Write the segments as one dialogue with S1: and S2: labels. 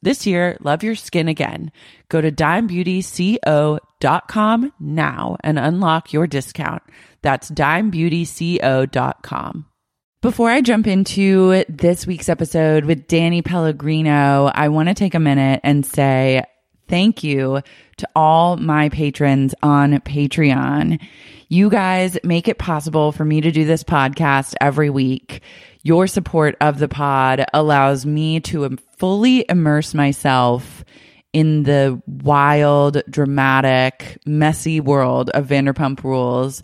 S1: This year, love your skin again. Go to dimebeautyco.com now and unlock your discount. That's dimebeautyco.com. Before I jump into this week's episode with Danny Pellegrino, I want to take a minute and say thank you to all my patrons on Patreon. You guys make it possible for me to do this podcast every week. Your support of the pod allows me to im- fully immerse myself in the wild, dramatic, messy world of Vanderpump Rules.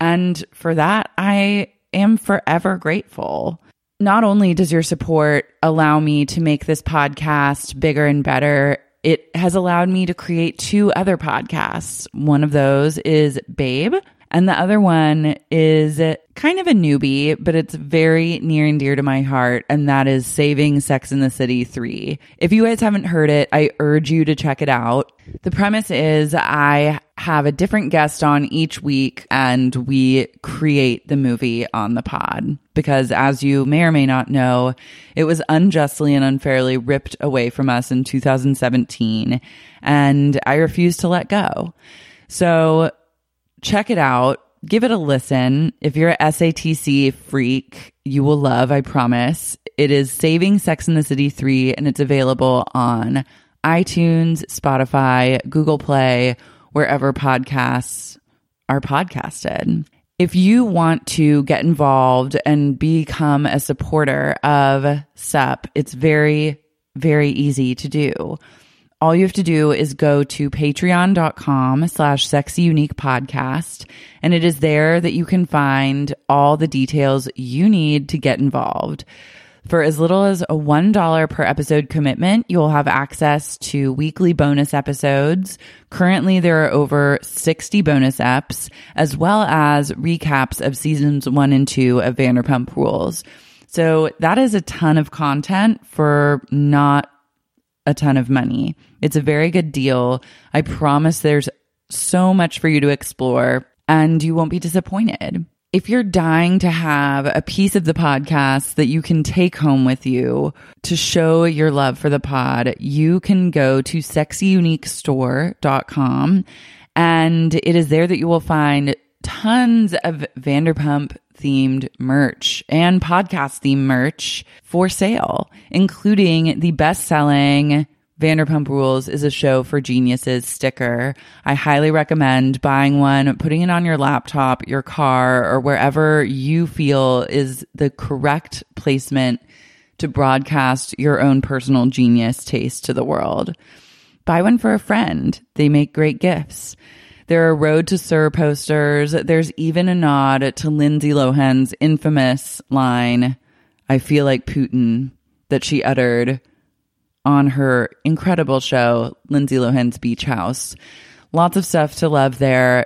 S1: And for that, I am forever grateful. Not only does your support allow me to make this podcast bigger and better, it has allowed me to create two other podcasts. One of those is Babe, and the other one is kind of a newbie, but it's very near and dear to my heart, and that is Saving Sex in the City 3. If you guys haven't heard it, I urge you to check it out. The premise is I have a different guest on each week and we create the movie on the pod. Because as you may or may not know, it was unjustly and unfairly ripped away from us in 2017 and I refuse to let go. So check it out. Give it a listen. If you're a SATC freak, you will love, I promise. It is Saving Sex in the City 3 and it's available on iTunes, Spotify, Google Play, wherever podcasts are podcasted. If you want to get involved and become a supporter of SUP, it's very, very easy to do. All you have to do is go to patreon.com slash sexy unique podcast. And it is there that you can find all the details you need to get involved. For as little as a $1 per episode commitment, you'll have access to weekly bonus episodes. Currently, there are over 60 bonus eps, as well as recaps of seasons one and two of Vanderpump Rules. So that is a ton of content for not a ton of money. It's a very good deal. I promise there's so much for you to explore, and you won't be disappointed. If you're dying to have a piece of the podcast that you can take home with you to show your love for the pod, you can go to sexyuniquestore.com and it is there that you will find tons of Vanderpump themed merch and podcast themed merch for sale, including the best selling Vanderpump Rules is a show for geniuses sticker. I highly recommend buying one, putting it on your laptop, your car, or wherever you feel is the correct placement to broadcast your own personal genius taste to the world. Buy one for a friend. They make great gifts. There are Road to Sir posters. There's even a nod to Lindsay Lohan's infamous line, I feel like Putin, that she uttered on her incredible show, Lindsay Lohan's Beach House. Lots of stuff to love there.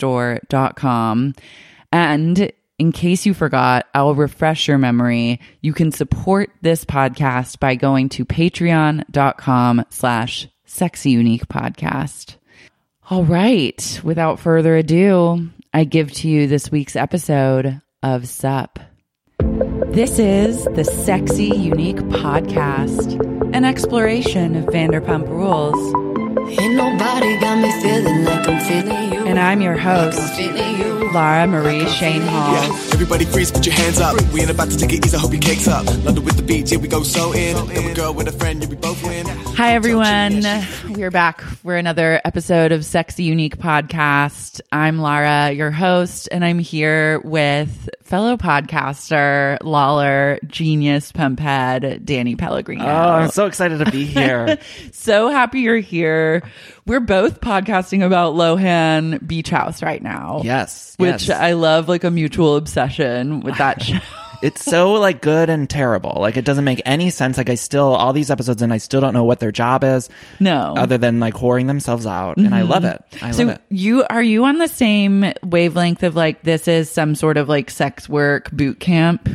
S1: www.sexyuniquestore.com. And in case you forgot, I'll refresh your memory. You can support this podcast by going to patreon.com slash sexy unique podcast. All right. Without further ado, I give to you this week's episode of SUP. This is the Sexy Unique Podcast, an exploration of Vanderpump rules.
S2: Ain't nobody got me feeling like I'm feeling you.
S1: And I'm your host,
S2: feeling you.
S1: Lara Marie Shane
S3: Yeah,
S1: Hall.
S3: everybody freeze, put your hands up. We ain't about to take it easy, hope your cake's up. London with the beach, yeah, we go so in. Then we girl with a friend, yeah, we both win.
S1: Hi, everyone. We're back for another episode of Sexy Unique Podcast. I'm Lara, your host, and I'm here with fellow podcaster, Lawler, genius pumphead, Danny Pellegrino.
S4: Oh, I'm so excited to be here.
S1: so happy you're here. We're both podcasting about Lohan Beach House right now.
S4: Yes,
S1: Which
S4: yes.
S1: I love like a mutual obsession with that show.
S4: it's so like good and terrible. Like it doesn't make any sense. Like I still all these episodes and I still don't know what their job is
S1: No.
S4: other than like whoring themselves out. And I love it. I love
S1: so
S4: it.
S1: you are you on the same wavelength of like this is some sort of like sex work boot camp?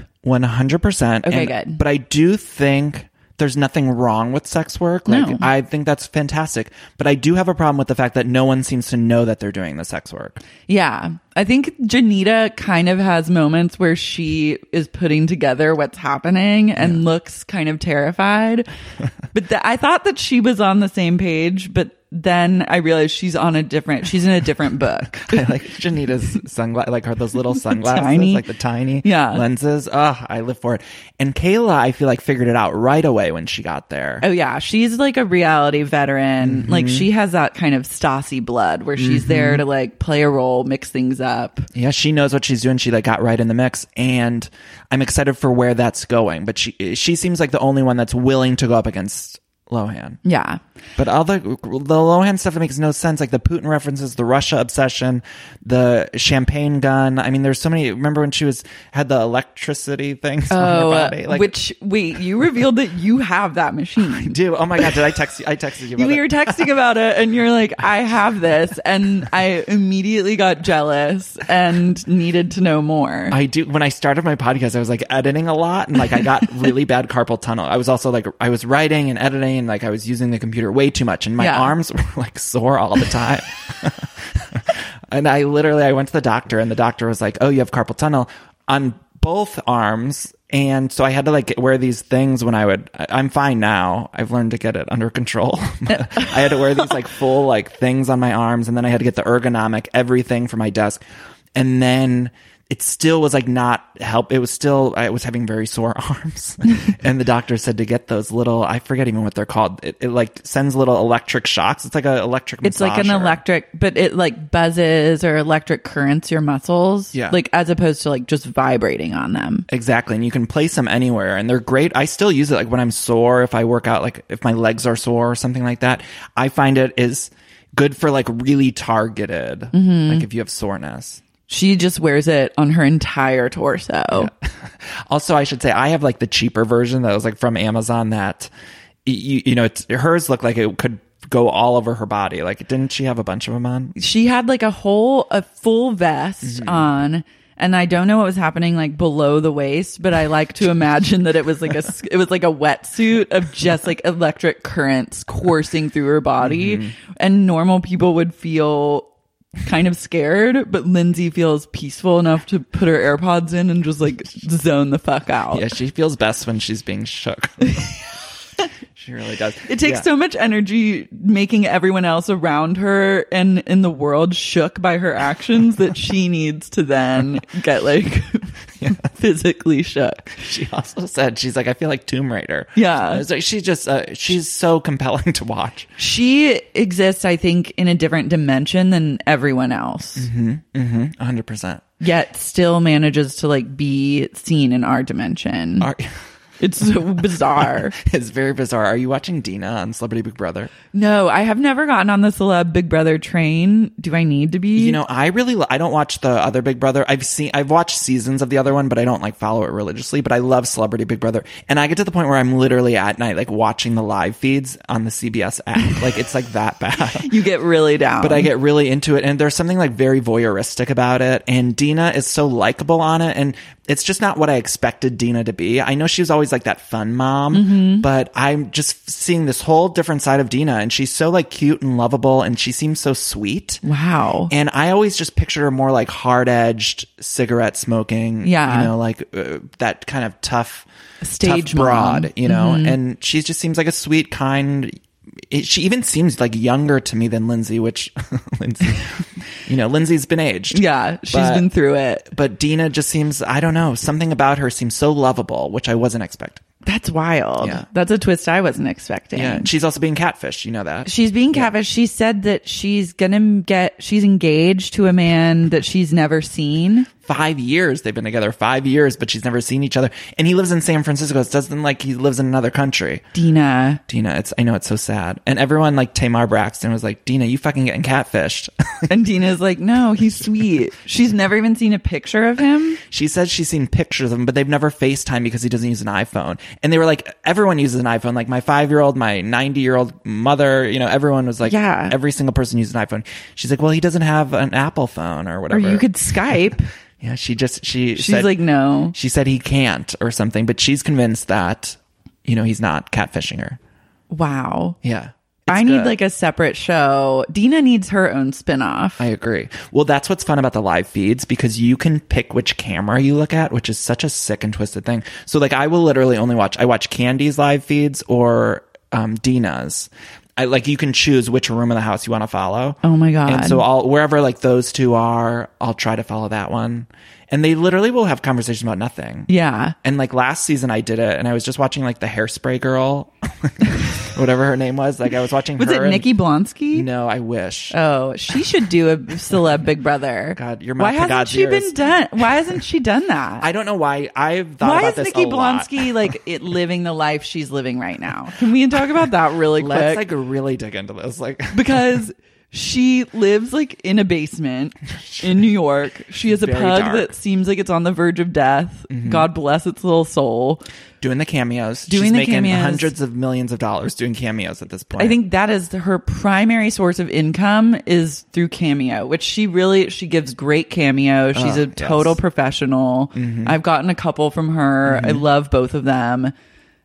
S4: 100%.
S1: Okay,
S4: And-
S1: good.
S4: But I do think there's nothing wrong with sex work. Like
S1: No.
S4: I think that's fantastic. But I do have a problem with the fact that no one seems to know that they're doing the sex work.
S1: Yeah. I think Janita kind of has moments where she is putting together what's happening and looks kind of terrified. but th- I thought that she was on the same page, but then I realized she's on a different, she's in a different book.
S4: I like Janita's sunglasses, like her those little sunglasses,
S1: Tiny.
S4: like the tiny
S1: Yeah.
S4: lenses. Ugh, I live for it. And Kayla, I feel like figured it out right away when she got there.
S1: Oh yeah, she's like a reality veteran.
S4: Mm-hmm.
S1: Like she has that kind of Stassi blood where she's there to like play a role, mix things up.
S4: Yeah, she knows what she's doing. She like got right in the mix, and I'm excited for where that's going. But she she seems like the only one that's willing to go up against Lohan.
S1: Yeah.
S4: But all the the Lohan stuff makes no sense. Like the Putin references, the Russia obsession, the champagne gun. I mean, there's so many. Remember when she was had the electricity things
S1: Oh,
S4: on her
S1: uh,
S4: body? Like,
S1: which wait, you revealed that you have that machine.
S4: do? Oh my god! Did I text you? I texted you. About
S1: we
S4: that.
S1: were texting about it and you're like i have this and i immediately got jealous and needed to know more
S4: I do. When I started my podcast, I was like editing a lot and like I got really bad carpal tunnel. I was also like, I was writing and editing and like I was using the computer way too much and my
S1: Yeah.
S4: arms were like sore all the time. and I literally, I went to the doctor and the doctor was like, oh, you have carpal tunnel on both arms. And so I had to like wear these things when I would. I- I'm fine now. I've learned to get it under control. I had to wear these like full like things on my arms, and then I had to get the ergonomic everything for my desk, and then it still was like not help. It was still I was having very sore arms, and the doctor said to get those little I forget even what they're called. It, it like sends little electric shocks. It's like an electric.
S1: it's like an
S4: massager.
S1: electric but it like buzzes or electric currents your muscles
S4: Yeah.
S1: like as opposed to like just vibrating on them
S4: Exactly. And you can place them anywhere and they're great. I still use it like when I'm sore, if I work out, like if my legs are sore or something like that. I find it is good for like really targeted,
S1: Mm-hmm.
S4: like if you have soreness.
S1: she just wears it on her entire torso
S4: Also, I should say I have like the cheaper version that was like from Amazon that, y- you, you know, it's, hers looked like it could go all over her body. Like, didn't she have a bunch of them on?
S1: she had like a whole a full vest on and I don't know what was happening like below the waist, but I like to imagine that it was like a s- it was like a wetsuit of just like electric currents coursing through her body, and normal people would feel kind of scared, but Lindsay feels peaceful enough to put her AirPods in and just like zone the fuck out.
S4: Yeah, she feels best when she's being shook. she really does.
S1: It takes
S4: Yeah.
S1: so much energy making everyone else around her and in the world shook by her actions that she needs to then get like physically shook.
S4: She also said she's like, I feel like Tomb Raider.
S1: Yeah.
S4: so she just uh, she's so compelling to watch.
S1: She exists, I think, in a different dimension than everyone else,
S4: Mm-hmm.
S1: Mm-hmm.
S4: hundred percent.
S1: yet still manages to like be seen in our dimension.
S4: Are
S1: it's so bizarre.
S4: it's very bizarre. Are you watching Dina on Celebrity Big Brother?
S1: No, I have never gotten on the celeb Big Brother train. Do I need to be?
S4: You know, I really lo- I don't watch the other Big Brother. I've seen I've watched seasons of the other one, but I don't like follow it religiously. But I love Celebrity Big Brother, and I get to the point where I'm literally at night like watching the live feeds on the CBS app. like it's like that bad.
S1: you get really down.
S4: But I get really into it, and there's something like very voyeuristic about it. And Dina is so likable on it, and it's just not what I expected Dina to be. I know she was always like that fun mom, but I'm just seeing this whole different side of Dina, and she's so like cute and lovable, and she seems so sweet.
S1: Wow.
S4: And I always just pictured her more like hard edged cigarette smoking.
S1: Yeah.
S4: You know, like uh, that kind of tough
S1: Stage
S4: tough broad,
S1: mom. Mm-hmm.
S4: you know, and she just seems like a sweet, kind. It, she even seems like younger to me than Lindsay, which Lindsay, you know, Lindsay's been aged.
S1: yeah, she's
S4: But-
S1: been through it.
S4: But Dina just seems, I don't know, something about her seems so lovable, which I wasn't expecting.
S1: That's wild.
S4: Yeah.
S1: That's a twist I wasn't expecting.
S4: Yeah. She's also being catfished. You know that.
S1: She's being catfish. She said that she's gonna get she's engaged to a man that she's never seen.
S4: five years. They've been together five years, but she's never seen each other. And he lives in San Francisco. It doesn't like he lives in another country.
S1: Dina.
S4: Dina, it's I know it's so sad. And everyone like Tamar Braxton was like, Dina, you fucking getting catfished.
S1: And Dina's like, no, he's sweet. She's never even seen a picture of him.
S4: she says she's seen pictures of him, but they've never FaceTime because he doesn't use an iPhone. And they were like, everyone uses an iPhone. Like my five year old, my 90 year old mother, you know, everyone was like,
S1: Yeah.
S4: every single person uses an iPhone. She's like, well, he doesn't have an Apple phone or
S1: Or
S4: whatever.
S1: you could Skype.
S4: yeah, she just, she,
S1: She's
S4: said-
S1: like, no.
S4: she said he can't or something, but she's convinced that, you know, he's not catfishing her.
S1: Wow.
S4: Yeah.
S1: I
S4: It's
S1: need
S4: good.
S1: like a separate show. Dina needs her own spinoff.
S4: I agree. Well, that's what's fun about the live feeds because you can pick which camera you look at, which is such a sick and twisted thing. So, like, I will literally only watch, I watch Candy's live feeds or um, Dina's. I like, you can choose which room of the house you want to follow.
S1: Oh my God.
S4: And so, I'll, wherever like those two are, I'll try to follow that one. And they literally will have conversations about nothing.
S1: yeah.
S4: And like last season, I did it, and I was just watching like the hairspray girl, whatever her name was. Like I was watching.
S1: Was
S4: her
S1: it
S4: and-
S1: Nikki Blonsky?
S4: No, I wish.
S1: Oh, she should do a celeb Big Brother.
S4: God, your mouth
S1: Why
S4: to
S1: hasn't
S4: God's
S1: she
S4: ears.
S1: been done? Why hasn't she done that?
S4: I don't know why I've thought
S1: Why
S4: about
S1: is
S4: this.
S1: Nikki
S4: a lot.
S1: Blonsky like it living the life she's living right now? Can we talk about that really quick?
S4: Let's like really dig into this. Like,
S1: because she lives like in a basement in New York. She has a
S4: Very
S1: pug
S4: dark. Mm-hmm.
S1: that seems like it's on the verge of death. God bless its little soul.
S4: doing the cameos,
S1: Doing
S4: She's
S1: the
S4: making
S1: cameos.
S4: hundreds of millions of dollars doing cameos at this point.
S1: I think that is her primary source of income is through cameo, which she really she gives great cameo.
S4: Oh,
S1: She's a total professional.
S4: Mm-hmm.
S1: I've gotten a couple from her. I love both of them.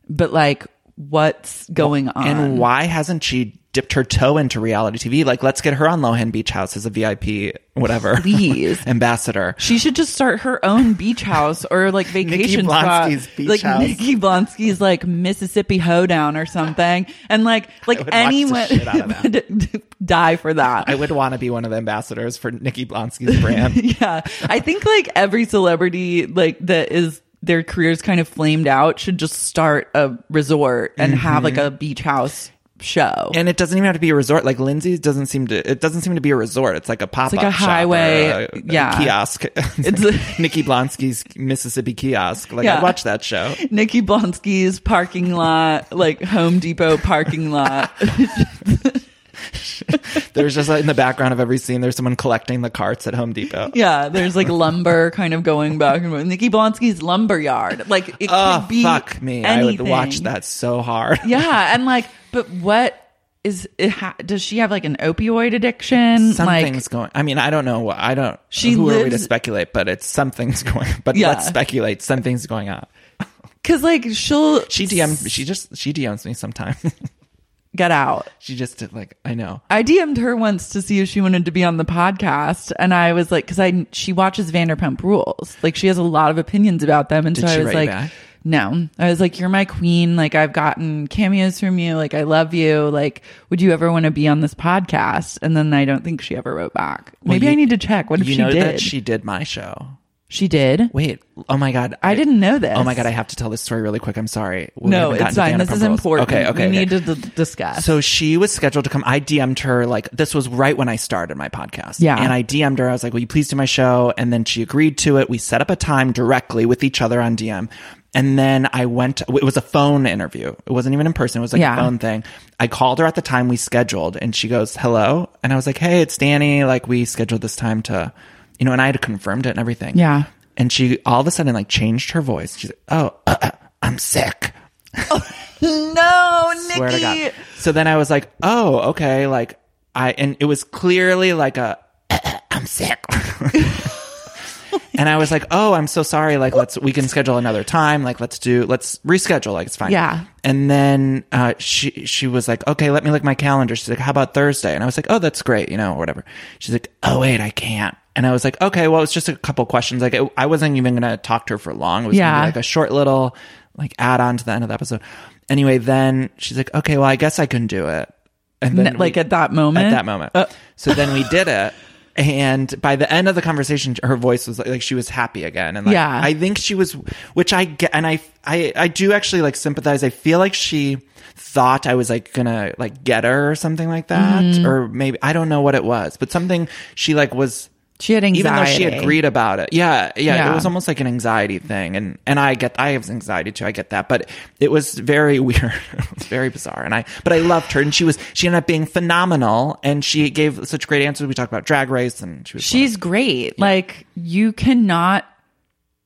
S1: But like what's going on?
S4: And why hasn't she dipped her toe into reality TV? Like, let's get her on Lohan Beach House as a VIP, whatever,
S1: Please.
S4: ambassador.
S1: She should just start her own beach house or like vacation spot,
S4: Blonsky's beach
S1: like
S4: house.
S1: Nikki Blonsky's like Mississippi hoedown or something, and like like
S4: would watch the
S1: anyone
S4: shit out of that.
S1: would die for that.
S4: I would want to be one of the ambassadors for Nikki Blonsky's brand.
S1: yeah, I think like every celebrity like that is their careers kind of flamed out should just start a resort and have like a beach house show.
S4: Mm-hmm. and it doesn't even have to be a resort. Like Lindsay's doesn't seem to. It doesn't seem to be a resort. It's like a pop.
S1: like a highway, yeah.
S4: kiosk.
S1: It's
S4: it's
S1: a-
S4: like Nikki Blonsky's Mississippi kiosk. Like
S1: Yeah.
S4: I'd watch that show.
S1: Nikki Blonsky's parking lot, like Home Depot parking lot.
S4: There's just like, in the background of every scene. There's someone collecting the carts at Home Depot.
S1: Yeah, there's like lumber kind of going back and forth. Nikki Blonsky's lumber yard. Like it could
S4: Oh
S1: be
S4: fuck me! I would watch
S1: anything.
S4: that so hard.
S1: Yeah, and like, but what is it ha- does she have like an opioid addiction?
S4: Something's
S1: Like
S4: going. I mean, I don't know. I don't.
S1: She
S4: who are we to
S1: lives-
S4: speculate? But it's something's going. But
S1: Yeah.
S4: let's speculate. Something's going on.
S1: cuz like she'll
S4: She DM. She just. She DMs me sometimes.
S1: get out.
S4: she just did like. I know.
S1: I DM'd her once to see if she wanted to be on the podcast, and I was like, because I she watches Vanderpump Rules, like she has a lot of opinions about them, and
S4: Did
S1: so I
S4: she
S1: was
S4: write
S1: like,
S4: back?
S1: no, I was like, you're my queen, like I've gotten cameos from you, like I love you, like would you ever want to be on this podcast? And then I don't think she ever wrote back. Maybe
S4: you-
S1: I need to check. What if
S4: you
S1: she
S4: know
S1: did?
S4: that she did my show.
S1: she did.
S4: Wait. Oh my god.
S1: I didn't know this.
S4: Oh my god. I have to tell this story really quick. I'm sorry. We
S1: no,
S4: haven't
S1: it's fine.
S4: gotten to
S1: This
S4: Vanderpump
S1: is
S4: Rules.
S1: important.
S4: Okay. Okay.
S1: we
S4: okay.
S1: need to d- discuss.
S4: So she was scheduled to come. I DM'd her like this was right when I started my podcast.
S1: Yeah.
S4: And I DM'd her. I was like, "Will you please do my show?" And then she agreed to it. We set up a time directly with each other on DM. And then I went. It was a phone interview. It wasn't even in person. It was like
S1: Yeah.
S4: a phone thing. I called her at the time we scheduled, and she goes, "Hello." And I was like, "Hey, it's Danny. Like we scheduled this time to, you know." And I had confirmed it and everything.
S1: Yeah.
S4: And she all of a sudden like changed her voice. She's like, "Oh, I'm sick."
S1: Oh, no, Nikki.
S4: Swear to God. So then I was like, oh, okay. Like I, and it was clearly like a, "Uh, I'm sick. and I was like, oh, I'm so sorry. Like let's, we can schedule another time. Like let's do, let's reschedule. Like it's fine.
S1: Yeah.
S4: And then, uh, she, she was like, okay, let me look at my calendar. She's like, how about Thursday? And I was like, oh, that's great. You know, or whatever. She's like, oh, wait, I can't. And I was like, okay, well, it's just a couple questions. Like, I- I wasn't even going to talk to her for long. It was gonna be
S1: Yeah.
S4: like a short little like add on to the end of the episode. Anyway, then she's like, okay, well, I guess I can do it. And
S1: N- like
S4: we-
S1: at that moment? Uh,
S4: at that moment. So then we did it. And by the end of the conversation, her voice was like, like she was happy again. And like,
S1: Yeah.
S4: I think she was, which I get, and I, I, I do actually like sympathize. I feel like she thought I was like gonna like get her or something like that, or maybe I don't know what it was, but something she like was
S1: She had anxiety.
S4: even though she agreed about it yeah, yeah
S1: Yeah.
S4: it was almost like an anxiety thing and and i get i have anxiety too i get that but it was very weird it was very bizarre and i but i loved her and she was she ended up being phenomenal and she gave such great answers we talked about drag race and she was
S1: She's great. Like you cannot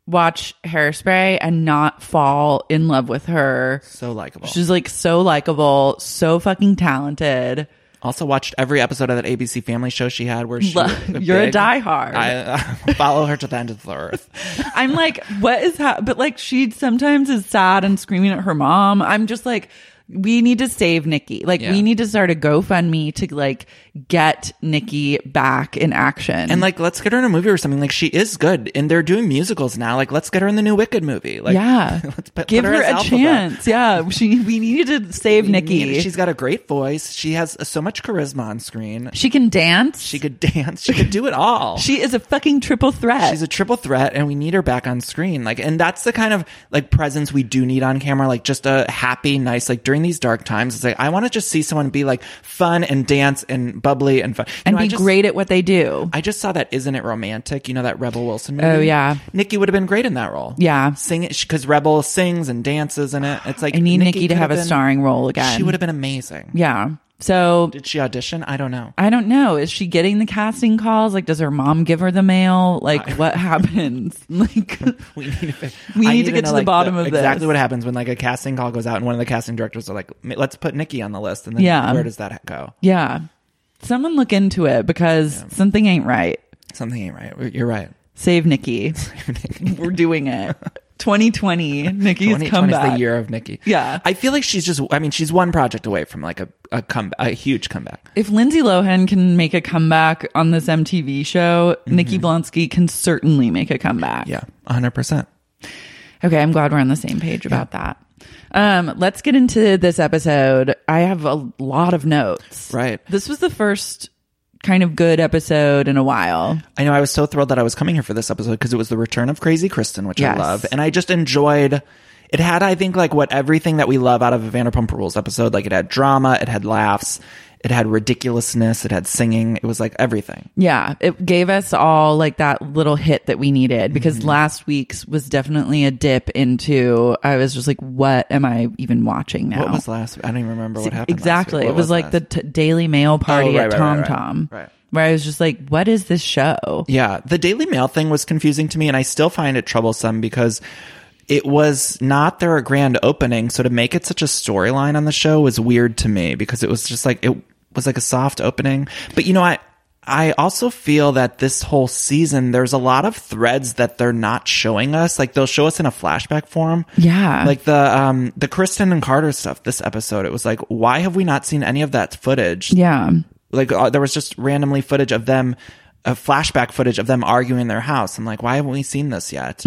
S1: watch Hairspray and not fall in love with her.
S4: so likable
S1: She's like so likable, so fucking talented.
S4: also watched every episode of that abc family show she had where she
S1: Lo- You're a diehard.
S4: I, I follow her to the end of the earth
S1: I'm like, what is ha-? but like she sometimes is sad and screaming at her mom. I'm just like we need to save Nikki. Like
S4: Yeah.
S1: we need to start a GoFundMe to like get Nikki back in action.
S4: And like, let's get her in a movie or something. Like, she is good, and they're doing musicals now. Like, let's get her in the new Wicked movie. Like,
S1: yeah,
S4: let's put,
S1: give
S4: put
S1: her,
S4: as
S1: a
S4: Alphaba.
S1: chance. Yeah, she we needed to save Nikki.
S4: She's got a great voice. She has uh, so much charisma on screen.
S1: She can dance.
S4: She could dance. She could do it all.
S1: She is a fucking triple threat.
S4: She's a triple threat, and we need her back on screen. Like, and that's the kind of like presence we do need on camera. Like, just a happy, nice. Like during these dark times, it's like I want to just see someone be like fun and dance and bubbly and fun You
S1: and
S4: know, I
S1: be
S4: just-
S1: great at what they do.
S4: I just saw that. Isn't it romantic? You know that Rebel Wilson movie.
S1: Oh, yeah.
S4: Nikki would have been great in that role.
S1: Yeah.
S4: sing it because Rebel sings and dances in it. It's like
S1: I need Nikki, to
S4: could
S1: have a
S4: been-
S1: starring role again.
S4: She would have been amazing.
S1: Yeah. So
S4: Did she audition? I don't know.
S1: I don't know. Is she getting the casting calls? Like, does her mom give her the mail? Like, what happens? Like,
S4: We need to, fi-
S1: We
S4: I
S1: need to get to the bottom of this.
S4: exactly Exactly what happens when like a casting call goes out and one of the casting directors are like, "M- "Let's put Nikki on the list," and then
S1: Yeah.
S4: where does that go?
S1: yeah. Someone look into it because something ain't right.
S4: Something ain't right. You're right.
S1: Save Nikki. We're doing it. 2020. Nikki's
S4: 2020 is
S1: comeback.
S4: the year of Nikki.
S1: Yeah.
S4: I feel like she's just. I mean, she's one project away from like a a come a huge comeback.
S1: If Lindsay Lohan can make a comeback on this MTV show, Nikki
S4: Mm-hmm.
S1: Blonsky can certainly make a comeback.
S4: Yeah, 100. percent
S1: Okay, I'm glad we're on the same page about that. Um, let's get into this episode. I have a lot of notes.
S4: Right.
S1: This was the first kind of good episode in a while.
S4: I know I was so thrilled that I was coming here for this episode because it was the return of Crazy Kristen, which
S1: Yes.
S4: I love, and I just enjoyed. It had, I think, like what everything that we love out of a Vanderpump Rules episode. Like it had drama, it had laughs, it had ridiculousness, it had singing. It was like everything.
S1: Yeah, it gave us all like that little hit that we needed because
S4: Mm-hmm.
S1: last week's was definitely a dip into I was just like what am I even watching now?
S4: What was last? I don't even remember what happened. last
S1: exactly.
S4: week.
S1: It
S4: What
S1: was, like
S4: last- Oh,
S1: the t- Daily Mail party
S4: right,
S1: at
S4: right, right,
S1: Tom
S4: right.
S1: Tom.
S4: Right.
S1: Where I was just like, what is this show?
S4: Yeah, the Daily Mail thing was confusing to me, and I still find it troublesome because it was not their grand opening. So to make it such a storyline on the show was weird to me because it was just like, it was like a soft opening. But you know, I, I also feel that this whole season, there's a lot of threads that they're not showing us. Like they'll show us in a flashback form.
S1: Yeah.
S4: Like the, um, the Kristen and Carter stuff this episode, it was like, why have we not seen any of that footage?
S1: Yeah.
S4: like uh, there was just randomly footage of them a flashback footage of them arguing in their house i'm like why haven't we seen this yet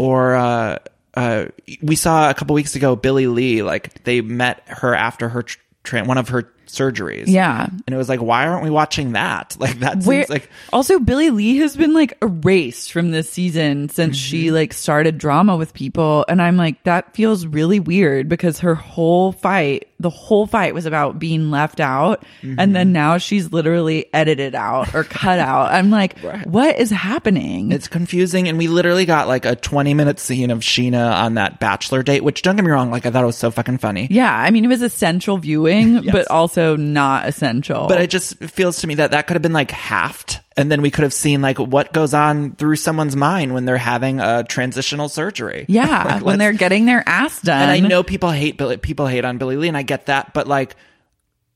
S4: or uh uh we saw a couple weeks ago billy lee like they met her after her tr- tra- one of her surgeries
S1: Yeah.
S4: and it was like why aren't we watching that like that
S1: Where,
S4: seems like
S1: also, Billy Lee has been like erased from this season since
S4: Mm-hmm.
S1: she like started drama with people. And I'm like, that feels really weird because her whole fight, the whole fight was about being left out. And
S4: Mm-hmm.
S1: then now she's literally edited out or cut out. I'm like, what is happening?
S4: It's confusing, and we literally got like a twenty-minute scene of Sheena on that bachelor date. Which don't get me wrong, like I thought it was so fucking funny.
S1: yeah. I mean, it was essential viewing, but also not essential.
S4: But it just feels to me that that could have been like halved, and then we could have seen like what goes on through someone's mind when they're having a transitional surgery.
S1: yeah.
S4: Like,
S1: when
S4: let's-
S1: they're getting their ass done.
S4: and I know people hate Billy, people hate on Billy Lee, and I get that, but like.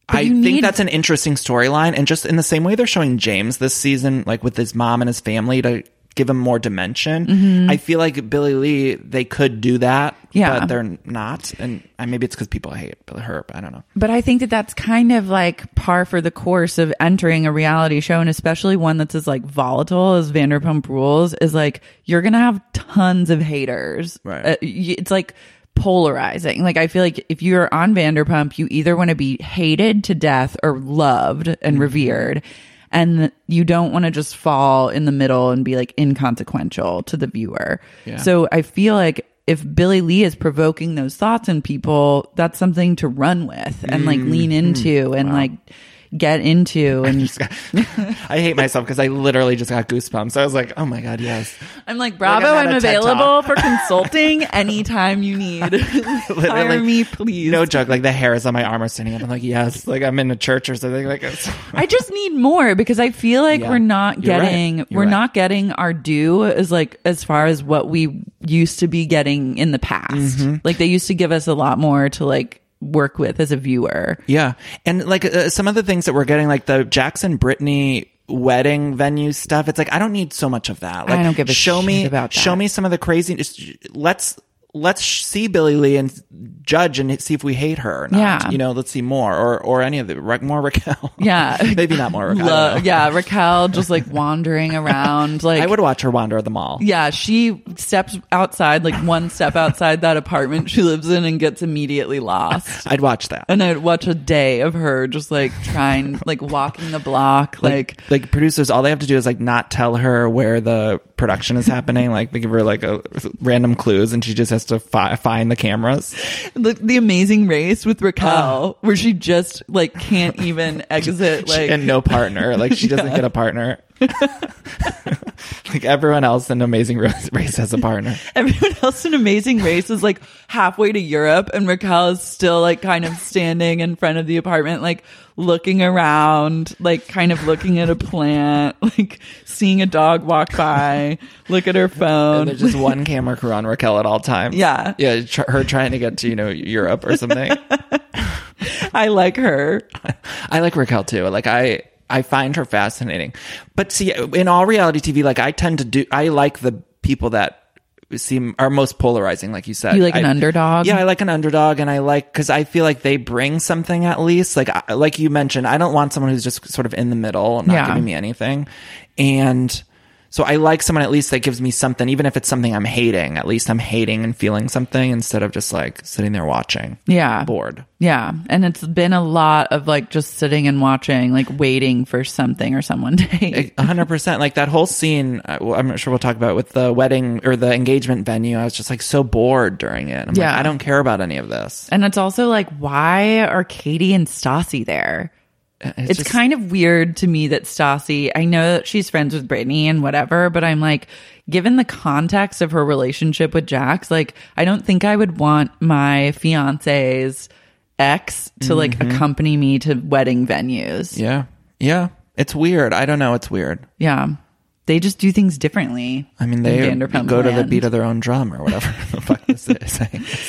S4: I
S1: you
S4: think
S1: need-
S4: that's an interesting storyline, and just in the same way they're showing James this season, like with his mom and his family, to give him more dimension. I feel like Billy Lee, they could do that,
S1: Mm-hmm. Yeah.
S4: but they're not, and uh, maybe it's because people hate her. I don't know.
S1: But I think that that's kind of like par for the course of entering a reality show, and especially one that's as like volatile as Vanderpump Rules is like you're gonna have tons of haters.
S4: Right.
S1: Uh, y- it's like polarizing. Like I feel like if you're on Vanderpump, you either want to be hated to death or loved and revered, and you don't want to just fall in the middle and be like inconsequential to the viewer. So I feel like if Billy Lee is provoking those thoughts in people, that's something to run with and
S4: Mm-hmm.
S1: like lean into and like get into. And
S4: I hate myself because I literally just got goosebumps. I was like, oh my god, yes.
S1: I'm like, bravo,
S4: Like I'm at
S1: I'm
S4: a TED
S1: available for consulting anytime you need. Hire me, please.
S4: No joke. Like the hairs on my arm are standing up. I'm like, yes. Like I'm in a church or something. Like, it's-
S1: I just need more because I feel like
S4: Yeah.
S1: we're not
S4: You're right.
S1: getting
S4: You're
S1: we're
S4: right.
S1: not getting our due as like as far as what we used to be getting in the past.
S4: Mm-hmm.
S1: Like they used to give us a lot more to like work with as a viewer.
S4: yeah. And like uh, some of the things that we're getting, like the Jackson Brittany wedding venue stuff. It's like I don't need so much of that. Like,
S1: don't give a
S4: show
S1: shit
S4: me
S1: about that.
S4: show me some of the crazy. just- Let's let's see Billy Lee and judge and see if we hate her. Or not.
S1: Yeah.
S4: You know, let's see more or or any of the Ra- more Raquel.
S1: Yeah.
S4: Maybe not more. Raquel. I don't
S1: Lo-
S4: know.
S1: yeah, Raquel just like wandering around like
S4: I would watch her wander the mall.
S1: yeah, she steps outside, like one step outside that apartment she lives in and gets immediately lost.
S4: I'd watch that.
S1: And I'd watch a day of her just like trying, like walking the block, like
S4: like producers all they have to do is like not tell her where the production is happening like they give her like a random clues and she just has to fi- find the cameras
S1: the, the amazing race with Raquel, where she just like can't even exit. Like,
S4: Ah. and no partner like she doesn't get a partner like everyone else in amazing race Race has a partner
S1: everyone else in Amazing Race is like halfway to Europe, and Raquel is still like kind of standing in front of the apartment, like looking around, like kind of looking at a plant, like seeing a dog walk by, look at her
S4: and
S1: phone.
S4: there's just one camera crew on Raquel at all times.
S1: Yeah.
S4: yeah. Tr- her trying to get to you know Europe or something.
S1: I like her.
S4: I like Raquel too. Like I I find her fascinating. But see in all reality TV like I tend to do I like the people that seem are most polarizing like you said.
S1: You like an
S4: I-
S1: underdog?
S4: Yeah, I like an underdog and I like cuz I feel like they bring something at least. Like I, like you mentioned, I don't want someone who's just sort of in the middle, not
S1: Yeah.
S4: giving me anything. And so I like someone at least that gives me something even if it's something I'm hating. At least I'm hating and feeling something instead of just like sitting there watching.
S1: Yeah.
S4: Bored.
S1: Yeah. And it's been a lot of like just sitting and watching, like waiting for something or someone to hate.
S4: A hundred percent. Like that whole scene, I- well, I'm not sure we'll talk about it, with the wedding or the engagement venue. I was just like so bored during it. I'm
S1: Yeah.
S4: like, I don't care about any of this.
S1: And it's also like, why are Katie and Stassi there? It's,
S4: just-
S1: kind of weird to me that Stassi, I know that she's friends with Brittany and whatever, but I'm like, given the context of her relationship with Jax, like, I don't think I would want my fiance's ex to like
S4: Mm-hmm.
S1: accompany me to wedding venues.
S4: Yeah, yeah. It's weird. I don't know. It's weird.
S1: Yeah. They just do things differently.
S4: I mean,
S1: in
S4: they
S1: Vanderpump
S4: go to the
S1: land.
S4: beat of their own drum or whatever the fuck this is.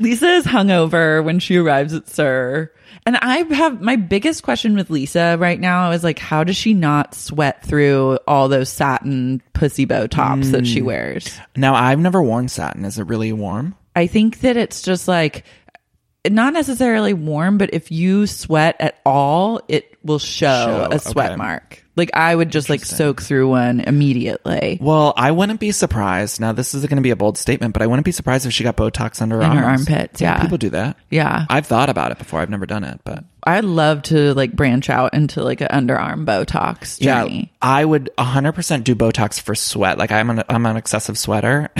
S1: Lisa is hungover when she arrives at Sir. And I have my biggest question with Lisa right now is like, how does she not sweat through all those satin pussy bow tops that
S4: Mm.
S1: she wears?
S4: now, I've never worn satin. Is it really warm?
S1: I think that it's just like not necessarily warm, but if you sweat at all, it will show,
S4: Show,
S1: a sweat
S4: okay.
S1: mark. Like I would just like soak through one immediately.
S4: Well, I wouldn't be surprised. Now, this is going to be a bold statement, but I wouldn't be surprised if she got Botox under her,
S1: In her
S4: arms.
S1: armpits, yeah.
S4: people do that.
S1: Yeah.
S4: I've thought about it before. I've never done it, but
S1: I'd love to like branch out into like an underarm Botox journey.
S4: yeah, I would 100 percent do Botox for sweat. Like I'm an I'm an excessive sweater.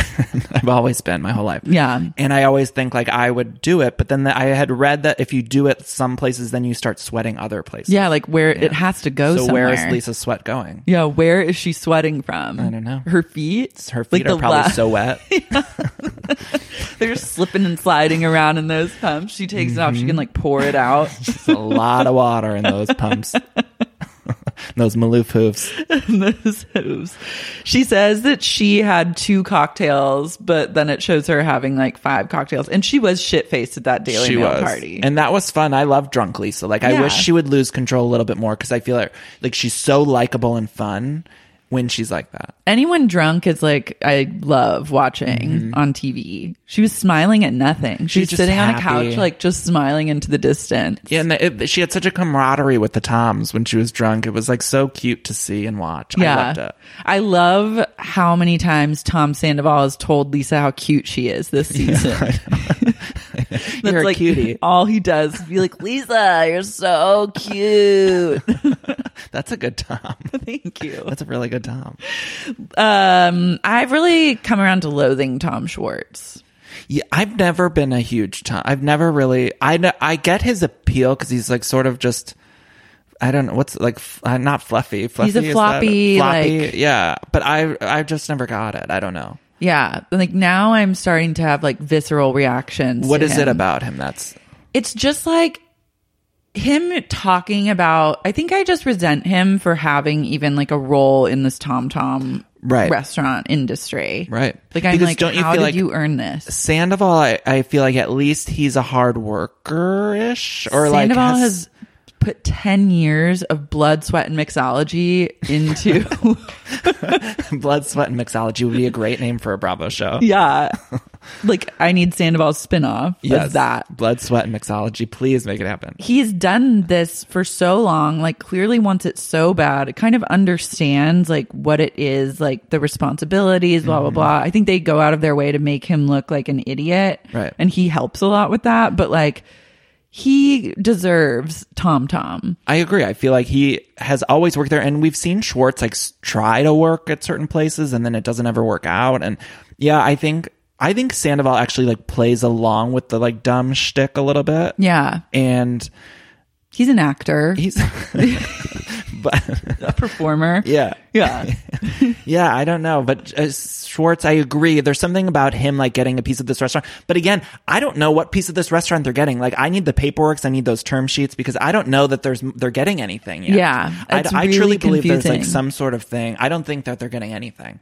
S4: I've always been my whole life.
S1: Yeah.
S4: and I always think like I would do it, but then the, I had read that if you do it some places, then you start sweating other places.
S1: Yeah, like where it has to go
S4: so
S1: somewhere.
S4: where is Lisa's sweat going?
S1: Yeah, where is she sweating from? I
S4: don't know.
S1: Her feet?
S4: Her
S1: Like,
S4: feet
S1: the
S4: are probably
S1: la-
S4: so wet.
S1: They're slipping and sliding around in those pumps. She takes it off.
S4: Mm-hmm.
S1: She can like pour it out.
S4: It's a lot of water in those pumps. those Maloof hooves.
S1: those hooves. She says that she had two cocktails, but then it shows her having like five cocktails. And she was shit faced at that Daily Mail party.
S4: and that was fun. I love drunk Lisa. Like I
S1: Yeah.
S4: wish she would lose control a little bit more because I feel like like she's so likable and fun when she's like that.
S1: Anyone drunk is like, I love watching on TV. She was smiling at nothing. She was
S4: Mm-hmm. just
S1: sitting on a
S4: happy.
S1: couch, like just smiling into the distance.
S4: Yeah, and the, it, she had such a camaraderie with the Toms when she was drunk. It was like so cute to see and watch. I loved it.
S1: I love how many times Tom Sandoval has told Lisa how cute she is this season. That's
S4: You're a
S1: like
S4: cutie.
S1: all he does is be like, Lisa, you're so cute.
S4: That's a good Tom.
S1: Thank you.
S4: That's a really good Tom.
S1: Um, I've really come around to loathing Tom Schwartz.
S4: Yeah, I've never been a huge Tom. I've never really. I kn- I get his appeal because he's like sort of just. I don't know what's like f- uh, not fluffy. fluffy
S1: He's a
S4: is that-
S1: floppy,
S4: floppy,
S1: like-
S4: yeah. But I I just never got it. I don't know
S1: Yeah, but, like now I'm starting to have like visceral reactions.
S4: what
S1: to
S4: is
S1: him.
S4: it about him that's
S1: It's just like him talking about. I think I just resent him for having even like a role in this Tom Tom
S4: Right.
S1: restaurant industry.
S4: Right.
S1: Like I'm
S4: Because
S1: like,
S4: don't you
S1: how
S4: feel
S1: did
S4: like-
S1: you earn this?
S4: Sandoval? I, I feel like at least he's a hard worker ish or like
S1: Sandoval has put ten years of blood, sweat, and mixology into.
S4: blood, sweat, and mixology would be a great name for a Bravo show.
S1: yeah. Like I need Sandoval's spinoff. Yes. Of that.
S4: blood, sweat, and mixology. Please make it happen.
S1: he's done this for so long like clearly wants it so bad it kind of understands like what it is like the responsibilities blah blah
S4: Mm-hmm.
S1: blah i think they go out of their way to make him look like an idiot
S4: Right.
S1: and he helps a lot with that but like he deserves tom tom
S4: I agree. I feel like he has always worked there, and we've seen Schwartz like s- try to work at certain places, and then it doesn't ever work out. And yeah, I think I think Sandoval actually like plays along with the like dumb shtick a little bit,
S1: yeah
S4: and
S1: he's an actor he's
S4: he's but
S1: a performer
S4: yeah.
S1: yeah
S4: Yeah, I don't know, but uh, Schwartz, I agree. There's something about him like getting a piece of this restaurant. But again, I don't know what piece of this restaurant they're getting. Like, I need the paperwork, I need those term sheets because I don't know that there's they're getting anything. Yet.
S1: Yeah,
S4: I,
S1: it's
S4: I
S1: really
S4: truly believe there's like
S1: confusing.
S4: some sort of thing. I don't think that they're getting anything.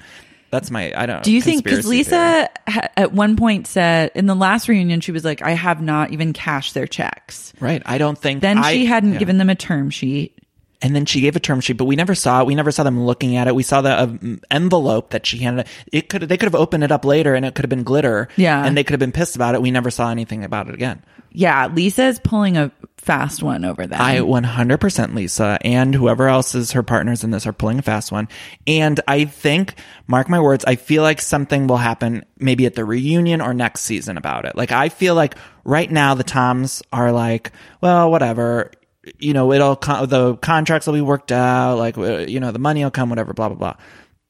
S4: That's my I don't.
S1: Do you think because
S4: conspiracy
S1: Lisa ha- at one point said in the last reunion she was like, "I have not even cashed their checks."
S4: theory. right? I don't think
S1: Then
S4: I-
S1: she hadn't
S4: yeah.
S1: given them a term sheet.
S4: And then she gave a term sheet, but we never saw it. We never saw them looking at it. We saw the um, envelope that she handed. It could they could have opened it up later, and it could have been glitter.
S1: Yeah.
S4: and they could have been pissed about it. We never saw anything about it again.
S1: Yeah, Lisa is pulling a fast one over them.
S4: I 100% Lisa and whoever else is her partners in this are pulling a fast one. And I think, mark my words, I feel like something will happen maybe at the reunion or next season about it. Like, I feel like right now the Toms are like, well, whatever. You know, it'll, co- the contracts will be worked out. Like, uh, you know, the money will come, whatever, blah, blah, blah.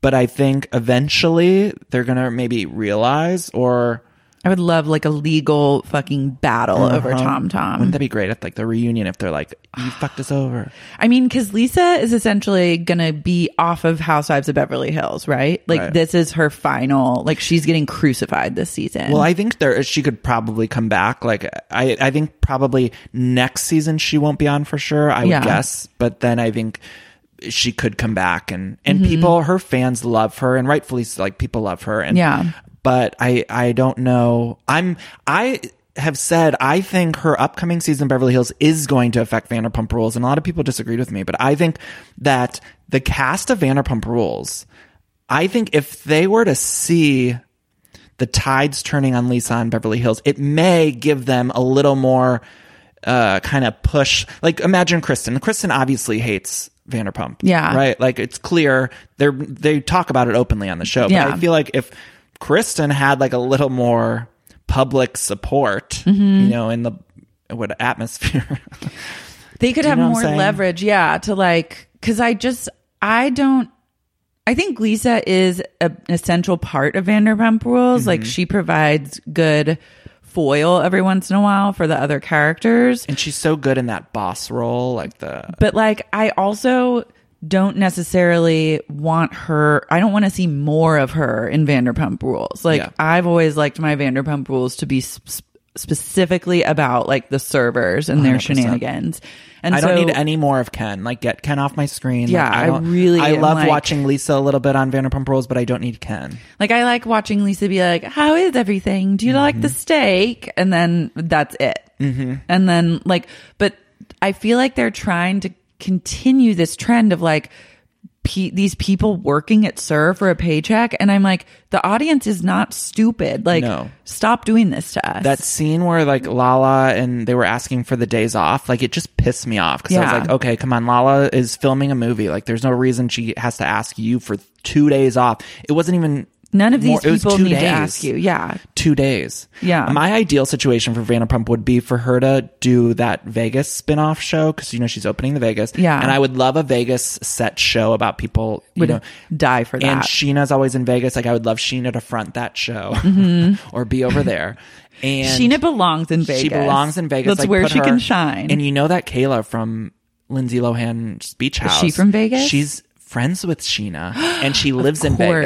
S4: But I think eventually they're going to maybe realize or
S1: I would love like a legal fucking battle over Tom Tom.
S4: wouldn't that be great at like Uh-huh. the reunion if they're like, you fucked us over.
S1: I mean, because Lisa is essentially gonna be off of Housewives of Beverly Hills, right? Like
S4: Right.
S1: this is her final. Like she's getting crucified this season.
S4: Well, I think there she could probably come back. Like I, I think probably next season she won't be on for sure. I would
S1: Yeah.
S4: guess, but then I think she could come back and
S1: Mm-hmm.
S4: and people her fans love her and rightfully so, like people love her and
S1: Yeah.
S4: but I I don't know. I'm I have said I think her upcoming season of Beverly Hills is going to affect Vanderpump Rules, and a lot of people disagreed with me, but I think that the cast of Vanderpump Rules, I think if they were to see the tides turning on Lisa and Beverly Hills, it may give them a little more uh, kind of push. Like imagine Kristen. Kristen obviously hates Vanderpump.
S1: Yeah.
S4: Right. Like it's clear they're they talk about it openly on the show. But
S1: Yeah.
S4: I feel like if Kristen had like a little more public support,
S1: Mm-hmm.
S4: you know, in the what atmosphere.
S1: They could
S4: you
S1: have
S4: know what I'm
S1: more
S4: saying?
S1: leverage, yeah, to like cuz I just I don't I think Lisa is a, an essential part of Vanderpump Rules. Like
S4: Mm-hmm.
S1: she provides good foil every once in a while for the other characters.
S4: and she's so good in that boss role, like the
S1: But like I also don't necessarily want her I don't want to see more of her in Vanderpump Rules. Like
S4: Yeah.
S1: I've always liked my Vanderpump Rules to be sp- specifically about like the servers and their
S4: Oh, 100%.
S1: shenanigans. And
S4: I don't
S1: so-
S4: need any more of Ken. Like, get Ken off my screen. Like,
S1: Yeah, I
S4: don't-
S1: really
S4: I
S1: am,
S4: love
S1: like-
S4: watching Lisa a little bit on Vanderpump Rules, but I don't need Ken.
S1: Like I like watching Lisa be like, "How is everything? Do you
S4: Mm-hmm.
S1: like the steak?" And then that's it. Mm-hmm. And then like, but I feel like they're trying to continue this trend of like pe- these people working at Sir for a paycheck, and I'm like, the audience is not stupid. Like,
S4: No.
S1: stop doing this to us.
S4: That scene where like Lala and they were asking for the days off, like it just pissed me off because I
S1: Yeah.
S4: was like, okay, come on, Lala is filming a movie. Like, there's no reason she has to ask you for two days off. It wasn't even
S1: none of these
S4: more- it was
S1: people
S4: two
S1: need to
S4: days.
S1: ask you. Yeah,
S4: two days.
S1: Yeah.
S4: My ideal situation for Vanderpump would be for her to do that Vegas spinoff show because, you know, she's opening the Vegas.
S1: Yeah.
S4: And I would love a Vegas set show about people, you
S1: would
S4: know.
S1: die for that.
S4: And Sheena's always in Vegas. Like, I would love Sheena to front that show or be over there. And
S1: Mm-hmm. Sheena belongs in Vegas.
S4: She belongs in Vegas.
S1: That's
S4: Like,
S1: where
S4: put
S1: she
S4: her-
S1: can shine.
S4: And you know that Kayla from Lindsay Lohan's Beach House.
S1: she from Vegas?
S4: She's friends with Sheena and she lives in Vegas.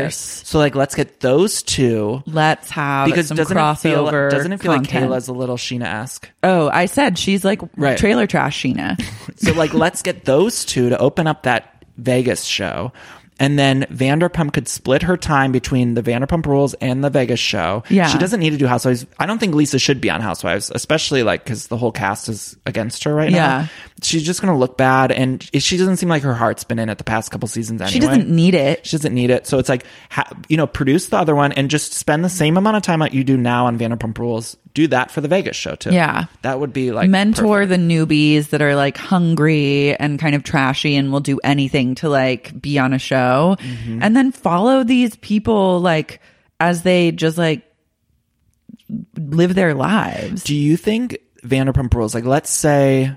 S1: course.
S4: So, like, let's get those two
S1: Let's have
S4: because
S1: some
S4: doesn't it feel
S1: crossover.
S4: doesn't it feel
S1: content.
S4: like Kayla's a little Sheena esque?
S1: Oh, I said she's like
S4: Right.
S1: trailer trash Sheena.
S4: So like, let's get those two to open up that Vegas show, and then Vanderpump could split her time between the Vanderpump Rules and the Vegas show.
S1: Yeah.
S4: she doesn't need to do Housewives. I don't think Lisa should be on Housewives, especially like because the whole cast is against her right
S1: Yeah.
S4: now. She's just gonna look bad, and she doesn't seem like her heart's been in it the past couple seasons. Anyway.
S1: She doesn't need it.
S4: She doesn't need it. So it's like, ha- you know, produce the other one and just spend the same amount of time that you do now on Vanderpump Rules. Do that for the Vegas show too.
S1: Yeah.
S4: That would be like
S1: Mentor the newbies that are like hungry and kind of trashy and will do anything to like be on a show.
S4: Mm-hmm.
S1: And then follow these people like as they just like live their lives.
S4: Do you think Vanderpump Rules, like, let's say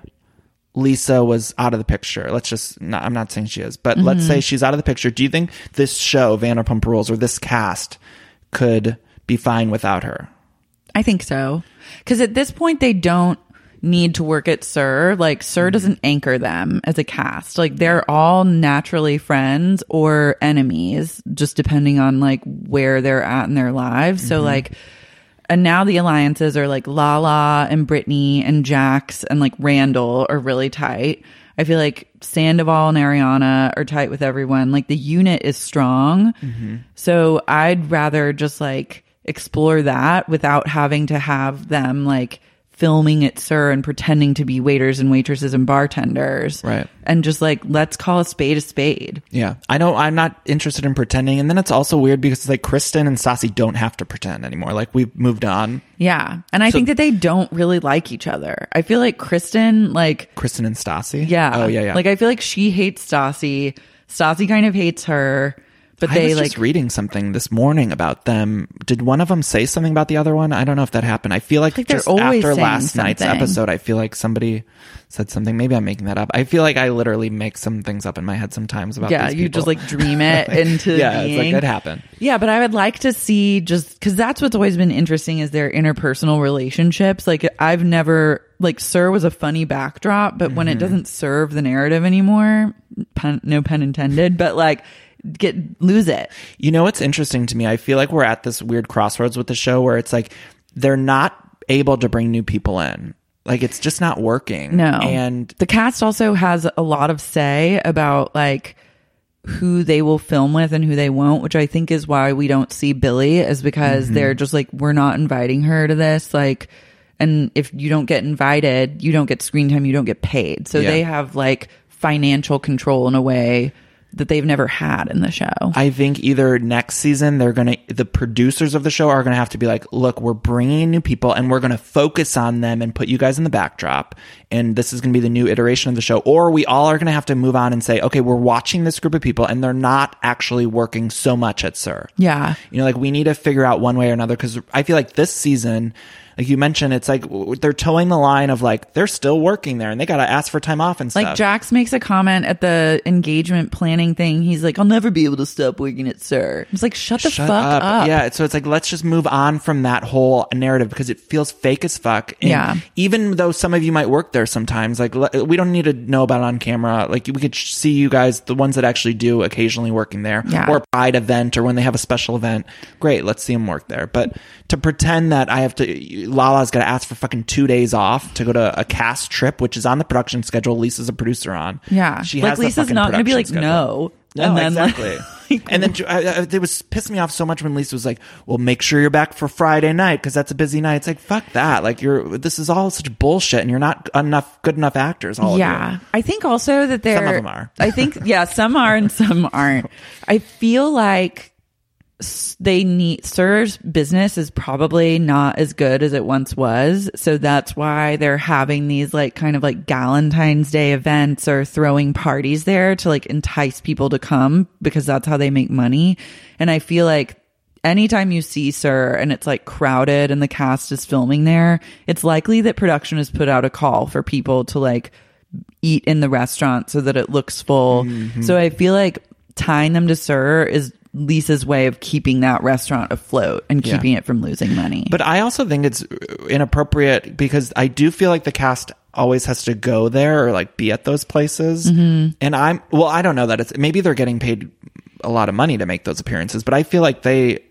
S4: Lisa was out of the picture. Let's just, not, I'm not saying she is, but let's say she's out of the picture. Do you think this show, Vanderpump Rules, or this cast could be fine without her?
S1: I think so. Cuz at this point they don't need to work at Sir. Like Sir doesn't anchor them as a cast. Like they're all naturally friends or enemies just depending on like where they're at in their lives. So like and now the alliances are like Lala and Brittany and Jax and like Randall are really tight. I feel like Sandoval and Ariana are tight with everyone. Like the unit is strong. So I'd rather just like explore that without having to have them like filming at Sir and pretending to be waiters and waitresses and bartenders.
S4: Right.
S1: And just like, let's call a spade a spade.
S4: Yeah. I know I'm not interested in pretending. And then it's also weird because it's like Kristen and Sassy don't have to pretend anymore. Like, we've moved on.
S1: Yeah. And I think that they don't really like each other. I feel like Kristen, like,
S4: Kristen and Stassi?
S1: Yeah.
S4: Oh, yeah, yeah.
S1: Like I feel like she hates Stassi. Stassi kind of hates her, but
S4: I
S1: they
S4: was
S1: like
S4: just reading something this morning about them. Did one of them say something about the other one? I don't know if that happened. I feel like,
S1: like they're
S4: just
S1: always
S4: after
S1: saying
S4: last night's
S1: something.
S4: episode, I feel like somebody said something. Maybe I'm making that up. I feel like I literally make some things up in my head sometimes about.
S1: yeah,
S4: these
S1: you just
S4: people.
S1: like dream it into
S4: yeah,
S1: being.
S4: it's like it happened.
S1: Yeah, but I would like to see just because that's what's always been interesting is their interpersonal relationships. Like I've never like Sir was a funny backdrop, but when it doesn't serve the narrative anymore, pun, no pun intended, but like get lose it.
S4: You know what's interesting to me? I feel like we're at this weird crossroads with the show where it's like they're not able to bring new people in. Like it's just not working.
S1: No.
S4: And
S1: the cast also has a lot of say about like who they will film with and who they won't, which I think is why we don't see Billy is because
S4: Mm-hmm.
S1: they're just like we're not inviting her to this like and if you don't get invited, you don't get screen time, you don't get paid. So
S4: Yeah.
S1: they have like financial control in a way that they've never had in the show.
S4: I think either next season they're going to the producers of the show are going to have to be like, "Look, we're bringing new people and we're going to focus on them and put you guys in the backdrop and this is going to be the new iteration of the show." Or we all are going to have to move on and say, "Okay, we're watching this group of people and they're not actually working so much at Sir."
S1: yeah.
S4: You know, like we need to figure out one way or another because I feel like this season, like you mentioned, it's like w- they're towing the line of like they're still working there and they got to ask for time off and stuff.
S1: Like Jax makes a comment at the engagement planning thing. He's like, "I'll never be able to stop working at Sir." It's like, "Shut the fuck up!"
S4: Yeah. it's- So it's like, let's just move on from that whole narrative because it feels fake as fuck. And
S1: Yeah.
S4: Even though some of you might work there sometimes, like, le- we don't need to know about it on camera. Like, we could sh- see you guys, the ones that actually do occasionally working there
S1: Yeah.
S4: or a pride event or when they have a special event. Great. Let's see them work there. But to pretend that I have to, Lala's got to ask for fucking two days off to go to a cast trip, which is on the production schedule. Lisa's a producer on.
S1: Yeah.
S4: She
S1: like
S4: has the
S1: Lisa's
S4: fucking
S1: not going to be like,
S4: production schedule.
S1: no.
S4: No,
S1: like-
S4: exactly. and then I, I, it was pissed me off so much when Lisa was like, "Well, make sure you're back for Friday night because that's a busy night." It's like, fuck that. Like you're this is all such bullshit, and you're not enough good enough actors. All of
S1: yeah.
S4: you.
S1: I think also that they're.
S4: of them are.
S1: I think, yeah, some are and some aren't. I feel like s- they need, Sir's business is probably not as good as it once was. So that's why they're having these like kind of like Galentine's Day events or throwing parties there to like entice people to come because that's how they make money. And I feel like anytime you see Sir and it's like crowded and the cast is filming there, it's likely that production has put out a call for people to like eat in the restaurant so that it looks full. So I feel like tying them to Sir is Lisa's way of keeping that restaurant afloat and
S4: Yeah.
S1: keeping it from losing money.
S4: But I also think it's uh, inappropriate because I do feel like the cast always has to go there or like be at those places. And I'm well, I don't know that it's maybe they're getting paid a lot of money to make those appearances, but I feel like they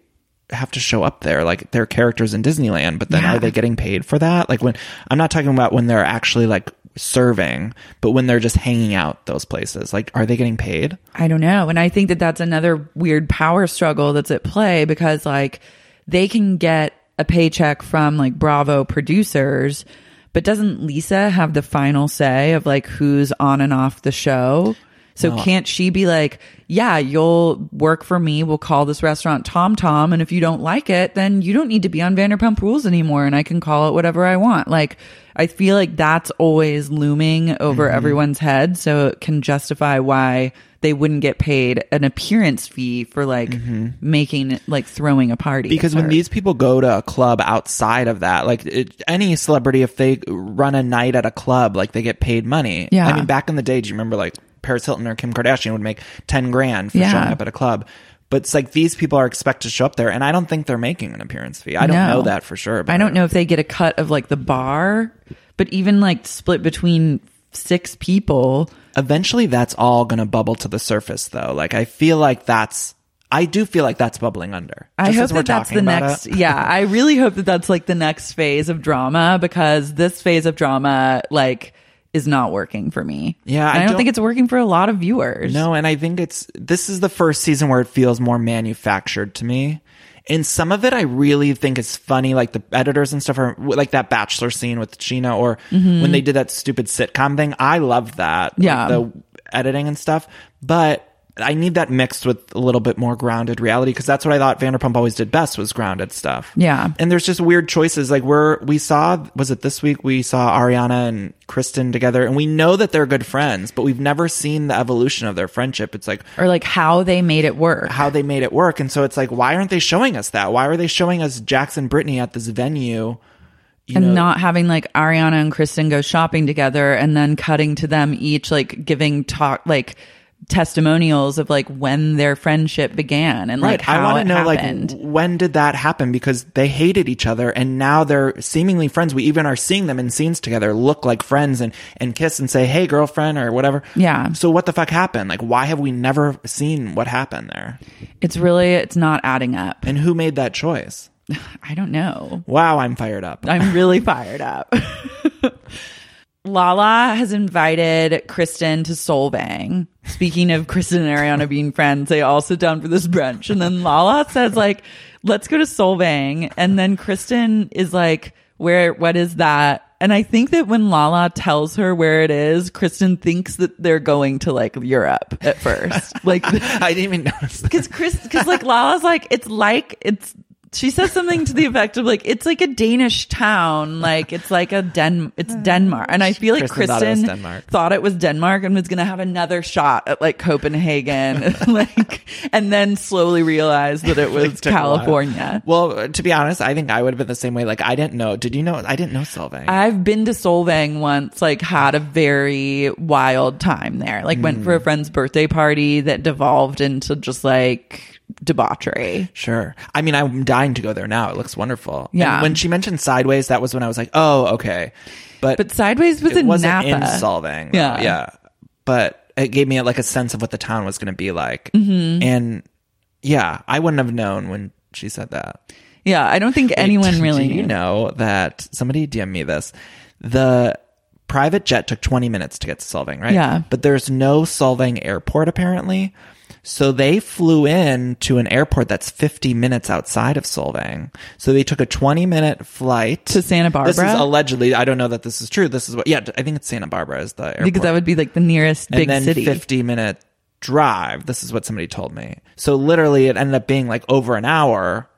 S4: have to show up there like their characters in Disneyland, but then are they getting paid for that? Like when I'm not talking about when they're actually like serving, but when they're just hanging out those places, like are they getting paid?
S1: I don't know. And I think that that's another weird power struggle that's at play because like they can get a paycheck from like Bravo producers, but doesn't Lisa have the final say of like who's on and off the show? So can't she be like, yeah, you'll work for me. We'll call this restaurant Tom Tom. And if you don't like it, then you don't need to be on Vanderpump Rules anymore. And I can call it whatever I want. Like, I feel like that's always looming over everyone's head. So it can justify why they wouldn't get paid an appearance fee for like making, like throwing a party.
S4: Mm-hmm. because
S1: at
S4: when
S1: first.
S4: these people go to a club outside of that like it, any celebrity if they run a night at a club like they get paid money
S1: Yeah.
S4: i mean back in the day do you remember like paris hilton or kim kardashian would make 10 grand for
S1: Yeah.
S4: showing up at a club but it's like these people are expected to show up there and i don't think they're making an appearance fee i don't
S1: No.
S4: know that for sure but
S1: I don't know if they get a cut of like the bar, but even like split between six people.
S4: eventually that's all going to bubble to the surface though like i feel like that's i do feel like that's bubbling under
S1: I
S4: Just
S1: hope
S4: as we're
S1: that that's
S4: talking
S1: the
S4: about
S1: next.
S4: it.
S1: yeah, I really hope that that's like the next phase of drama because this phase of drama like is not working for me. And
S4: Yeah,
S1: I,
S4: I
S1: don't,
S4: don't-
S1: think it's working for a lot of viewers.
S4: No, and I think it's this is the first season where it feels more manufactured to me. And some of it I really think is funny, like the editors and stuff are like that bachelor scene with Gina, or when they did that stupid sitcom thing. I loved that, like,
S1: Yeah.
S4: the editing and stuff. But I need that mixed with a little bit more grounded reality because that's what I thought Vanderpump always did best was grounded stuff.
S1: Yeah.
S4: and there's just weird choices. Like we're we saw was it this week we saw Ariana and Kristen together, and we know that they're good friends, but we've never seen the evolution of their friendship. It's like
S1: or like how they made it work.
S4: how they made it work, and so it's like why aren't they showing us that? Why are they showing us Jackson Brittany at this venue? You
S1: and not having like Ariana and Kristen go shopping together and then cutting to them each like giving talk like testimonials of like when their friendship began and like
S4: I
S1: how
S4: wanna
S1: it
S4: know
S1: happened.
S4: like when did that happen because they hated each other and now they're seemingly friends. We even are seeing them in scenes together, look like friends and and kiss and say hey girlfriend or whatever.
S1: Yeah.
S4: So what the fuck happened? Like why have we never seen what happened there?
S1: it's really it's not adding up.
S4: And who made that choice?
S1: I don't know.
S4: Wow, I'm fired up.
S1: I'm really fired up. Lala has invited Kristen to Soul Bang. Speaking of Kristen and Ariana being friends, they all sit down for this brunch. And then Lala says, like, let's go to Soul Bang. And then Kristen is like, where, what is that? And I think that when Lala tells her where it is, Kristen thinks that they're going to like Europe at first. Like,
S4: I didn't even notice. That.
S1: because Chris, because like Lala's like, it's like, it's, she says something to the effect of like, it's like a Danish town. Like, it's like a Den, it's Denmark. And I feel like Kristen,
S4: Kristen thought it was Denmark.
S1: thought it was Denmark and was going to have another shot at like Copenhagen. like, and then slowly realized that it was
S4: took a while.
S1: California.
S4: Well, to be honest, I think I would have been the same way. Like I didn't know. Did you know? I didn't know Solvang.
S1: I've been to Solvang once, like had a very wild time there. Like went
S4: Hmm.
S1: for a friend's birthday party that devolved into just like debauchery.
S4: Sure. I mean, I'm dying to go there now. It looks wonderful. And
S1: Yeah.
S4: when she mentioned sideways, that was when I was like, oh, okay. But,
S1: But Sideways was
S4: it
S1: in
S4: wasn't
S1: Napa.
S4: in solving. though.
S1: Yeah.
S4: Yeah. But it gave me like a sense of what the town was going to be like.
S1: Mm-hmm.
S4: And yeah, I wouldn't have known when she said that.
S1: Yeah, I don't think
S4: Did
S1: anyone really
S4: you
S1: knew.
S4: know that somebody DM me this. The private jet took 20 minutes to get to Solvang, right?
S1: Yeah.
S4: But there's no Solvang airport apparently. So they flew in to an airport that's 50 minutes outside of Solvang. So they took a 20 minute flight
S1: To Santa
S4: This is
S1: Barbara?
S4: allegedly, I don't know that this is true. This is what, yeah, I think it's Santa Barbara is the airport
S1: because that would be like the nearest big
S4: and then
S1: city.
S4: 50 minute drive. This is what somebody told me. So literally, it ended up being like over an hour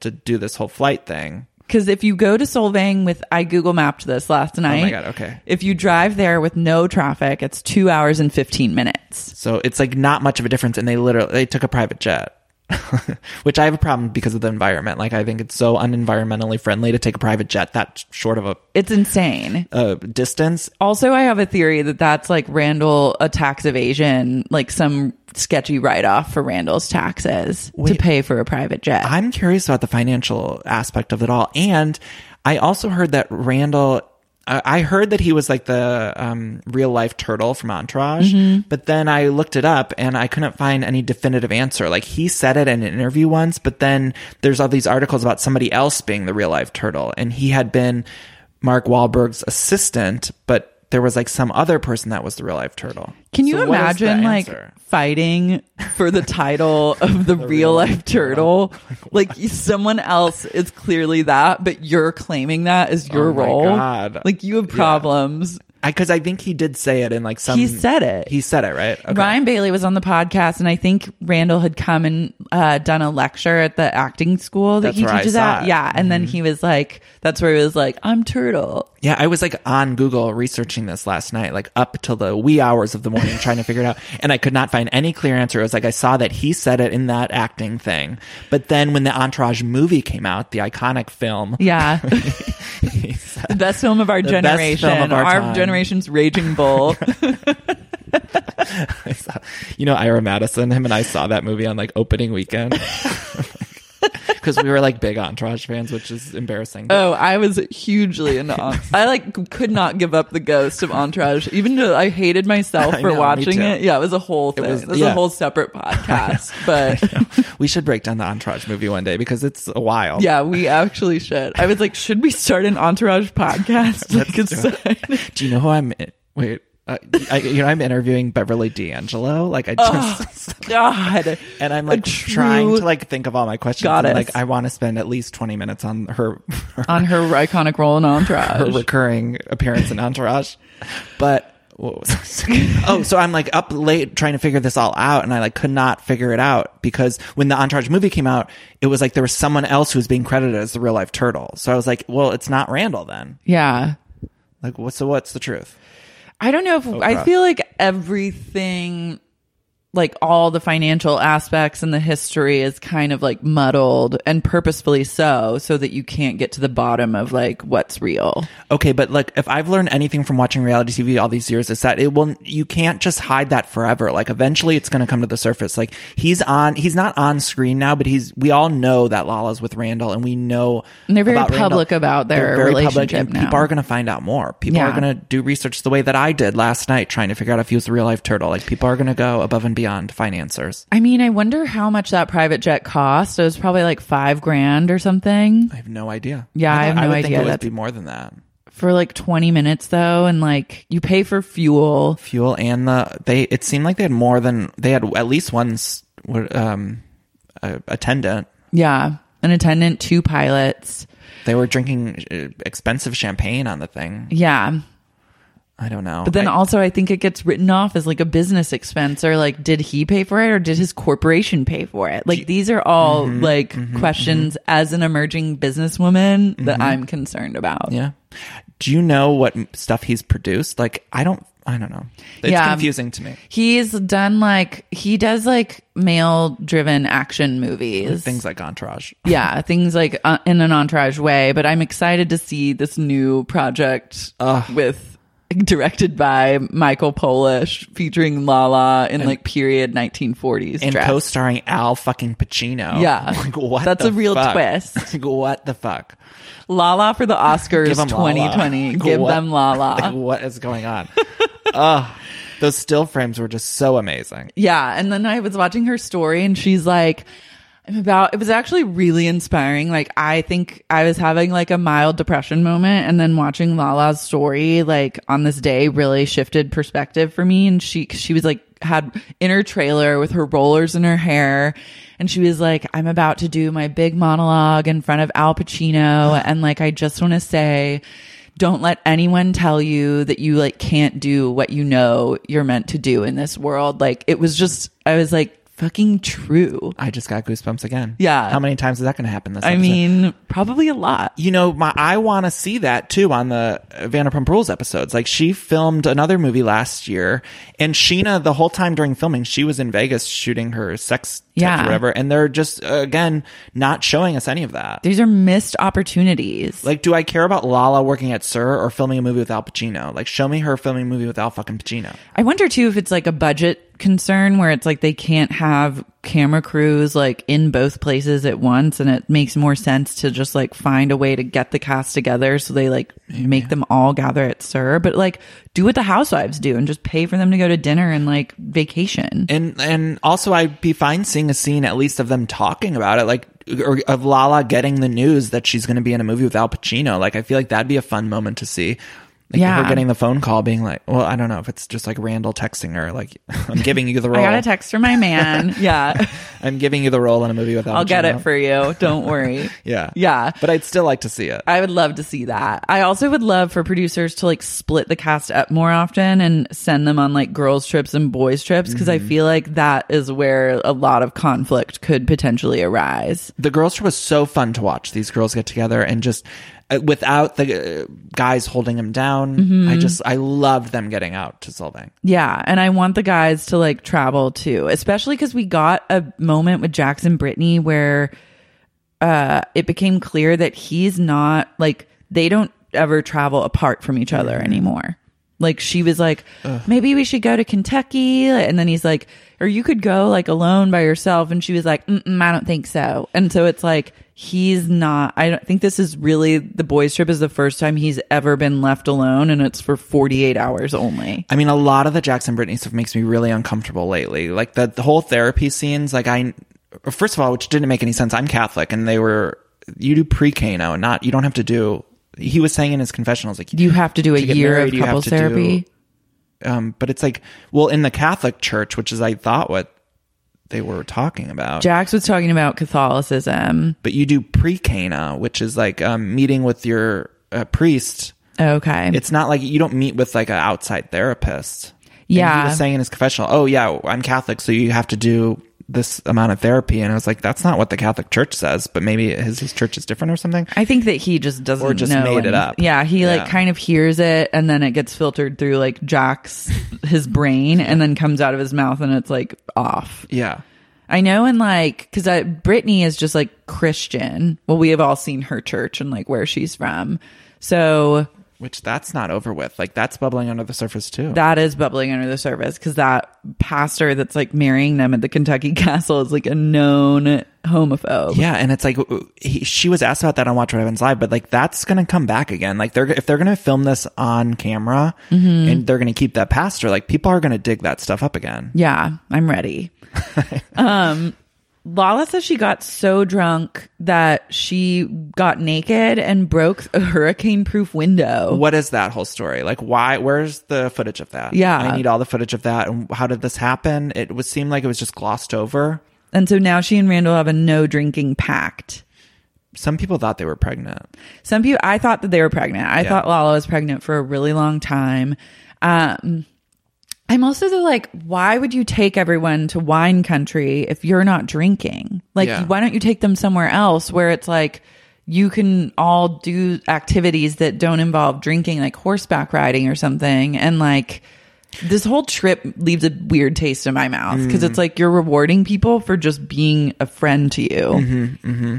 S4: to do this whole flight thing.
S1: Because if you go to Solvang with, I Google mapped this last night.
S4: Oh God, okay.
S1: If you drive there with no traffic, it's two hours and 15 minutes.
S4: So it's like not much of a difference. And they literally they took a private jet, which I have a problem because of the environment. Like I think it's so unenvironmentally friendly to take a private jet that short of a,
S1: It's insane.
S4: a distance.
S1: Also, I have a theory that that's like Randall, a tax evasion, like some sketchy write off for Randall's taxes to
S4: Wait.
S1: pay for a private jet.
S4: I'm curious about the financial aspect of it all. And I also heard that Randall, I I heard that he was like the um, real life turtle from Entourage,
S1: Mm-hmm.
S4: but then I looked it up and I couldn't find any definitive answer. Like he said it in an interview once, but then there's all these articles about somebody else being the real life turtle. And he had been Mark Wahlberg's assistant, but there was like some other person that was the real life turtle.
S1: Can you
S4: So what is the
S1: imagine like
S4: answer?
S1: fighting for the title of the, real life turtle? like someone else is clearly that, but you're claiming that as your
S4: Oh my
S1: role.
S4: God.
S1: Like you have problems.
S4: Because I, think he did say it in like some.
S1: He said it.
S4: He said it, right? Okay.
S1: Ryan Bailey was on the podcast, and I think Randall had come and uh, done a lecture at the acting school that
S4: That's
S1: he
S4: where I
S1: teaches
S4: saw
S1: at.
S4: it. Mm-hmm.
S1: Yeah, and then he was like, "That's where he was like, I'm turtle."
S4: Yeah, I was like on Google researching this last night, like up till the wee hours of the morning trying to figure it out. And I could not find any clear answer. It was like I saw that he said it in that acting thing. But then when the Entourage movie came out, the iconic film,
S1: Yeah, the best film of our
S4: The best
S1: generation.
S4: film of our time.
S1: generation's Raging Bull.
S4: I saw, you know, Ira Madison, him and I saw that movie on like opening weekend. Because we were like big Entourage fans, which is embarrassing.
S1: Oh, I was hugely into. Ent- I like could not give up the ghost of Entourage, even though I hated myself
S4: I
S1: for
S4: know, me
S1: watching
S4: too.
S1: it. Yeah, it was a whole thing. It
S4: was-
S1: was,
S4: yeah.
S1: a whole separate podcast, but
S4: we should break down the Entourage movie one day because it's a while.
S1: yeah, we actually should. I was like, should we start an Entourage podcast? Like, it's-
S4: Do you know who I'm? Wait, uh, I, you know I'm interviewing Beverly D'Angelo. Like I just.
S1: God,
S4: and I'm
S1: A
S4: like
S1: true-
S4: trying to like think of all my questions.
S1: Goddess.
S4: And, like I want to spend at least 20 minutes on her her,
S1: on her iconic role in
S4: her
S1: Entourage.
S4: recurring appearance in Entourage. But what was I saying? oh, so I'm like up late trying to figure this all out, and I like could not figure it out because when the Entourage movie came out, it was like there was someone else who was being credited as the real life turtle. So I was like, well, it's not Randall then.
S1: yeah,
S4: Like, what? So what's the truth?
S1: I don't know if I
S4: crap.
S1: feel like everything like all the financial aspects and the history is kind of like muddled and purposefully so so that you can't get to the bottom of like what's real.
S4: Okay, but like if I've learned anything from watching reality TV all these years, it's that it will you can't just hide that forever. Like eventually it's gonna come to the surface. Like he's on he's not on screen now, but he's we all know that Lala's with Randall and we know
S1: And they're very
S4: about Randall.
S1: public about their relationship
S4: and
S1: now.
S4: People are gonna find out more. People are
S1: Yeah.
S4: gonna do research the way that I did last night trying to figure out if he was a real life turtle. Like people are gonna go above and beyond financiers.
S1: I mean, I wonder how much that private jet cost. It was probably like 5 grand or something.
S4: I have no idea.
S1: Yeah, I have
S4: thought-
S1: no
S4: would think
S1: idea.
S4: it would
S1: That's-
S4: be more than that.
S1: for like 20 minutes though and like you pay for fuel.
S4: fuel and the they it seemed like they had more than they had at least one s- what, um uh, attendant
S1: Yeah. An attendant, two pilots.
S4: they were drinking uh, expensive champagne on the thing
S1: Yeah.
S4: i don't know
S1: But then
S4: I-
S1: also I think it gets written off as like a business expense or like did he pay for it or did his corporation pay for it? Like these are all
S4: Mm-hmm.
S1: like questions as an emerging businesswoman that I'm concerned about.
S4: Mm-hmm. yeah do you know what m- stuff he's produced like i don't i don't know it's
S1: Yeah.
S4: confusing to me
S1: He's done like he does like male driven action movies.
S4: things like entourage
S1: yeah, things like uh, in an entourage way, but I'm excited to see this new project with directed by Michael Polish featuring Lala in like period 1940s
S4: and
S1: dress.
S4: co-starring al fucking pacino
S1: Yeah.
S4: like what
S1: That's
S4: the
S1: a real
S4: fuck?
S1: twist.
S4: like, what the fuck
S1: Lala for the Oscars
S4: Give 'em Lala.
S1: 2020.
S4: Like,
S1: Give
S4: what-
S1: them Lala.
S4: like, what is going on Ugh. those still frames were just so amazing
S1: Yeah. And then I was watching her story and she's like, I'm about, it was actually really inspiring. Like, I think I was having like a mild depression moment and then watching Lala's story, like on this day really shifted perspective for me. And she, she was like, had in her trailer with her rollers in her hair. And she was like, I'm about to do my big monologue in front of Al Pacino. And like, I just want to say, don't let anyone tell you that you like can't do what you know you're meant to do in this world. Like it was just, I was like, fucking true.
S4: I just got goosebumps again.
S1: Yeah.
S4: How many times is that going to happen this
S1: I
S4: episode?
S1: mean, probably a lot.
S4: you know, my I want to see that too on the uh, Vanderpump Rules episodes. Like she filmed another movie last year, and Sheena the whole time during filming she was in Vegas shooting her sex tape
S1: Yeah.
S4: or whatever, and they're just uh, again not showing us any of that.
S1: These are missed opportunities.
S4: Like, do I care about Lala working at Sir or filming a movie with Al Pacino? Like, show me her filming a movie with Al fucking Pacino.
S1: I wonder too if it's like a budget concern where it's like they can't have camera crews like in both places at once and it makes more sense to just like find a way to get the cast together so they like make them all gather at Sir, but like do what the housewives do and just pay for them to go to dinner and like vacation.
S4: And and also I'd be fine seeing a scene at least of them talking about it, like or of Lala getting the news that she's going to be in a movie with Al Pacino. Like I feel like that'd be a fun moment to see. Like
S1: Yeah.
S4: her getting the phone call, being like, "Well, I don't know if it's just like Randall texting her, like I'm giving you the
S1: I
S4: role.
S1: got a text from my man. yeah.
S4: I'm giving you the role in a movie with Al.
S1: I'll get it
S4: Pacino."
S1: for you. Don't worry.
S4: yeah,
S1: Yeah.
S4: But I'd still like to see it.
S1: I would love to see that. I also would love for producers to like split the cast up more often and send them on like girls trips and boys trips because I feel like that is where a lot of conflict could potentially arise.
S4: the girls trip was so fun to watch. These girls get together and just uh, without the uh, guys holding them down. I
S1: Mm-hmm.
S4: just I loved them getting out to Solvang.
S1: Yeah, and I want the guys to like travel too, especially because we got a moment with Jackson Brittany where uh it became clear that he's not like they don't ever travel apart from each other anymore. Like she was like, maybe we should go to Kentucky, and then he's like, or you could go like alone by yourself, and she was like, Mm-mm, I don't think so. And so it's like he's not. I don't think this is really the boys trip is the first time he's ever been left alone, and it's for forty eight hours only.
S4: I mean, a lot of the Jackson Brittany stuff makes me really uncomfortable lately. Like the, the whole therapy scenes, like I, first of all, which didn't make any sense. I'm Catholic and they were, you do pre Cano, not, you don't have to do, he was saying in his confessionals, like,
S1: you have to do a
S4: to get
S1: year
S4: married,
S1: of
S4: you have
S1: couples
S4: to do-
S1: therapy.
S4: um, but it's like, well, in the Catholic church, which is, I thought what they were talking about,
S1: Jax was talking about Catholicism.
S4: but you do pre Cana, which is like, um, meeting with your uh, priest.
S1: Okay.
S4: It's not like you don't meet with like an outside therapist. And
S1: yeah.
S4: he was saying in his confessional, "Oh yeah, I'm Catholic, so you have to do this amount of therapy." And I was like, "That's not what the Catholic Church says, but maybe his his church is different or something."
S1: I think that he just doesn't
S4: Or just
S1: know
S4: made it
S1: anyth-
S4: up.
S1: Yeah, he like
S4: Yeah.
S1: kind of hears it and then it gets filtered through like Jack's his brain and then comes out of his mouth and it's like off.
S4: Yeah,
S1: I know, and like, because Brittany is just like Christian. Well, we have all seen her church and like where she's from, so
S4: which that's not over with. Like that's bubbling under the surface too.
S1: that is bubbling under the surface because that pastor that's like marrying them at the Kentucky castle is like a known homophobe.
S4: yeah, and it's like uh, he, she was asked about that on Watch What Happens Live, but like that's gonna come back again. Like they're if they're gonna film this on camera
S1: Mm-hmm.
S4: and they're gonna keep that pastor, like people are gonna dig that stuff up again.
S1: Yeah, I'm ready. um, Lala says she got so drunk that she got naked and broke a hurricane proof window.
S4: What is that whole story? Like, why? Where's the footage of that?
S1: Yeah.
S4: I need all the footage of that. And how did this happen? It would seem like it was just glossed over.
S1: And so now she and Randall have a no drinking pact.
S4: Some people thought they were pregnant.
S1: Some people, I thought that they were pregnant. I
S4: Yeah.
S1: thought Lala was pregnant for a really long time. Um, I'm also the like, why would you take everyone to wine country if you're not drinking? Like,
S4: Yeah.
S1: why don't you take them somewhere else where it's like you can all do activities that don't involve drinking, like horseback riding or something? And like, this whole trip leaves a weird taste in my mouth because
S4: Mm.
S1: it's like you're rewarding people for just being a friend to you.
S4: Mm-hmm.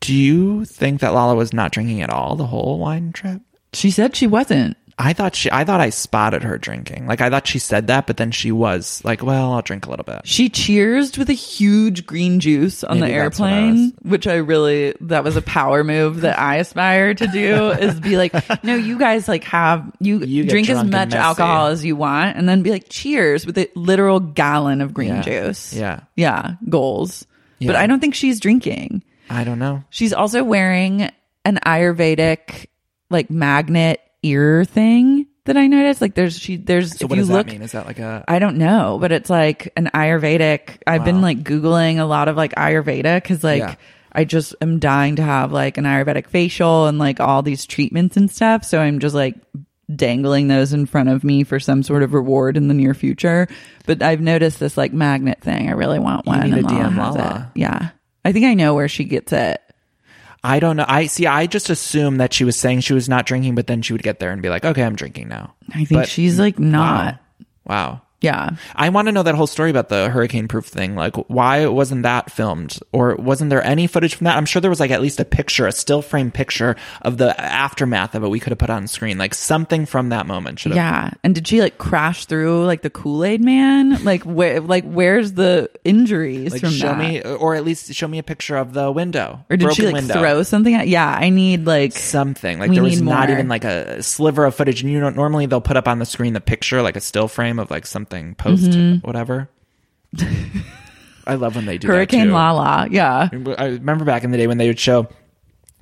S4: Do you think that Lala was not drinking at all the whole wine trip?
S1: She said she wasn't.
S4: I thought she, I thought I spotted her drinking. Like, I thought she said that, but then she was like, well, I'll drink a little bit.
S1: She cheersed with a huge green juice on the
S4: Maybe that's what I
S1: airplane, which I really that was a power move that I aspire to do is be like, no, you guys like have you,
S4: You get
S1: drink as
S4: drunk and
S1: much
S4: messy.
S1: alcohol as you want and then be like cheers with a literal gallon of green
S4: Yeah.
S1: juice.
S4: Yeah.
S1: Yeah, goals. But
S4: Yeah.
S1: I don't think she's drinking.
S4: I don't know.
S1: She's also wearing an Ayurvedic like magnet ear thing that I noticed. Like there's she there's
S4: So
S1: if
S4: what
S1: you
S4: does
S1: look
S4: that mean? Is that like a,
S1: I don't know, but it's like an Ayurvedic. I've been like Googling a lot of like Ayurveda because like
S4: Yeah.
S1: I just am dying to have like an Ayurvedic facial and like all these treatments and stuff. So I'm just like dangling those in front of me for some sort of reward in the near future. But I've noticed this like magnet thing. I really want
S4: You
S1: one.
S4: need
S1: and
S4: to
S1: Lala
S4: DM
S1: has
S4: Lala.
S1: It. Yeah. I think I know where she gets it.
S4: I don't know. I see. I just assumed that she was saying she was not drinking, but then she would get there and be like, okay, I'm drinking now.
S1: I think
S4: But-
S1: she's like not.
S4: Wow. wow.
S1: Yeah.
S4: I want to know that whole story about the hurricane proof thing. Like, why wasn't that filmed? Or wasn't there any footage from that? I'm sure there was like at least a picture, a still frame picture of the aftermath of it we could have put on screen. Like, something from that moment should have.
S1: Yeah. And did she like crash through like the Kool Aid man? Like where? Like where's the injuries
S4: Like,
S1: from
S4: show
S1: that?
S4: me, or at least show me a picture of the window.
S1: or did she
S4: Broken
S1: like
S4: window.
S1: throw something? At, yeah, I need like
S4: something like
S1: We
S4: there was
S1: need
S4: not
S1: more.
S4: even like a sliver of footage and you know normally they'll put up on the screen the picture like a still frame of like something post
S1: Mm-hmm.
S4: whatever i love when they do that,
S1: Hurricane
S4: too.
S1: Lala. Yeah,
S4: i remember back in the day when they would show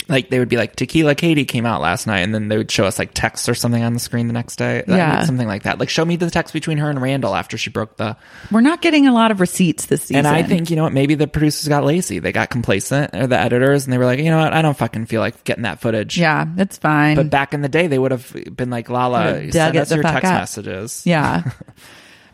S4: like they would be like tequila katie came out last night and then they would show us like texts or something on the screen the next day That-
S1: Yeah.
S4: something like that like show me the text between her and randall after she broke the
S1: we're not getting a lot of receipts this season.
S4: and I think, you know what, maybe the producers got lazy. They got complacent, or the editors, and they were like, you know what, I don't fucking feel like getting that footage.
S1: yeah, that's fine.
S4: But back in the day, they would have been like,
S1: Would've
S4: Lala,
S1: dug
S4: send
S1: it
S4: us
S1: the
S4: your
S1: fuck
S4: text
S1: up."
S4: messages.
S1: yeah.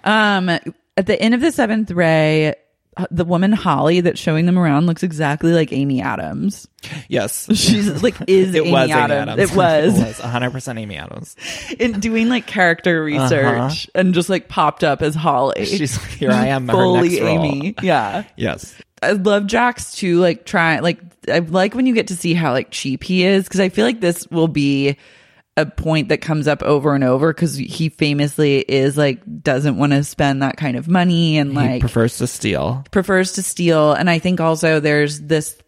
S1: um, at the end of the seventh ray, h- the woman Holly that's showing them around looks exactly like Amy Adams.
S4: Yes.
S1: She's like is
S4: it
S1: Amy,
S4: was Amy
S1: Adams.
S4: Adams.
S1: It was.
S4: it was 100% Amy Adams.
S1: in doing like character research and just like popped up as Holly.
S4: Uh-huh. She's like, here I am. her
S1: fully
S4: next role.
S1: Amy. Yeah.
S4: Yes.
S1: I love Jax too. Like try like I like when you get to see how like cheap he is because I feel like this will be a point that comes up over and over because he famously is like doesn't want to spend that kind of money and
S4: he
S1: like
S4: prefers to steal.
S1: prefers to steal. And I think also there's this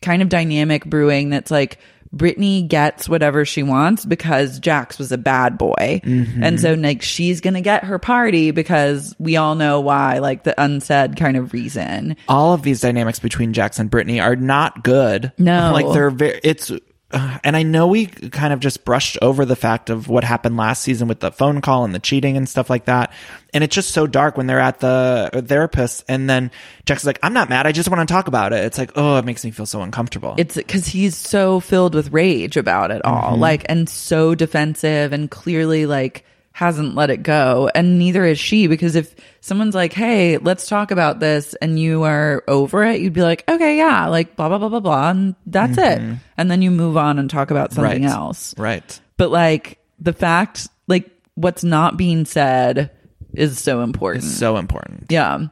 S1: kind of dynamic brewing that's like Brittany gets whatever she wants because Jax was a bad boy. And so like she's gonna get her party because we all know why, like the unsaid kind of reason.
S4: All of these dynamics between Jax and Brittany are not good.
S1: No.
S4: Like they're very, it's, uh, and I know we kind of just brushed over the fact of what happened last season with the phone call and the cheating and stuff like that. And it's just so dark when they're at the uh, therapist and then Jax is like, I'm not mad. I just want to talk about it. It's like, oh, it makes me feel so uncomfortable.
S1: It's because he's so filled with rage about it
S4: Mm-hmm.
S1: all, like, and so defensive and clearly, like, hasn't let it go. And neither is she, because if someone's like, hey, let's talk about this, and you are over it, you'd be like, okay, yeah, like, blah, blah, blah, blah, blah, and that's it. And then you move on and talk about something
S4: Mm-hmm. Right.
S1: else.
S4: Right.
S1: But, like, the fact, like, what's not being said is so important.
S4: So important.
S1: Mm. Yeah.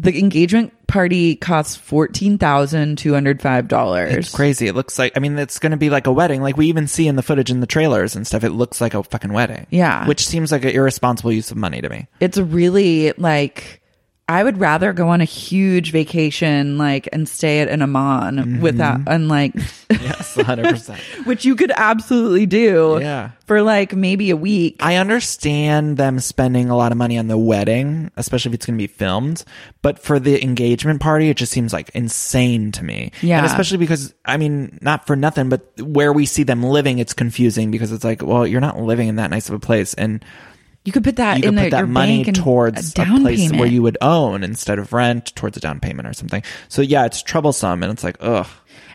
S1: The engagement party costs fourteen thousand two hundred five dollars.
S4: It's crazy. It looks like I mean it's going to be like a wedding. Like we even see in the footage in the trailers and stuff. It looks like a fucking wedding.
S1: Yeah.
S4: Which seems like an irresponsible use of money to me.
S1: It's really like I would rather go on a huge vacation, like, and stay at an Amman
S4: Mm-hmm.
S1: without, and like,
S4: Yes, 100%.
S1: which you could absolutely do
S4: Yeah.
S1: for like maybe a week.
S4: I understand them spending a lot of money on the wedding, especially if it's going to be filmed. But for the engagement party, it just seems like insane to me.
S1: Yeah.
S4: And especially because, I mean, not for nothing, but where we see them living, it's confusing because it's like, well, you're not living in that nice of a place. And
S1: You could put that
S4: you
S1: in
S4: could
S1: the,
S4: put
S1: your
S4: that money
S1: bank and
S4: towards a,
S1: down
S4: place
S1: payment.
S4: where you would own instead of rent towards a down payment or something. So yeah, it's troublesome. And it's like, ugh.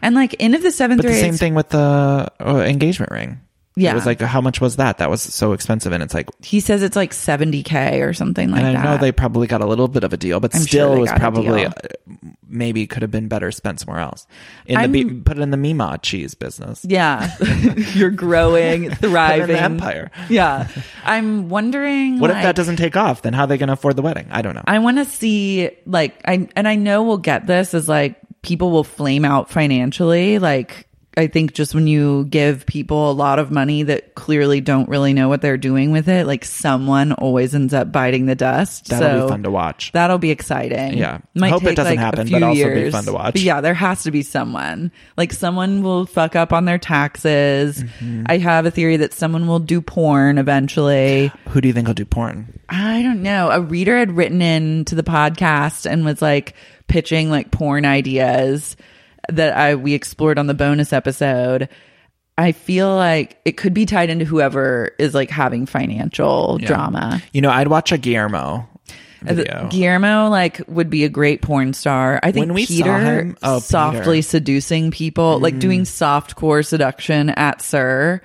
S1: and like end of the seventh
S4: But the
S1: grade.
S4: same thing with the uh, engagement ring.
S1: Yeah.
S4: It was like, uh, how much was that? That was so expensive. And it's like,
S1: He says it's like seventy k or something like
S4: and I
S1: that.
S4: know they probably got a little bit of a deal, but
S1: I'm sure
S4: still
S1: they
S4: was
S1: got a
S4: probably
S1: deal.
S4: uh, maybe could have been better spent somewhere else. In
S1: I'm-
S4: the be- put it in the Mima cheese business.
S1: yeah, you're growing, thriving
S4: empire.
S1: Yeah, I'm wondering
S4: What if
S1: like-
S4: that doesn't take off? Then how are they going to afford the wedding? I don't know.
S1: I want to see like I and I know we'll get this as like people will flame out financially like I think just when you give people a lot of money that clearly don't really know what they're doing with it like someone always ends up biting the dust
S4: That'll
S1: so
S4: be fun to watch.
S1: That'll be exciting.
S4: Yeah. Hope it doesn't happen,
S1: a
S4: but
S1: few
S4: also be fun to watch.
S1: But yeah, there has to be someone. Like someone will fuck up on their taxes.
S4: Mm-hmm.
S1: I have a theory that someone will do porn eventually.
S4: Who do you think will do porn?
S1: I don't know. A reader had written in to the podcast and was like pitching like porn ideas that I we explored on the bonus episode. I feel like it could be tied into whoever is like having financial drama.
S4: You know, I'd watch a Guillermo
S1: Uh,
S4: video.
S1: Guillermo like would be a great porn star. I think
S4: When we saw
S1: Peter
S4: him- oh,
S1: softly
S4: Peter. Mm.
S1: seducing people, like doing soft core seduction at Sir.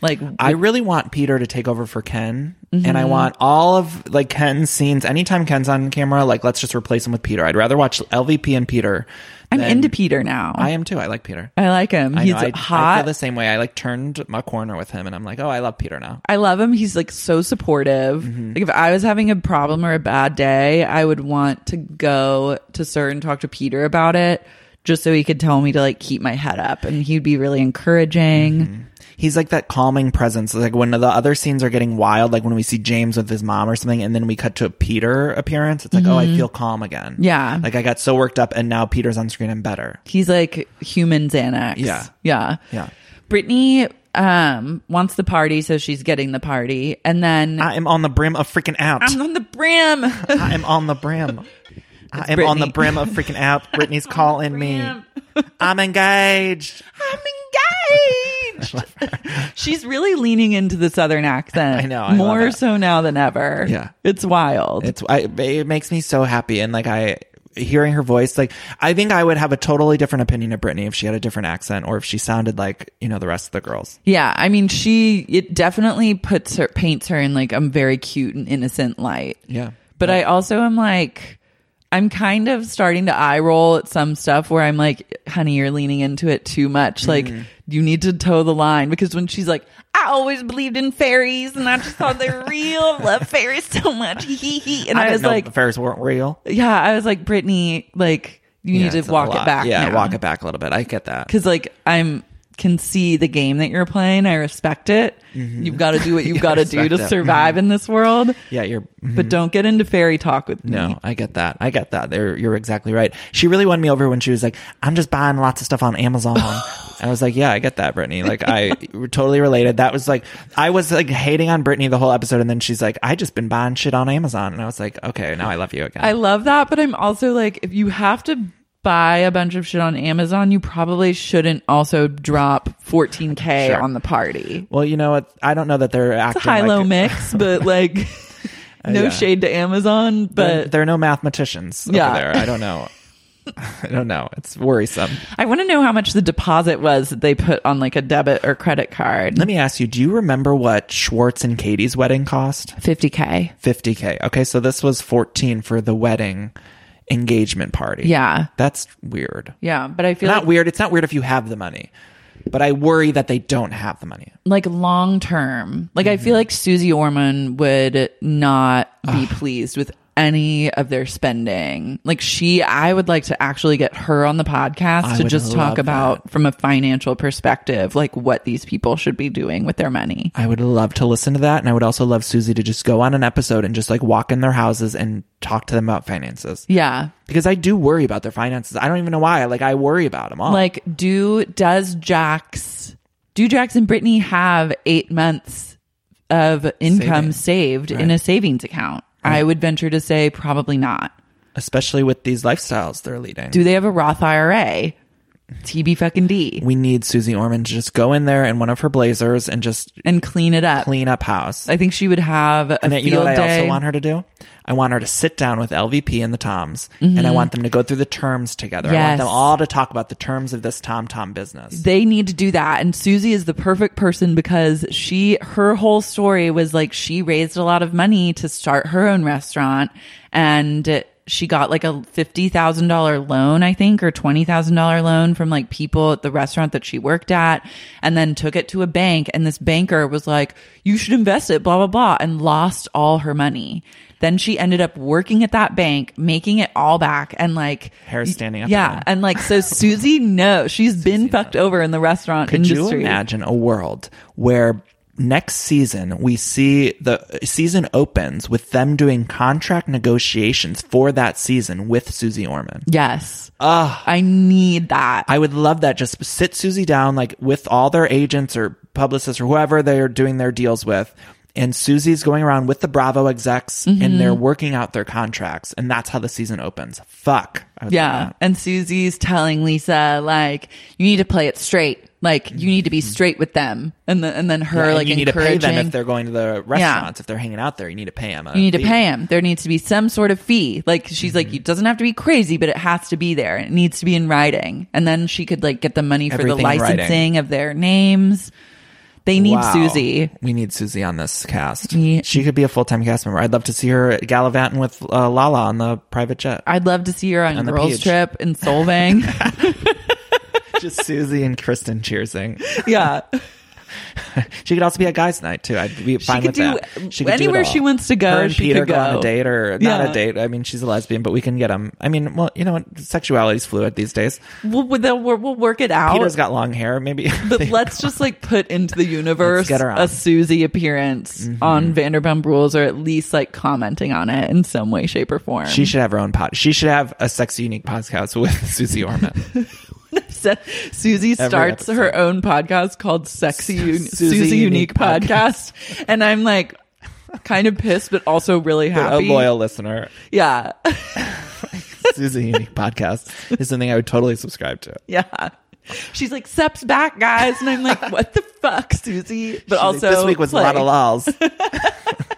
S1: Like
S4: I really want Peter to take over for Ken, and I
S1: Mm-hmm.
S4: want all of like Ken's scenes. Anytime Ken's on camera, like let's just replace him with Peter. I'd rather watch LVP and Peter.
S1: I'm
S4: than-
S1: into Peter now.
S4: I
S1: I,
S4: am too. I like Peter.
S1: like him.
S4: I
S1: He's
S4: know, I, I
S1: hot.
S4: feel the same way. I like turned my corner with him, and I'm like, oh, I love Peter now.
S1: I love him. He's like so supportive.
S4: Mm-hmm.
S1: Like if I was having a problem or a bad day, I would want to go to Sir and talk to Peter about it just so he could tell me to like keep my head up and he'd be really encouraging.
S4: Mm-hmm. He's like that calming presence. Like when the other scenes are getting wild, like when we see James with his mom or something, and then we cut to a Peter appearance. It's like, oh, I feel calm again.
S1: Mm-hmm. Yeah.
S4: like I got so worked up, and now Peter's on screen. I'm better.
S1: He's like human Xanax.
S4: Yeah.
S1: Yeah.
S4: Yeah.
S1: Brittany um wants the party, so she's getting the party. And then
S4: I am on the brim of freaking out.
S1: I'm on the brim.
S4: I am on the brim. I am on the
S1: Brittany.
S4: brim of freaking out. Brittany's calling me. I'm engaged.
S1: I'm engaged. She's really leaning into the southern accent.
S4: I know, I love
S1: more
S4: it.
S1: so now than ever.
S4: Yeah.
S1: It's wild.
S4: It's I, it makes me so happy and like I hearing her voice like I think I would have a totally different opinion of Britney if she had a different accent or if she sounded like you know the rest of the girls.
S1: yeah. I mean, she, it definitely puts her, paints her in like a very cute and innocent light.
S4: Yeah.
S1: But I also am like, I'm kind of starting to eye roll at some stuff where I'm like, honey, you're leaning into it too much. Like,
S4: Mm-hmm.
S1: you need to toe the line because when she's like, I always believed in fairies and I just thought they were real. I love fairies so much. Hee, hee, hee. and I,
S4: didn't
S1: was
S4: know
S1: like,
S4: the fairs weren't real.
S1: yeah, I was like, Brittany, like, you
S4: Yeah,
S1: need
S4: it's
S1: to
S4: a
S1: walk
S4: lot.
S1: it back.
S4: Yeah,
S1: now.
S4: walk it back a little bit. I get that.
S1: Cause like, I'm, can see the game that you're playing. I respect it. You've got to do what you've got to do
S4: Mm-hmm. respect Mm-hmm.
S1: to
S4: it.
S1: survive in this world.
S4: Yeah, you're
S1: But don't get into fairy talk with me.
S4: no, I get that. I get that. They're, you're exactly right. She really won me over when she was like, "I'm just buying lots of stuff on Amazon." I was like, "Yeah, I get that, Brittany." Like, I totally related. That was like, I was like hating on Brittany the whole episode, and then she's like, "I just been buying shit on Amazon," and I was like, "Okay, now I love you again."
S1: I love that, but I'm also like, if you have to buy a bunch of shit on Amazon, you probably shouldn't also drop 14K on the party.
S4: Well, you know what? I don't know that they're
S1: It's
S4: acting
S1: a high low
S4: like- Uh,
S1: mix, but like, no
S4: yeah.
S1: shade to Amazon,
S4: They're,
S1: but
S4: they're no mathematicians over
S1: Yeah.
S4: there. I don't know. I don't know. It's worrisome.
S1: I want to know how much the deposit was that they put on like a debit or credit card.
S4: Let me ask you, do you remember what Schwartz and Katie's wedding cost?
S1: 50K.
S4: 50k. Okay, so this was 14 for the wedding engagement party.
S1: Yeah.
S4: That's weird.
S1: Yeah, but I feel
S4: Not
S1: like,
S4: weird. It's not weird if you have the money. But I worry that they don't have the money.
S1: like
S4: Mm-hmm.
S1: long term, like I feel like Susie Orman would not be pleased with any of their spending. Like she, I would like to actually get her on the podcast
S4: I
S1: to
S4: would
S1: just
S4: love
S1: talk
S4: that.
S1: about from a financial perspective, like what these people should be doing with their money.
S4: I would love to listen to that. And I would also love Susie to just go on an episode and just like walk in their houses and talk to them about finances.
S1: Yeah.
S4: Because I do worry about their finances. I don't even know why. Like, I worry about them all.
S1: Like, do, does Jax, do Jax and Brittany have eight months of income saved in a savings account? I would venture to say probably not.
S4: especially with these lifestyles they're leading.
S1: Do they have a Roth IRA? TB fucking D
S4: we need Susie Orman to just go in there in one of her blazers and just
S1: and clean it up.
S4: clean up house.
S1: I think she would have a
S4: and
S1: field
S4: you know what
S1: day.
S4: I also want her to do? I want her to sit down with LVP and the Toms, and I want them to go through the terms together. I want
S1: Mm-hmm. Yes.
S4: them all to talk about the terms of this Tom Tom business.
S1: they need to do that and susie is the perfect person because she her whole story was like she raised a lot of money to start her own restaurant and she got like a $50,000 loan, I think, or $20,000 loan from like people at the restaurant that she worked at and then took it to a bank. And this banker was like, you should invest it, blah, blah, blah, and lost all her money. Then she ended up working at that bank, making it all back and like
S4: Hair standing up
S1: Yeah.
S4: again.
S1: And like, so Susie, no, she's been fucked over in the restaurant
S4: Could
S1: industry.
S4: you imagine a world where next season we see the season opens with them doing contract negotiations for that season with Susie Orman?
S1: Yes. I need that.
S4: Ah. I would love that. Just sit Susie down, like with all their agents or publicists or whoever they're doing their deals with. And Susie's going around with the Bravo execs and
S1: Mm-hmm.
S4: they're working out their contracts. And that's how the season opens. Fuck. I would love
S1: yeah.
S4: that.
S1: And Susie's telling Lisa, like, you need to play it straight. Like, you need to be straight with them. And, the, and then her,
S4: Mm-hmm. And
S1: like,
S4: you need to pay
S1: encouraging.
S4: them if they're going to the restaurants, if they're hanging out there. You need to pay them.
S1: you need to pay him. There needs to be some sort of fee. Like she's
S4: Mm-hmm.
S1: like, it doesn't have to be crazy, but it has to be there. It needs to be in writing, and then she could like get the money for the
S4: Everything in writing.
S1: licensing of their names. They need Susie.
S4: We need Susie on this cast.
S1: Yeah.
S4: She could be a full time cast member. I'd love to see her gallivanting with uh, Lala on the private jet.
S1: I'd love to see her on,
S4: On the
S1: girls
S4: beach.
S1: trip in Solvang.
S4: Just Susie and Kristen cheersing.
S1: yeah,
S4: She could also be at guys' night too. I'd be fine
S1: could
S4: with
S1: do
S4: that. it
S1: anywhere she
S4: all.
S1: wants to go,
S4: Her and
S1: she
S4: Peter
S1: could
S4: on
S1: go.
S4: a date or not
S1: Yeah.
S4: a date. I mean, she's a lesbian, but we can get them. I mean, well, you know what? Sexuality's fluid these days.
S1: we'll, we'll, we'll work it out.
S4: Peter's got long hair. Maybe
S1: but let's just like put into the universe
S4: Let's get her on. Mm-hmm.
S1: a Susie appearance on Vanderpump Rules, or at least like commenting on it in some way, shape, or form.
S4: she should have her own pod. She should have a sexy, unique podcast with Susie Orman.
S1: So, Susie starts
S4: episode.
S1: her own podcast called Sexy Un-
S4: Susie
S1: Susie, Unique,
S4: Unique
S1: Podcast. and I'm like kind of pissed, but also really
S4: a
S1: happy.
S4: uh, loyal listener.
S1: Yeah.
S4: Susie Unique Podcast is something I would totally subscribe to.
S1: Yeah. She's like, Sep's back, guys. And I'm like, what the fuck, Susie? But
S4: She's like,
S1: also,
S4: this week was
S1: play.
S4: a lot of lols.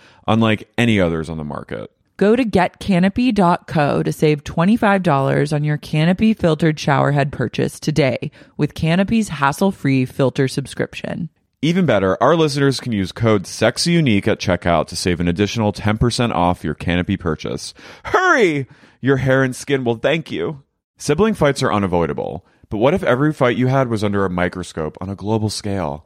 S5: unlike any others on the market.
S1: Go to getcanopy.co to save $25 on your Canopy filtered showerhead purchase today with Canopy's hassle free filter subscription.
S5: Even better, our listeners can use code SEXYUNIQUE at checkout to save an additional 10% off your Canopy purchase. Hurry! Your hair and skin will thank you. Sibling fights are unavoidable, but what if every fight you had was under a microscope on a global scale?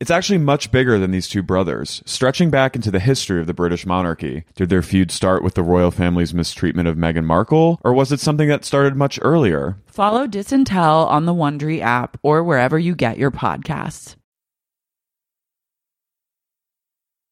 S5: It's actually much bigger than these two brothers, stretching back into the history of the British monarchy. Did their feud start with the royal family's mistreatment of Meghan Markle, or was it something that started much earlier?
S1: Follow Disintel on the Wondery app or wherever you get your podcasts.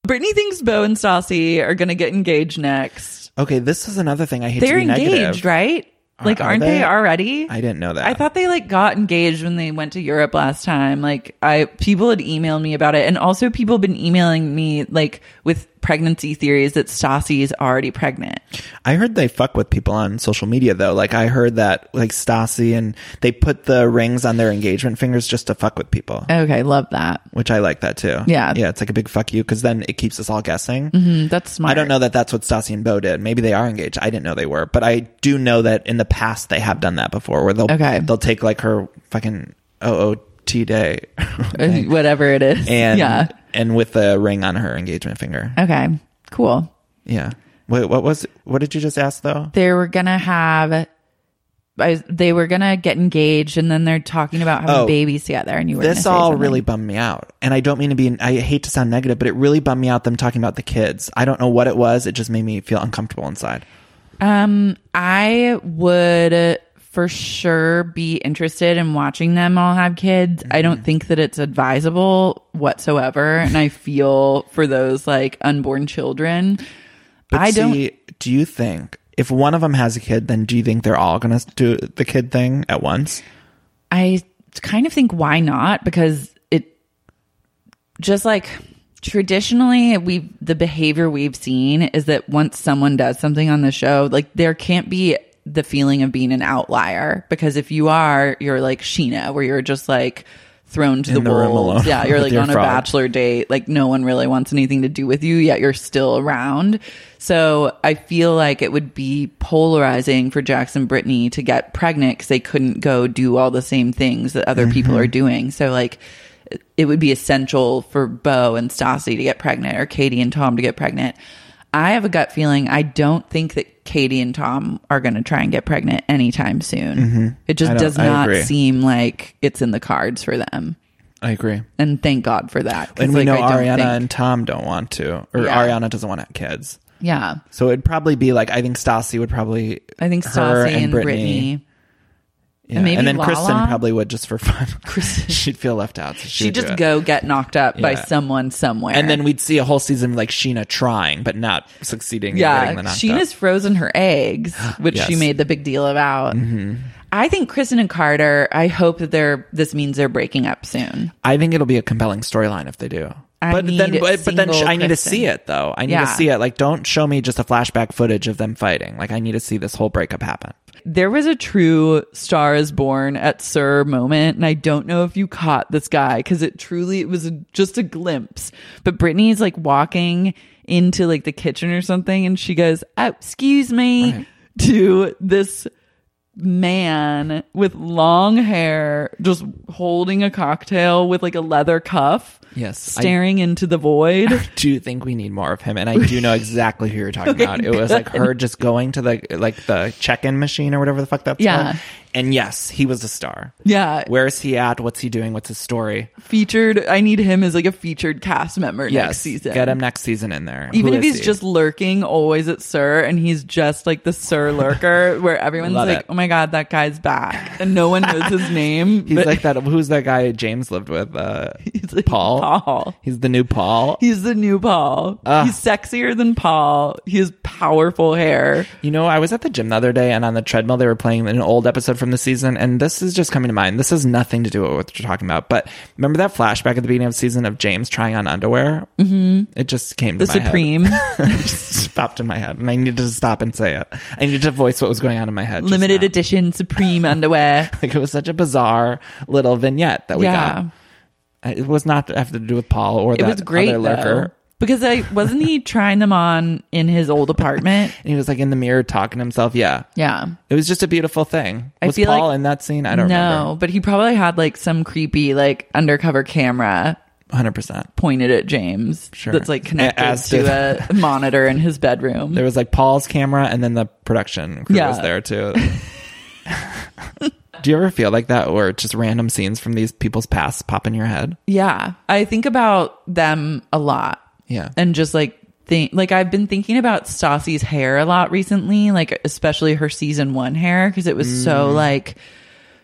S1: Brittany thinks Bo and Stassi are going to get engaged next.
S4: Okay, this is another thing I hate.
S1: They're
S4: to be
S1: engaged,
S4: negative.
S1: right? Like,
S4: are
S1: aren't they?
S4: they?
S1: already?
S4: I didn't know that.
S1: I thought they like got engaged when they went to Europe last time. Like, I people had emailed me about it, and also people have been emailing me like with pregnancy theories that Stassi is already pregnant.
S4: I heard they fuck with people on social media though. Like I heard that like Stassi and they put the rings on their engagement fingers just to fuck with people,
S1: Okay, love that.
S4: which I like that too.
S1: Yeah.
S4: yeah, it's like a big fuck you because then it keeps us all guessing.
S1: Mm, That's smart.
S4: I don't know that that's what Stassi and Bo did. Maybe they are engaged. I didn't know they were, but I do know that in the past they have done that before, where they'll
S1: Okay.
S4: they'll take like her fucking OOT day, thing
S1: Uh, Whatever it is.
S4: and
S1: yeah.
S4: and with the ring on her engagement finger.
S1: Okay. Cool.
S4: Yeah. Wait, what was what did you just ask though?
S1: They were gonna have. I, they were gonna get engaged, and then they're talking about having
S4: Oh.
S1: babies together, and you were gonna
S4: this
S1: say
S4: all
S1: something.
S4: really bummed me out and i don't mean to be i hate to sound negative but it really bummed me out them talking about the kids i don't know what it was it just made me feel uncomfortable inside
S1: Um, I would for sure be interested in watching them all have kids. I don't think that it's advisable whatsoever, and I feel for those like unborn children.
S4: but
S1: I
S4: see, do you think if one of them has a kid then do you think they're all gonna do the kid thing at once
S1: I kind of think why not because it just like traditionally we the behavior we've seen is that once someone does something on the show like there can't be the feeling of being an outlier because if you are you're like Sheena where you're just like thrown to
S4: In
S1: the,
S4: the room alone
S1: wolves yeah you're
S4: with
S1: like
S4: your
S1: on a
S4: frog.
S1: bachelor date like no one really wants anything to do with you yet you're still around so I feel like it would be polarizing for Jackson Brittany to get pregnant because they couldn't go do all the same things that other people
S4: Mm-hmm.
S1: are doing. So like it would be essential for Bo and Stassi to get pregnant or Katie and Tom to get pregnant. I have a gut feeling I don't think that Katie and Tom are going to try and get pregnant anytime soon. It
S4: Mm-hmm. I
S1: just
S4: don't-
S1: does
S4: I
S1: not
S4: agree.
S1: seem like it's in the cards for them.
S4: i agree
S1: And thank God for that. 'cause,
S4: and we
S1: like,
S4: know
S1: I don't
S4: ariana
S1: think-
S4: and tom don't want to or
S1: Yeah.
S4: ariana doesn't want to have kids
S1: yeah.
S4: so it'd probably be like i think stassi would probably
S1: I think
S4: her
S1: Stassi and, Brittany.
S4: Yeah.
S1: maybe
S4: and then
S1: La
S4: Kristen
S1: La?
S4: probably would just for fun. Kristen, she'd feel left out. So she
S1: She'd
S4: would do
S1: just
S4: it.
S1: go get knocked up by
S4: Yeah.
S1: someone somewhere.
S4: and then we'd see a whole season of, like Sheena trying but not succeeding. in
S1: yeah,
S4: getting the knocked
S1: Sheena's
S4: up.
S1: frozen her eggs, which she
S4: Yes. Mm-hmm.
S1: made the big deal about. I think Kristen and Carter. I hope that they're. This means they're breaking up soon.
S4: I think it'll be a compelling storyline if they do.
S1: I
S4: but
S1: need
S4: then,
S1: a
S4: but, but then sh-
S1: single
S4: I need to
S1: Kristen.
S4: see it though. I need
S1: Yeah.
S4: to see it. Like, don't show me just a flashback footage of them fighting. Like, I need to see this whole breakup happen.
S1: There was a true Star is Born at Sir moment, and I don't know if you caught this guy because it truly it was a, just a glimpse. But Brittany's like walking into like the kitchen or something, and she goes, "Oh, excuse me," to this man with long hair just holding a cocktail with like a leather cuff.
S4: Yes, I-
S1: Staring into the void.
S4: do you think we need more of him, and I do know exactly who you're talking about. It was like her just going to the like the check-in machine or whatever the fuck that's
S1: Yeah.
S4: called. And yes, he was a star.
S1: Yeah.
S4: Where is he at? What's he doing? What's his story?
S1: Featured. I need him as like a featured cast member next
S4: yes,
S1: season.
S4: get him next season in there.
S1: Even
S4: Who
S1: if
S4: is
S1: he's
S4: he?
S1: just lurking always at Sir and he's just like the Sir lurker where everyone's
S4: Love
S1: like,
S4: it.
S1: oh my God, that guy's back. And no one knows his name.
S4: He's
S1: but
S4: like that. Who's that guy James lived with? Uh,
S1: He's like
S4: Paul.
S1: Paul.
S4: He's the new Paul.
S1: he's the new Paul.
S4: Ah.
S1: he's sexier than Paul. He has powerful hair.
S4: You know, I was at the gym the other day, and on the treadmill they were playing an old episode from the season, and this is just coming to mind. This has nothing to do with what you're talking about, but remember that flashback at the beginning of the season of James trying on underwear? Mm-hmm. It just came to
S1: The
S4: my head.
S1: Supreme.
S4: It just popped in my head, and I needed to stop and say it. I needed to voice what was going on in my head. just
S1: Limited
S4: now.
S1: edition Supreme underwear.
S4: Like it was such a bizarre little vignette that we
S1: yeah.
S4: got. It was not have to do with Paul or
S1: It
S4: that
S1: was great.
S4: other
S1: Though,
S4: lurker.
S1: because I wasn't he trying them on in his old apartment?
S4: And he was like in the mirror talking to himself. Yeah,
S1: Yeah.
S4: It was just a beautiful thing.
S1: I
S4: was
S1: feel
S4: Paul
S1: like-
S4: in that scene? I don't
S1: no,
S4: know.
S1: but he probably had like some creepy like undercover camera
S4: Hundred percent.
S1: pointed at James
S4: Sure.
S1: that's like connected
S4: A- as
S1: to a monitor in his bedroom.
S4: There was like Paul's camera, and then the production crew
S1: Yeah.
S4: was there too. Do you ever feel like that, or just random scenes from these people's past pop in your head?
S1: yeah, I think about them a lot.
S4: Yeah.
S1: And just like think like I've been thinking about Stassi's hair a lot recently, like especially her season 1 hair because it was so
S4: Mm-hmm.
S1: like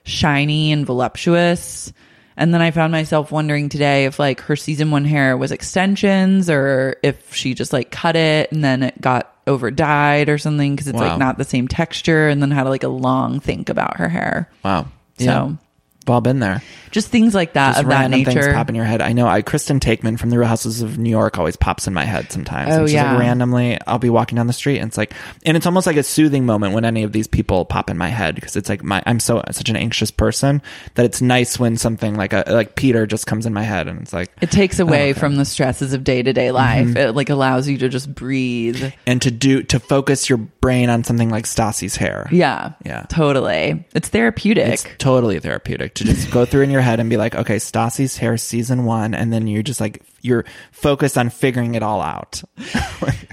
S1: shiny and voluptuous. And then I found myself wondering today if like her season 1 hair was extensions or if she just like cut it and then it got over dyed or something because it's
S4: Wow.
S1: like not the same texture and then had like a long think about her hair.
S4: Wow.
S1: So
S4: We've all been there.
S1: just things like that
S4: Just
S1: of that
S4: random things
S1: nature.
S4: pop in your head. I know. I Kristen Takeman from The Real Houses of New York always pops in my head sometimes.
S1: Oh,
S4: and she's
S1: yeah.
S4: like randomly, I'll be walking down the street, and it's like, and it's almost like a soothing moment when any of these people pop in my head because it's like my I'm so such an anxious person that it's nice when something like a like Peter just comes in my head, and it's like
S1: It takes
S4: Oh,
S1: away from the stresses of day to day life.
S4: Mm-hmm.
S1: It like allows you to just breathe.
S4: and to do to focus your brain on something like Stassi's hair.
S1: Yeah.
S4: Yeah.
S1: Totally. It's therapeutic.
S4: It's totally therapeutic to just go through in your head and be like, okay, Stassi's hair season one, and then you're just like you're focused on figuring it all out.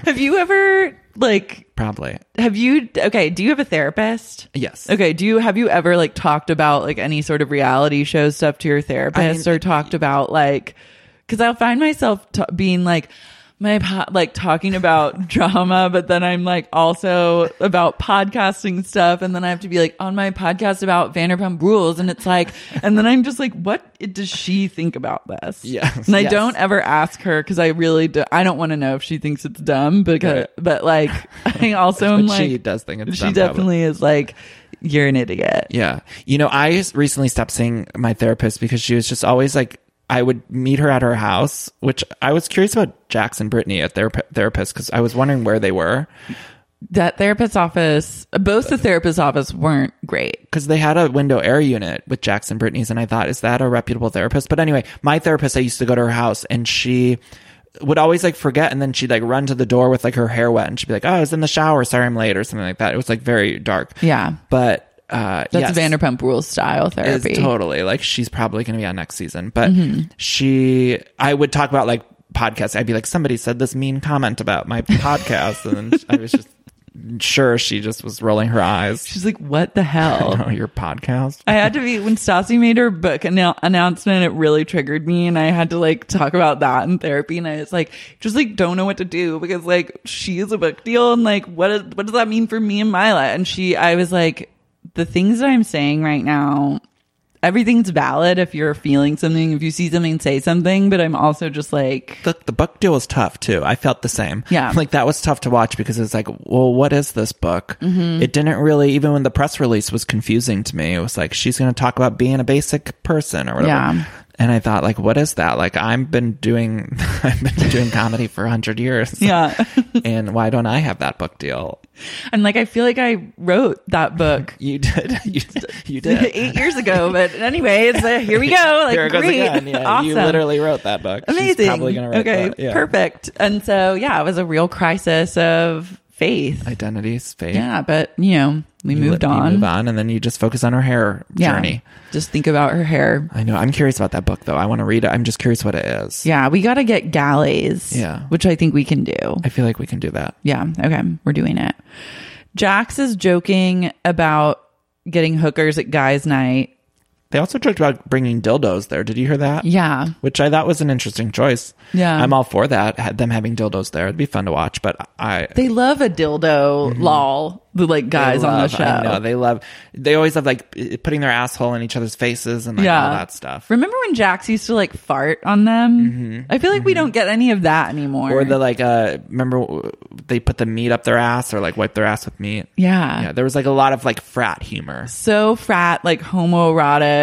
S1: have you ever like
S4: Probably.
S1: have you okay, do you have a therapist?
S4: Yes.
S1: Okay, do you have you ever like talked about like any sort of reality show stuff to your therapist or talked about like cuz I'll find myself t- being like my po- like talking about drama but then I'm like also about podcasting stuff and then I have to be like on my podcast about Vanderpump Rules and it's like and then I'm just like what i- does she think about this?
S4: Yes,
S1: And I
S4: yes.
S1: don't ever ask her cuz I really do, I don't want to know if she thinks it's dumb because
S4: Right.
S1: but like I also am
S4: But
S1: like
S4: she does think it's
S1: she
S4: dumb, probably.
S1: definitely is like you're an idiot.
S4: Yeah. You know, I s- recently stopped seeing my therapist because she was just always like, I would meet her at her house, which I was curious about Jackson Brittany at their therapist because I was wondering where they were
S1: That therapist's office, both the therapist's office weren't great.
S4: because they had a window air unit with Jackson Brittany's. And I thought, is that a reputable therapist? But anyway, my therapist, I used to go to her house and she would always like forget and then she'd like run to the door with like her hair wet and she'd be like, oh, I was in the shower. Sorry, I'm late or something like that. It was like very dark.
S1: Yeah.
S4: But, uh,
S1: That's
S4: yes.
S1: Vanderpump Rules style therapy. Mm-hmm.
S4: Is totally like she's probably going to be on next season, but she, I would talk about like podcasts. I'd be like, somebody said this mean comment about my podcast, and then I was just sure she just was rolling her eyes.
S1: She's like, what the
S4: Oh,
S1: hell?
S4: your podcast?
S1: I had to be when Stassi made her book annou- announcement. It really triggered me, and I had to like talk about that in therapy. And I was like, just like don't know what to do because like she is a book deal, and like what is, what does that mean for me and my life? And she, I was like, the things that I'm saying right now, everything's valid if you're feeling something, if you see something, say something. But I'm also just like,
S4: Look, the book deal was tough too. I felt the same.
S1: Yeah.
S4: Like that was tough to watch because it was like, well, what is this book?
S1: Mm-hmm.
S4: It didn't really, even when the press release was confusing to me, it was like, she's going to talk about being a basic person or whatever.
S1: Yeah.
S4: And I thought, like, what is that? Like, I've been doing, I've been doing comedy for a hundred years.
S1: yeah.
S4: and why don't I have that book deal?
S1: and like, I feel like I wrote that book.
S4: You did. You, you did.
S1: Eight years ago, but anyway, it's uh, here we go. Like,
S4: Here it goes
S1: great,
S4: again. Yeah,
S1: awesome.
S4: You literally wrote that book. She's
S1: amazing.
S4: probably gonna write
S1: okay,
S4: that. Yeah.
S1: perfect. And so, yeah, it was a real crisis of faith.
S4: Identities, faith.
S1: yeah, but you know, we
S4: You
S1: moved
S4: let- you
S1: on.
S4: move on, and then you just focus on her hair
S1: Yeah,
S4: journey.
S1: just think about her hair.
S4: I know. I'm curious about that book, though. I want to read it. I'm just curious what it is.
S1: Yeah, we got to get galleys.
S4: Yeah.
S1: which I think we can do.
S4: I feel like we can do that.
S1: Yeah. Okay. We're doing it. Jax is joking about getting hookers at guys' night.
S4: They also talked about bringing dildos there. Did you hear that?
S1: Yeah.
S4: Which I thought was an interesting choice.
S1: Yeah.
S4: I'm all for that. Had them having dildos there. It'd be fun to watch, but I.
S1: They love a dildo lol, the like guys
S4: Mm-hmm. they
S1: on the
S4: love-
S1: show.
S4: I know. They love, they always love like p- putting their asshole in each other's faces and like all that stuff. Mm-hmm.
S1: Remember when Jax used to like fart on them? I feel like we don't get any of that anymore.
S4: Or the like, uh, remember w- they put the meat up their ass or like wipe their ass with meat.
S1: yeah.
S4: Yeah. There was like a lot of like frat humor.
S1: so frat, like homoerotic,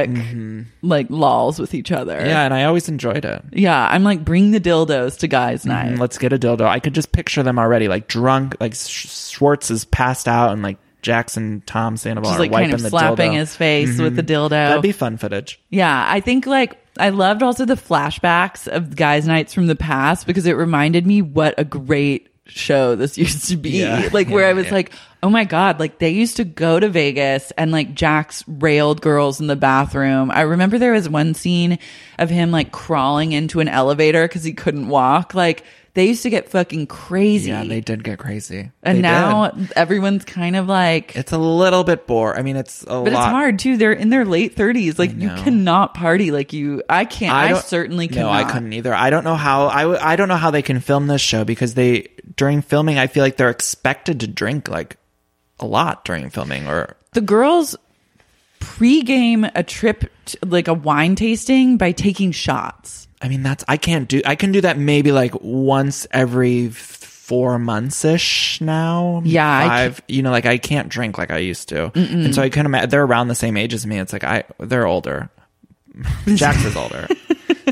S1: like lols with each other.
S4: Mm-hmm. Yeah. And I always enjoyed it.
S1: Yeah. I'm like, bring the dildos to guys' night.
S4: And let's get a dildo. I could just picture them already, like drunk, like Sch- Schwartz is passed out, and like Jackson, Tom Sandoval
S1: Just
S4: are
S1: like
S4: wiping
S1: kind of
S4: the
S1: slapping
S4: dildo. Mm-hmm.
S1: his face with the dildo.
S4: That'd be fun footage.
S1: Yeah, I think like I loved also the flashbacks of guys' nights from the past because it reminded me what a great show this used to be.
S4: Yeah.
S1: Like where I was like, oh my god, like they used to go to Vegas and like Jax railed girls in the bathroom. I remember there was one scene of him like crawling into an elevator because he couldn't walk. Like they used to get fucking crazy.
S4: Yeah, they did get crazy.
S1: and
S4: They
S1: now
S4: did.
S1: everyone's kind of like
S4: it's a little bit bore. I mean, it's a lot.
S1: but it's hard too. They're in their late thirties. Like you cannot party like you. I can't. I,
S4: don't-
S1: certainly
S4: No,
S1: cannot.
S4: I couldn't either. I don't know how. I w- I don't know how they can film this show because they during filming, I feel like they're expected to drink like a lot during filming, or
S1: The girls pregame a trip, to, like a wine tasting, by taking shots.
S4: I mean, that's I can't do. I can do that maybe like once every f- four months ish now.
S1: Yeah, I
S4: I've you know like I can't drink like I used to, and so I kind of they're around the same age as me. It's like I they're older. Jax is older,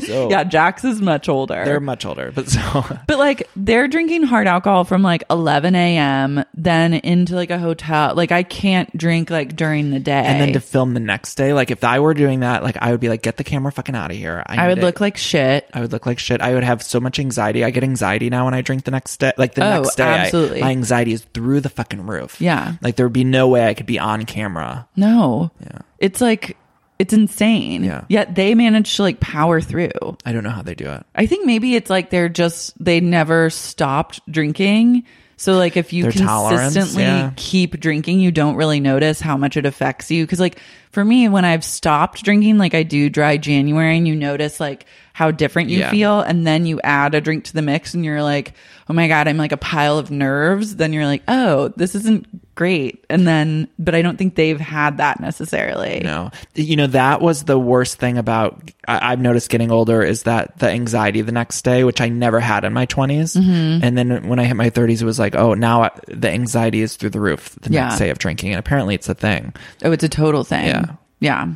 S4: so
S1: Yeah, Jax is much older.
S4: Oh. they're much older. But so
S1: but like they're drinking hard alcohol from like 11 a.m. then into like a hotel. Like I can't drink like during the day.
S4: and then to film the next day, like if I were doing that, like I would be like, get the camera fucking out of here.
S1: I would
S4: need it.
S1: look like shit.
S4: I would look like shit. I would have so much anxiety. I get anxiety now when I drink the next day. Like the
S1: Oh,
S4: next day, I-
S1: absolutely.
S4: my anxiety is through the fucking roof.
S1: Yeah.
S4: like there would be no way I could be on camera.
S1: No. It's like it's insane.
S4: Yeah.
S1: Yet they manage to like power through.
S4: I don't know how they do it.
S1: I think maybe it's like they're just they never stopped drinking. So like if you
S4: Their tolerance,
S1: consistently
S4: yeah.
S1: keep drinking, you don't really notice how much it affects you cuz like for me when I've stopped drinking like I do dry January and you notice like how different you
S4: Yeah.
S1: feel and then you add a drink to the mix and you're like, "Oh my god, I'm like a pile of nerves." Then you're like, "Oh, this isn't great." And then but I don't think they've had that necessarily.
S4: No, you know that was the worst thing about I, I've noticed getting older is that the anxiety the next day, which I never had in my 20s
S1: Mm-hmm.
S4: and then when I hit my thirties, it was like, oh, now I, the anxiety is through the roof the
S1: Yeah.
S4: next day of drinking, and apparently it's a thing.
S1: Oh, it's a total thing.
S4: Yeah.
S1: Yeah.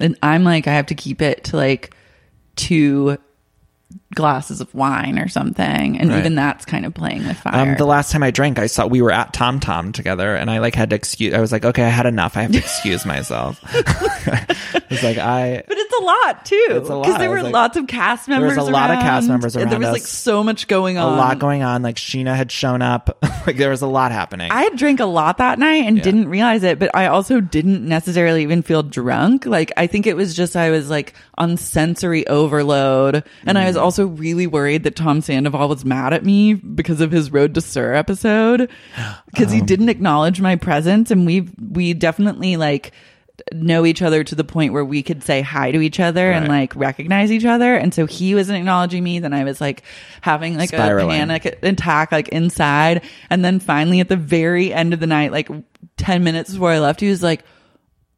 S1: And I'm like, I have to keep it to like two glasses of wine or something. And
S4: Right.
S1: even that's kind of playing with fire.
S4: Um, the last time I drank, I saw we were at Tom Tom together, and I like had to excuse. I was like, okay, I had enough. I have to excuse myself. it's like I.
S1: but it's a lot too.
S4: It's a lot.
S1: Because there
S4: I was
S1: were
S4: like-
S1: lots of cast
S4: was
S1: members.
S4: a lot of cast
S1: around.
S4: members
S1: And There
S4: around
S1: was like
S4: us.
S1: so much going
S4: A
S1: on.
S4: lot going on. Like Sheena had shown up. like there was a lot happening.
S1: I had drank a lot that night and didn't realize it, but I also didn't necessarily even feel drunk. Like I think it was just I was like on sensory overload, and
S4: Mm.
S1: I was also really worried that Tom Sandoval was mad at me because of his Road to Sur episode because
S4: Oh.
S1: he didn't acknowledge my presence, and we we definitely like know each other to the point where we could say hi to each other and
S4: Right.
S1: like recognize each other and so he wasn't acknowledging me then i was like having like a
S4: Spiraling.
S1: panic like attack like inside and then finally at the very end of the night like 10 minutes before i left he was like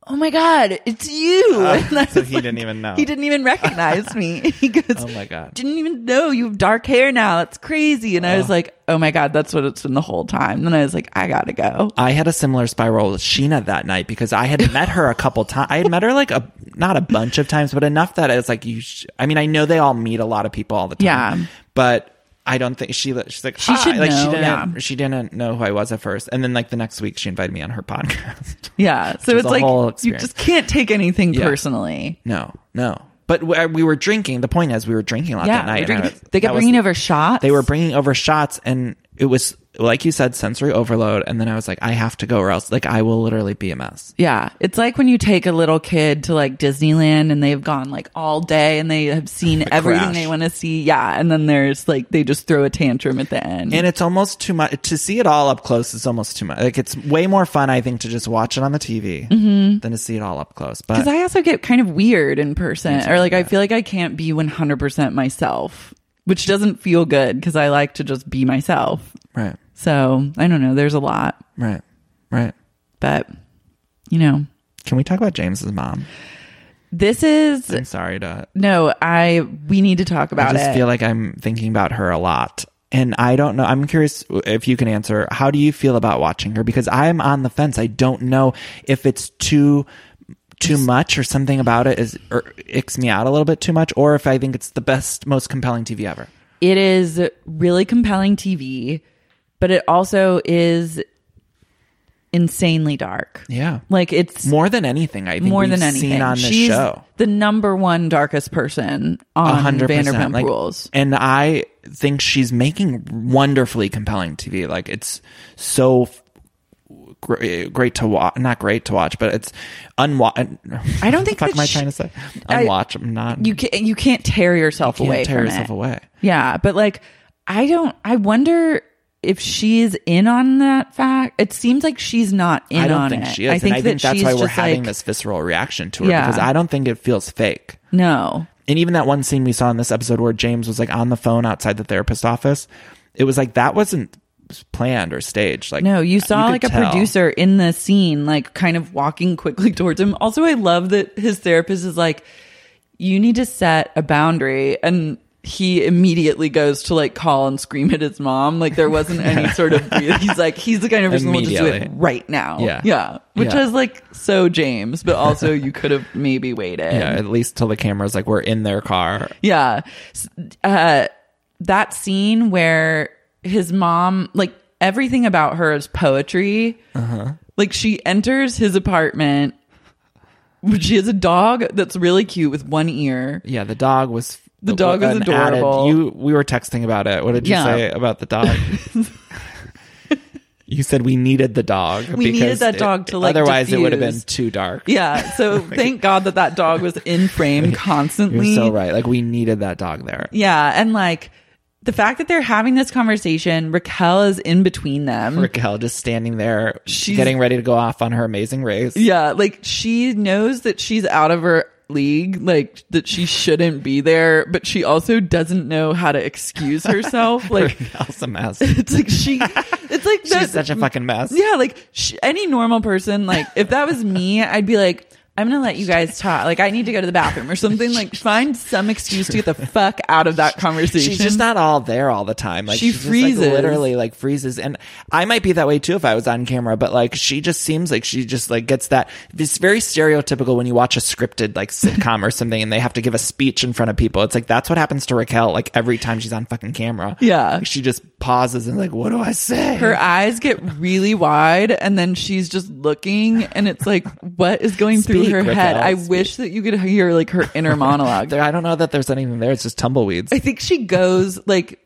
S1: oh my god, it's you.
S4: Uh,
S1: And I
S4: so
S1: was
S4: he didn't even know.
S1: He didn't even recognize me. He goes,
S4: Oh my God.
S1: didn't even know you have dark hair now. That's crazy. And I was like, oh my god, that's what it's been the whole time. Then I was like, I gotta go.
S4: I had a similar spiral with Sheena that night because I had met her a couple times. I had met her like a not a bunch of times, but enough that it's like you. Sh- I mean, I know they all meet a lot of people all the time.
S1: Yeah.
S4: but I don't think she. She's like
S1: She
S4: "Hi."
S1: should
S4: like she
S1: know,
S4: didn't.
S1: yeah.
S4: She didn't know who I was at first, and then like the next week she invited me on her podcast.
S1: Yeah. So
S4: Which is
S1: it's
S4: a
S1: like
S4: whole
S1: you
S4: experience.
S1: just can't take anything
S4: Yeah.
S1: personally.
S4: no, no. But we, we were drinking. The point is, we were drinking a lot
S1: Yeah,
S4: that
S1: we
S4: night.
S1: were drinking-
S4: and I was-
S1: they kept
S4: that was-
S1: bringing over shots.
S4: They were bringing over shots, and it was like you said, sensory overload. And then I was like, I have to go, or else like I will literally be a mess.
S1: Yeah. It's like when you take a little kid to like Disneyland and they've gone like all day and they have seen everything
S4: crash.
S1: they want to see. Yeah. And then there's like, they just throw a tantrum at the end.
S4: And it's almost too much to see it all up close. It's almost too much. Like it's way more fun, I think, to just watch it on the TV than to see it all up close. But
S1: Because Mm-hmm. I also get kind of weird in person, or like I feel like I can't be 100% myself, which doesn't feel good because I like to just be myself.
S4: right,
S1: So I don't know. There's a lot,
S4: right, right.
S1: but you know,
S4: Can we talk about James's mom?
S1: this is
S4: I'm sorry to.
S1: no, I, we need to talk about
S4: I just
S1: it.
S4: feel like I'm thinking about her a lot, and I don't know. I'm curious if you can answer. How do you feel about watching her? Because I'm on the fence. I don't know if it's too too much or something about it is or icks me out a little bit too much, or if I think it's the best, most compelling TV ever.
S1: it is really compelling TV, but it also is insanely dark.
S4: Yeah.
S1: Like it's
S4: more than anything I think
S1: more
S4: we've
S1: than anything
S4: seen on this
S1: She's
S4: show.
S1: The number one darkest person
S4: A
S1: on
S4: hundred
S1: Vanderpump
S4: percent, like,
S1: Rules.
S4: and I think she's making wonderfully compelling TV. Like it's so f- gr- eh, great to watch, not great to watch, but it's unwatch.
S1: I don't think
S4: What
S1: that
S4: the fuck am I
S1: she-
S4: trying to say?
S1: I-
S4: Unwatch. I'm not.
S1: You can't you can't tear yourself
S4: can't
S1: away.
S4: tear
S1: from
S4: yourself
S1: it.
S4: away.
S1: Yeah, but like I don't. I wonder if she's in on that fact. It seems like she's not in
S4: I don't
S1: on
S4: think
S1: it.
S4: she is.
S1: I think
S4: and I
S1: that
S4: think that's
S1: she's
S4: why we're
S1: just
S4: having
S1: like,
S4: this visceral reaction to her
S1: Yeah.
S4: because I don't think it feels fake.
S1: No,
S4: and even that one scene we saw in this episode where James was like on the phone outside the therapist office, it was like that wasn't planned or staged. Like
S1: No, you saw
S4: could
S1: like a
S4: tell.
S1: producer in the scene, like kind of walking quickly towards him. Also, I love that his therapist is like, you need to set a boundary. And he immediately goes to like call and scream at his mom. Like there wasn't any sort of, he's like, he's the kind of person who'll just do it
S4: Immediately.
S1: right now.
S4: Yeah.
S1: Yeah. Which
S4: Yeah.
S1: is like so James, but also you could have maybe waited.
S4: Yeah, at least till the cameras like were in their car.
S1: Yeah. S- Uh, that scene where his mom, like everything about her is poetry.
S4: Uh-huh.
S1: Like she enters his apartment. She has a dog that's really cute with one ear.
S4: Yeah, the dog was
S1: The dog was
S4: an
S1: adorable.
S4: you we were texting about it. What did you
S1: Yeah.
S4: say about the dog? you said we needed the dog.
S1: We needed
S4: because
S1: that
S4: it-
S1: dog to, like,
S4: Otherwise, it would have been
S1: diffuse.
S4: too dark.
S1: Yeah. So thank God that that dog was in frame
S4: Oh you're
S1: constantly.
S4: so right. Like we needed that dog there.
S1: Yeah. And like the fact that they're having this conversation, Raquel is in between them.
S4: Raquel just standing there,
S1: She's-
S4: getting ready to go off on her amazing race.
S1: Yeah, like she knows that she's out of her league, like that she shouldn't be there, but she also doesn't know how to excuse herself. Like
S4: Raquel's a mess.
S1: it's like she, it's like
S4: She's such a fucking mess.
S1: Yeah, like sh- any normal person, like if that was me, I'd be like. I'm gonna let you guys talk. Like, I need to go to the bathroom or something. Like, find some excuse to get the fuck out of that conversation.
S4: She's just not all there all the time. Like
S1: She
S4: she's just,
S1: freezes.
S4: like, literally like freezes. And I might be that way too if I was on camera, but like she just seems like she just like gets that. It's very stereotypical when you watch a scripted like sitcom or something, and they have to give a speech in front of people. It's like that's what happens to Raquel. Like every time she's on fucking camera,
S1: Yeah.
S4: Like, she just pauses and like, what do I say?
S1: her eyes get really wide and then she's just looking and it's like what is going through
S4: Speak,
S1: her head
S4: Raquel,
S1: i
S4: speak.
S1: wish that you could hear like her inner monologue
S4: there, I don't know that there's anything there. It's just tumbleweeds.
S1: i think she goes like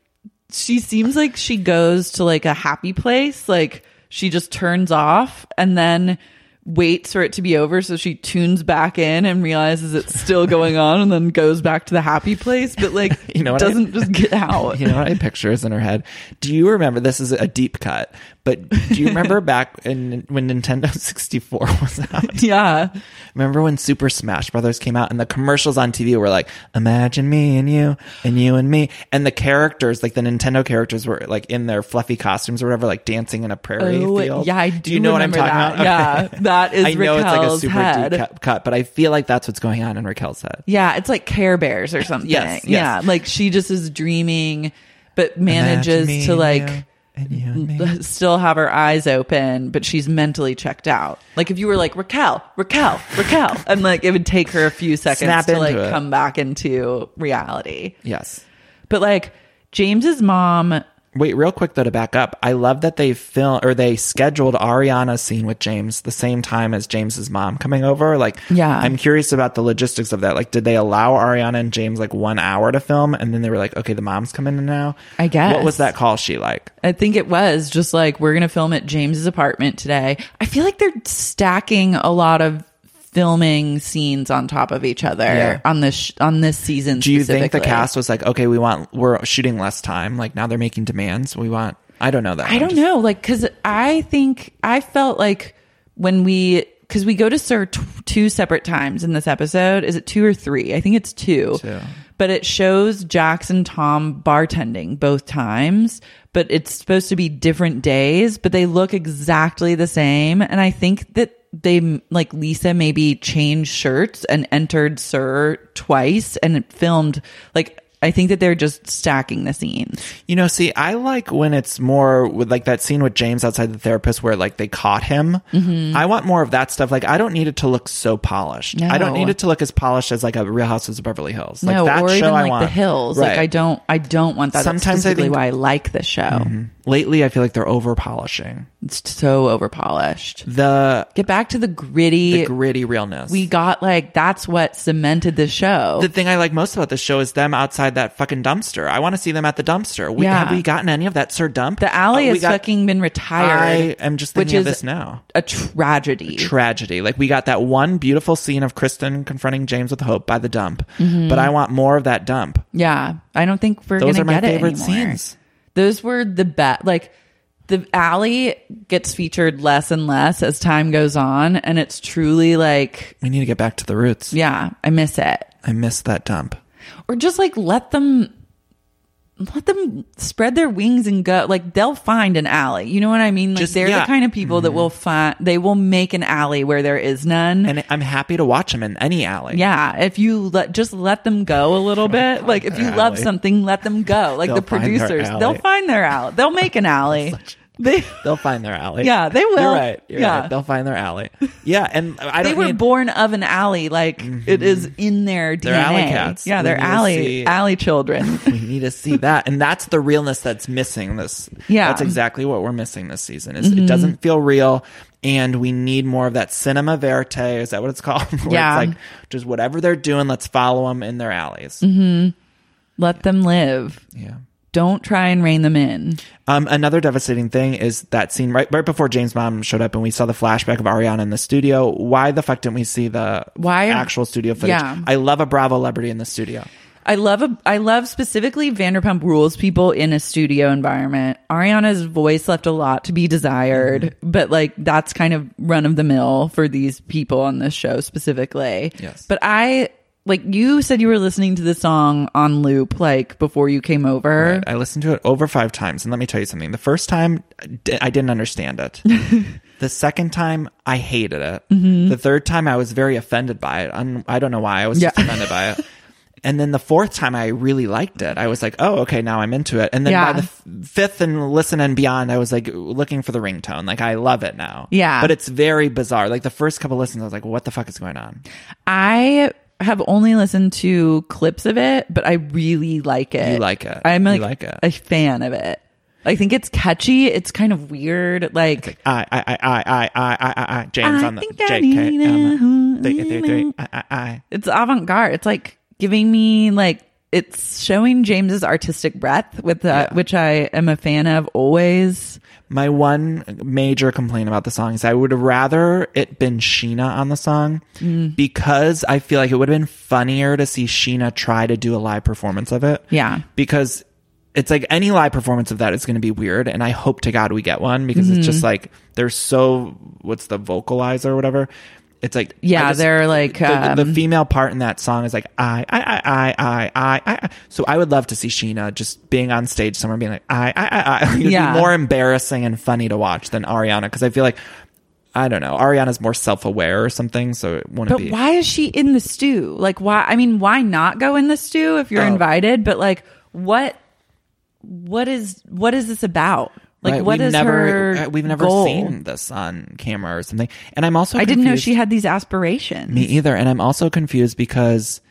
S1: she seems like she goes to like a happy place like she just turns off and then waits for it to be over so she tunes back in and realizes it's still going on and then goes back to the happy place but like
S4: You know what I-
S1: doesn't just get out
S4: You know what I picture is in her head? Do you remember? This is a deep cut, but do you remember back in, when Nintendo 64 was out?
S1: yeah
S4: Remember when Super Smash Brothers came out and the commercials on TV were like, imagine me and you and you and me. And the characters, like the Nintendo characters were like in their fluffy costumes or whatever, like dancing in a prairie
S1: Oh,
S4: field.
S1: Yeah, I do,
S4: do you know what I'm
S1: remember
S4: talking
S1: that.
S4: about? Okay.
S1: Yeah, that is
S4: I know it's like a
S1: Raquel's
S4: super
S1: head.
S4: deep cut, cut, but I feel like that's what's going on in Raquel's head.
S1: Yeah, it's like Care Bears or something.
S4: Yes, yes.
S1: Yeah, like she just is dreaming, but manages
S4: Imagine me
S1: to
S4: and
S1: like
S4: you, and you and me.
S1: still have her eyes open, but she's mentally checked out. Like if you were like Raquel, Raquel, Raquel, and like it would take her a few seconds
S4: Snap
S1: to
S4: into
S1: like
S4: it.
S1: come back into reality.
S4: Yes.
S1: But like James's mom,
S4: Wait, real quick though, to back up, I love that they film or they scheduled Ariana's scene with James the same time as James's mom coming over. Like,
S1: Yeah.
S4: I'm curious about the logistics of that. Like, did they allow Ariana and James like one hour to film, and then they were like, okay, the mom's coming in now.
S1: I guess.
S4: What was that call she like?
S1: I think it was just like we're gonna film at James's apartment today. I feel like they're stacking a lot of filming scenes on top of each other
S4: Yeah.
S1: on this sh- on this season.
S4: Do you think the
S1: specifically.
S4: cast was like, okay, we want we're shooting less time. Like now they're making demands. We want. I don't know that.
S1: I don't know, like because I think I felt like when we because we go to Sir t- two separate times in this episode. Is it two or three? I think it's two.
S4: Two.
S1: But it shows Jax and Tom bartending both times, but it's supposed to be different days, but they look exactly the same. And I think that they like Lisa maybe changed shirts and entered Sir twice and it filmed like I think that they're just stacking the scenes.
S4: You know, see, I like when it's more with like that scene with James outside the therapist where like they caught him.
S1: Mm-hmm.
S4: I want more of that stuff. Like, I don't need it to look so polished. I don't
S1: No.
S4: need it to look as polished as like a Real Houses of Beverly Hills. Like
S1: no,
S4: that
S1: or
S4: show
S1: even
S4: I
S1: like
S4: want.
S1: the hills. Like
S4: Right.
S1: I don't, I don't want that. Sometimes
S4: Sometimes
S1: That's
S4: I
S1: specifically
S4: think- Mm-hmm.
S1: why I like the show.
S4: Lately, I feel like they're over polishing
S1: It's so over polished.
S4: the
S1: Get back to the gritty.
S4: the gritty realness.
S1: we got like that's what cemented the show.
S4: the thing I like most about this show is them outside that fucking dumpster. I want to see them at the dumpster. We,
S1: Yeah.
S4: Have we gotten any of that Sir Dump?
S1: The alley
S4: Uh, we
S1: has
S4: got-
S1: fucking been retired.
S4: I am just
S1: which
S4: thinking of
S1: is
S4: this now.
S1: A tragedy.
S4: tragedy. Like we got that one beautiful scene of Kristen confronting James with Hope by the dump, but I want more of that dump.
S1: yeah, I don't think Mm-hmm. we're
S4: Those
S1: gonna
S4: are my
S1: get it
S4: favorite
S1: anymore.
S4: scenes.
S1: Those were the best. Like the alley gets featured less and less as time goes on, and it's truly like,
S4: We need to get back to the roots.
S1: yeah, I miss it.
S4: I miss that dump.
S1: or just like let them let them spread their wings and go like they'll find an alley you know what i mean like
S4: Just-
S1: they're the
S4: yeah. Mm-hmm.
S1: kind of people that will find they will make an alley where there is none
S4: And I'm happy to watch them in any alley.
S1: yeah if you let just let them go a little bit like if you
S4: their
S1: love
S4: alley.
S1: something let them go like
S4: They'll
S1: the
S4: find their
S1: producers
S4: alley.
S1: they'll find their alley they'll make an alley they
S4: They'll find their alley.
S1: Yeah, they will.
S4: You're right. You're
S1: Yeah.
S4: right. They'll find their alley. Yeah, and I
S1: they
S4: don't
S1: were
S4: need-
S1: born of an alley like it is in their DNA
S4: They're alley cats.
S1: yeah
S4: We
S1: they're
S4: need to
S1: alley
S4: see-
S1: alley children
S4: we need to see that, and that's the realness that's missing. This,
S1: Yeah. Mm-hmm.
S4: that's exactly what we're missing this season. Is it doesn't feel real, and we need more of that cinema verite. Is that what it's called? Where
S1: Yeah.
S4: it's like just whatever they're doing, let's follow them in their alleys.
S1: Mm-hmm. let them live
S4: Yeah.
S1: don't try and rein them in
S4: Um, another devastating thing is that scene right right before James' mom showed up, and we saw the flashback of Ariana in the studio. Why the fuck didn't we see the
S1: Why-
S4: actual studio footage?
S1: Yeah.
S4: I love a Bravo celebrity in the studio.
S1: I love a, I love specifically Vanderpump Rules people in a studio environment. Ariana's voice left a lot to be desired,
S4: Mm-hmm.
S1: but like that's kind of run of the mill for these people on this show specifically.
S4: Yes.
S1: But I like you said you were listening to the song on loop like before you came over.
S4: I listened to it over five times, and let me tell you something. The first time, d- I didn't understand it. the second time, I hated it.
S1: Mm-hmm.
S4: The third time, I was very offended by it. I'm, I don't know why. I was just
S1: Yeah.
S4: offended by it. And then the fourth time, I really liked it. I was like, oh, okay, now I'm into it. And then
S1: Yeah.
S4: by the f- fifth and listen and beyond, I was like looking for the ringtone. Like, I love it now.
S1: Yeah.
S4: But it's very bizarre. Like, the first couple listens, I was like, what the fuck is going on?
S1: I have only listened to clips of it, but I really like it.
S4: You like it.
S1: I'm
S4: You
S1: like,
S4: like it.
S1: a fan of it. I think it's catchy. It's kind of weird. Like
S4: I I I I I I I I James
S1: I
S4: on the
S1: think I
S4: JK.
S1: need
S4: um,
S1: a-
S4: three, three, three, I I I.
S1: it's avant garde. It's like giving me like it's showing James's artistic breadth with that, which I am a fan of always.
S4: My one major complaint about the song is I would have rather it been Sheena on the song
S1: Mm.
S4: because I feel like it would have been funnier to see Sheena try to do a live performance of it.
S1: Yeah.
S4: Because it's like any live performance of that is going to be weird. And I hope to God we get one because it's
S1: Mm-hmm.
S4: just like they're so, what's the vocalizer or whatever? It's like,
S1: Yeah,
S4: I just-
S1: they're like,
S4: the, the
S1: um,
S4: female part in that song is like, I, I, I, I, I, I, I. So I would love to see Sheena just being on stage somewhere being like, I, I, I, I. It'd be
S1: Yeah.
S4: more embarrassing and funny to watch than Ariana because I feel like I don't know. Ariana's more self aware or something, so it wouldn't
S1: But
S4: be.
S1: why is she in the stew? Like, why? I mean, why not go in the stew if you're
S4: Oh.
S1: invited? But like, what? What is what is this about? Like,
S4: Right,
S1: what
S4: we've
S1: is
S4: never,
S1: her?
S4: uh, We've never
S1: goal?
S4: seen this on camera or something. And I'm also
S1: I didn't know
S4: confused-
S1: she had these aspirations.
S4: me either. And I'm also confused because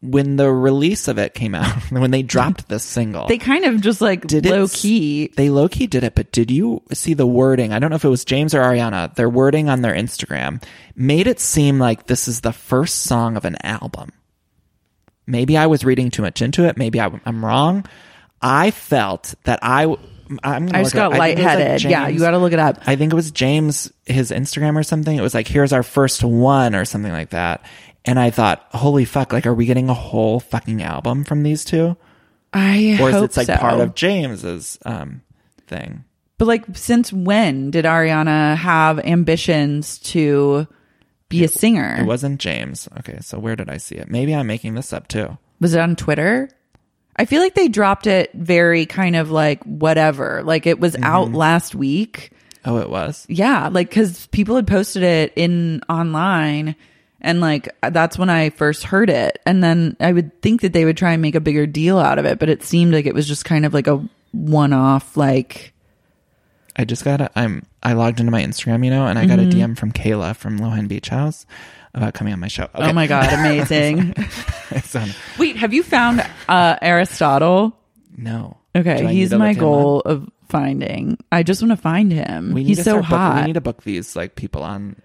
S4: when the release of it came out, when they dropped this single,
S1: They kind of just like
S4: Did it
S1: low
S4: s-
S1: key.
S4: They low key did it, but did you see the wording? I don't know if it was James or Ariana. Their wording on their Instagram made it seem like this is the first song of an album. Maybe I was reading too much into it. Maybe I, am wrong. I felt that I. w- I'm gonna
S1: I just
S4: look it up.
S1: got
S4: think it was, like,
S1: lightheaded. yeah,
S4: James-
S1: you got to look it up.
S4: I think it was James, his Instagram or something. It was like, here's our first one or something like that. And I thought, holy fuck, like, are we getting a whole fucking album from these two?
S1: I
S4: Or is
S1: hope
S4: it like
S1: so.
S4: part of James's um, thing?
S1: But like, since when did Ariana have ambitions to be a singer?
S4: It wasn't James. Okay, so where did I see it? Maybe I'm making this up too.
S1: Was it on Twitter? I feel like they dropped it very kind of like whatever. Like it was
S4: Mm-hmm.
S1: out last week.
S4: Oh, it was.
S1: Yeah, like cuz people had posted it in online and like that's when I first heard it. And then I would think that they would try and make a bigger deal out of it, but it seemed like it was just kind of like a one-off like
S4: I just got a, I'm I logged into my Instagram, you know, and I
S1: Mm-hmm.
S4: got a DM from Kayla from Lohan Beach House about coming on my show. Okay.
S1: oh my god, amazing.
S4: It's on-
S1: Wait, have you found uh Aristotle?
S4: no. Do
S1: Okay,
S4: I need
S1: he's
S4: to look
S1: my
S4: him
S1: goal
S4: up?
S1: of finding. I just want to find him.
S4: We need
S1: he's
S4: to
S1: so
S4: start book-
S1: hot.
S4: we need to book these like people on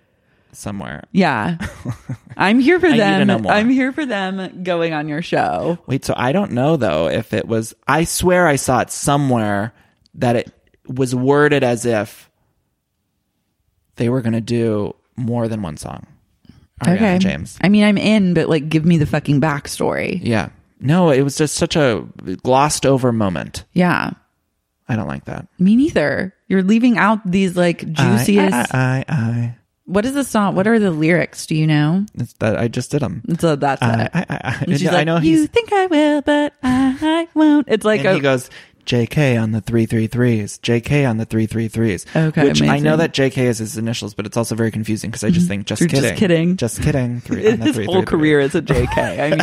S4: somewhere.
S1: Yeah. I'm here for
S4: I need to
S1: them.
S4: know more.
S1: I'm here for them going on your show.
S4: Wait, so I don't know though if it was. I swear I saw it somewhere that it was worded as if they were going to do more than one song. Ariana
S1: okay.
S4: James.
S1: I mean, I'm in, but like, give me the fucking backstory.
S4: Yeah. No, it was just such a glossed over moment.
S1: Yeah.
S4: I don't like that.
S1: Me neither. You're leaving out these like juiciest.
S4: I, I, I, I.
S1: What is the song? What are the lyrics? Do you know?
S4: It's that I just did them.
S1: So that's
S4: I,
S1: it.
S4: I, I,
S1: And she's
S4: I
S1: like,
S4: know
S1: you
S4: he's.
S1: think I will, but I won't. It's like
S4: and
S1: a,
S4: he goes, JK on the 333s, JK on the 333s.
S1: Okay,
S4: Which I know
S1: amazing. Mm-hmm.
S4: that JK is his initials, but it's also very confusing because I just think, just
S1: You're
S4: kidding.
S1: just kidding.
S4: Just kidding. Three, on the
S1: his whole
S4: 333s.
S1: career is a JK. I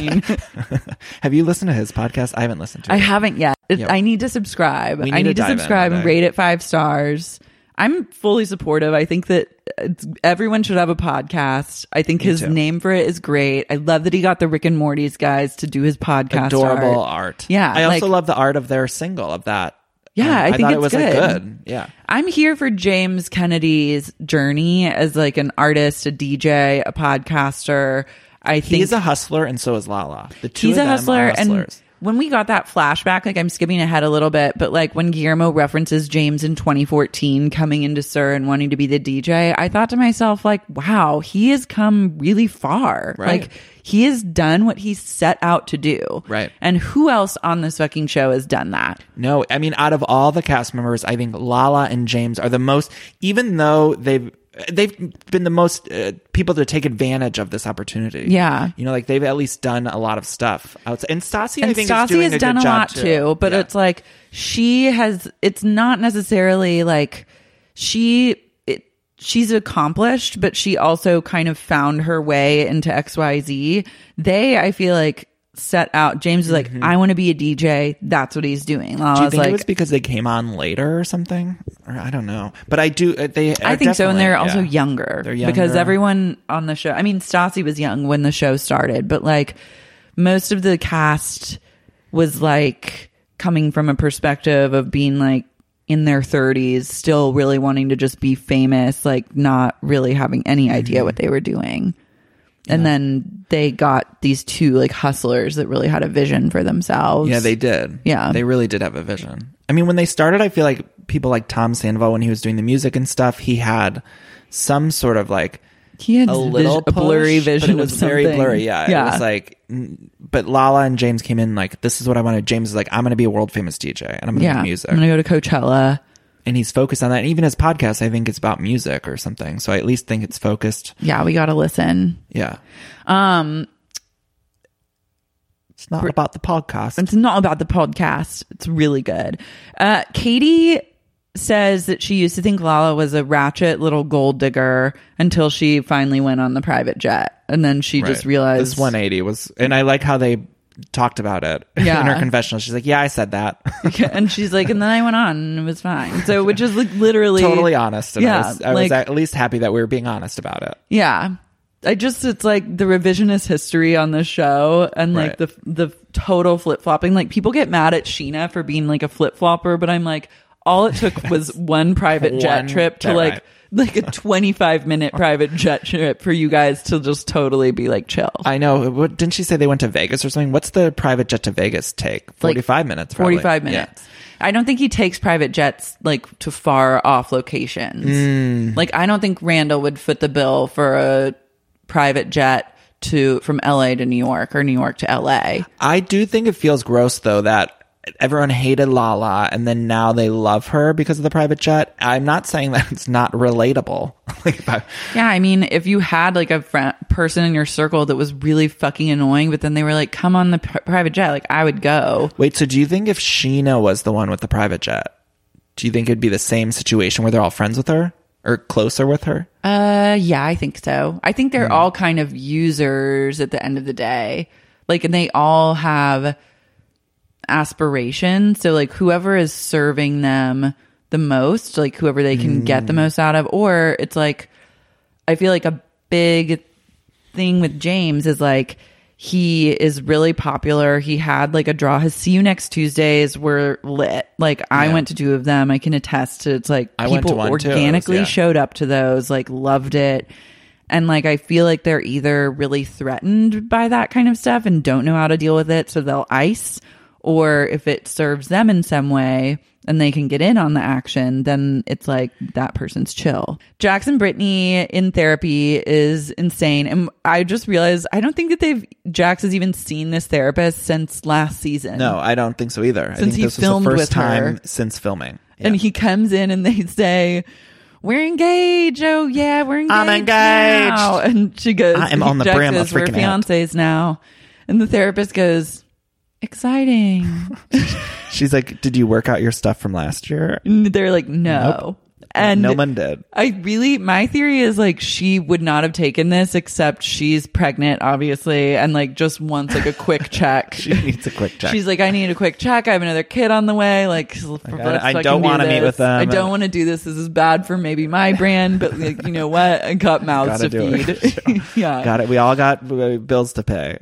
S1: mean,
S4: Have you listened to his podcast? I haven't listened to
S1: I
S4: it.
S1: haven't yet. It-
S4: Yep.
S1: I need to subscribe.
S4: We
S1: I
S4: need
S1: need
S4: to
S1: to
S4: dive in
S1: subscribe
S4: one
S1: and
S4: day.
S1: rate it five stars. I'm fully supportive. I think that it's, everyone should have a podcast. I think his
S4: too.
S1: name for it is great. I love that he got the Rick and Morty's guys to do his podcast.
S4: Adorable
S1: art.
S4: art.
S1: Yeah,
S4: I also
S1: like-
S4: love the art of their single of that. Um,
S1: Yeah, I think
S4: thought it
S1: it's
S4: was like,
S1: good.
S4: good. Yeah.
S1: I'm here for James Kennedy's journey as like an artist, a DJ, a podcaster. I think
S4: He's a hustler, and so is Lala. The two
S1: he's a
S4: of them
S1: hustler
S4: are
S1: and
S4: hustlers.
S1: when we got that flashback like i'm skipping ahead a little bit but like when guillermo references james in 2014 coming into sir and wanting to be the dj i thought to myself like wow he has come really far
S4: Right.
S1: like he has done what he set out to do
S4: Right.
S1: and who else on this fucking show has done that
S4: no, I mean, out of all the cast members, I think Lala and James are the most. Even though they've they've been the most uh, people to take advantage of this opportunity.
S1: Yeah.
S4: you know, like they've at least done a lot of stuff. Outside. And Stassi, I
S1: and
S4: think, is
S1: Stassi
S4: doing
S1: has
S4: a
S1: done
S4: good
S1: a
S4: job
S1: lot too, but
S4: Yeah.
S1: it's like she has. It's not necessarily like she. It, she's accomplished, but she also kind of found her way into X Y Z. They, I feel like, set out. James is like, I want to be a DJ. That's what he's doing.
S4: Mm-hmm. Do you
S1: Lala's
S4: think
S1: like,
S4: it was because they came on later or something? Or I don't know, but I do. uh, They,
S1: I think so, and
S4: definitely-
S1: they're also
S4: yeah.
S1: younger.
S4: They're
S1: because
S4: younger.
S1: everyone on the show. I mean, Stassi was young when the show started, but like most of the cast was like coming from a perspective of being like in their 30s, still really wanting to just be famous, like not really having any idea
S4: Mm-hmm.
S1: what they were doing. And then they got these two like hustlers that really had a vision for themselves.
S4: Yeah, they did.
S1: Yeah.
S4: They really did have a vision. I mean, when they started, I feel like people like Tom Sandoval, when he was doing the music and stuff, he had some sort of like
S1: he had
S4: a little
S1: a blurry
S4: push, but
S1: vision
S4: It was
S1: of
S4: very
S1: something.
S4: blurry. Yeah. It was like, n- but Lala and James came in like, this is what I wanted. James is like, I'm going to be a world famous DJ and I'm going to
S1: yeah.
S4: do music.
S1: I'm going to go to Coachella.
S4: and he's focused on that. And even his podcast, I think it's about music or something. So I at least think it's focused.
S1: Yeah, we got to listen.
S4: Yeah.
S1: Um,
S4: It's not about the podcast.
S1: It's not about the podcast. It's really good. Uh, Katie says that she used to think Lala was a ratchet little gold digger until she finally went on the private jet. And then she just
S4: Right.
S1: realized
S4: this 180 was, and I like how they talked about it in her
S1: Yeah.
S4: confessional. She's like, "Yeah, I said that."
S1: and she's like, and then I went on and it was fine. So, which is like literally
S4: totally honest. And
S1: yeah,
S4: I, was, I was
S1: like-
S4: at least happy that we were being honest about it.
S1: Yeah. I just it's like the revisionist history on the show and like
S4: Right.
S1: the the total flip flopping. Like people get mad at Sheena for being like a flip flopper, but I'm like, all it took was one private jet
S4: One-
S1: trip to
S4: that
S1: like
S4: right.
S1: like a 25 minute private jet trip for you guys to just totally be like chill.
S4: I know. What, didn't she say they went to Vegas or something? What's the private jet to Vegas take?
S1: Like,
S4: 45 minutes. Probably.
S1: 45
S4: Yeah.
S1: minutes. I don't think he takes private jets like to far off locations.
S4: Hmm.
S1: Like I don't think Randall would foot the bill for a private jet to from LA to New York or New York to LA.
S4: I do think it feels gross though that everyone hated Lala and then now they love her because of the private jet. I'm not saying that it's not relatable. like if I,
S1: Yeah, I mean, if you had like a friend, person in your circle that was really fucking annoying, but then they were like, "Come on the pri- private jet," like I would go.
S4: wait, so do you think if Sheena was the one with the private jet, do you think it'd be the same situation where they're all friends with her or closer with her?
S1: Uh, yeah, I think so. I think
S4: Hmm.
S1: they're all kind of users at the end of the day, like, and they all have aspirations. So, like, whoever is serving them the most, like, whoever they can get the
S4: Hmm.
S1: most out of, or it's like, I feel like a big thing with James is like he is really popular. He had like a draw. His see you next Tuesdays were lit. Like I went to two of them. I can attest to it's like
S4: I went to
S1: people
S4: one, too. It was-
S1: organically
S4: yeah.
S1: showed up to those, like loved it. And like I feel like they're either really threatened by that kind of stuff and don't know how to deal with it, so they'll ice, or if it serves them in some way and they can get in on the action, then it's like that person's chill. Jackson Brittany in therapy is insane. And I just realized I don't think that they've Jax has even seen this therapist since last season.
S4: No, I don't think so either. I
S1: Since
S4: think
S1: he
S4: this
S1: filmed
S4: was the
S1: with
S4: first time
S1: her.
S4: since filming.
S1: And he comes in and they say, We're engaged. Oh, yeah, we're engaged.
S4: I'm engaged.
S1: now." And she goes,
S4: I am on the
S1: Jack
S4: brim of
S1: says, We're
S4: freaking out."
S1: fiancés now. And the therapist goes, Exciting.
S4: She's like, "Did you work out your stuff from last year?"
S1: and they're like, No. And
S4: no one did.
S1: I really, my theory is like she would not have taken this except she's pregnant, obviously, and like just wants like a quick check.
S4: She needs a quick check. Oh
S1: She's like, I need a quick check. I have another kid on the way. Like,
S4: I don't
S1: want
S4: wanna
S1: to
S4: meet with them.
S1: I don't want to do this. This is bad for maybe my brand, but like, you know what? I got mouths to
S4: Gotta do it.
S1: feed. yeah.
S4: Got it. We all got uh, bills to pay.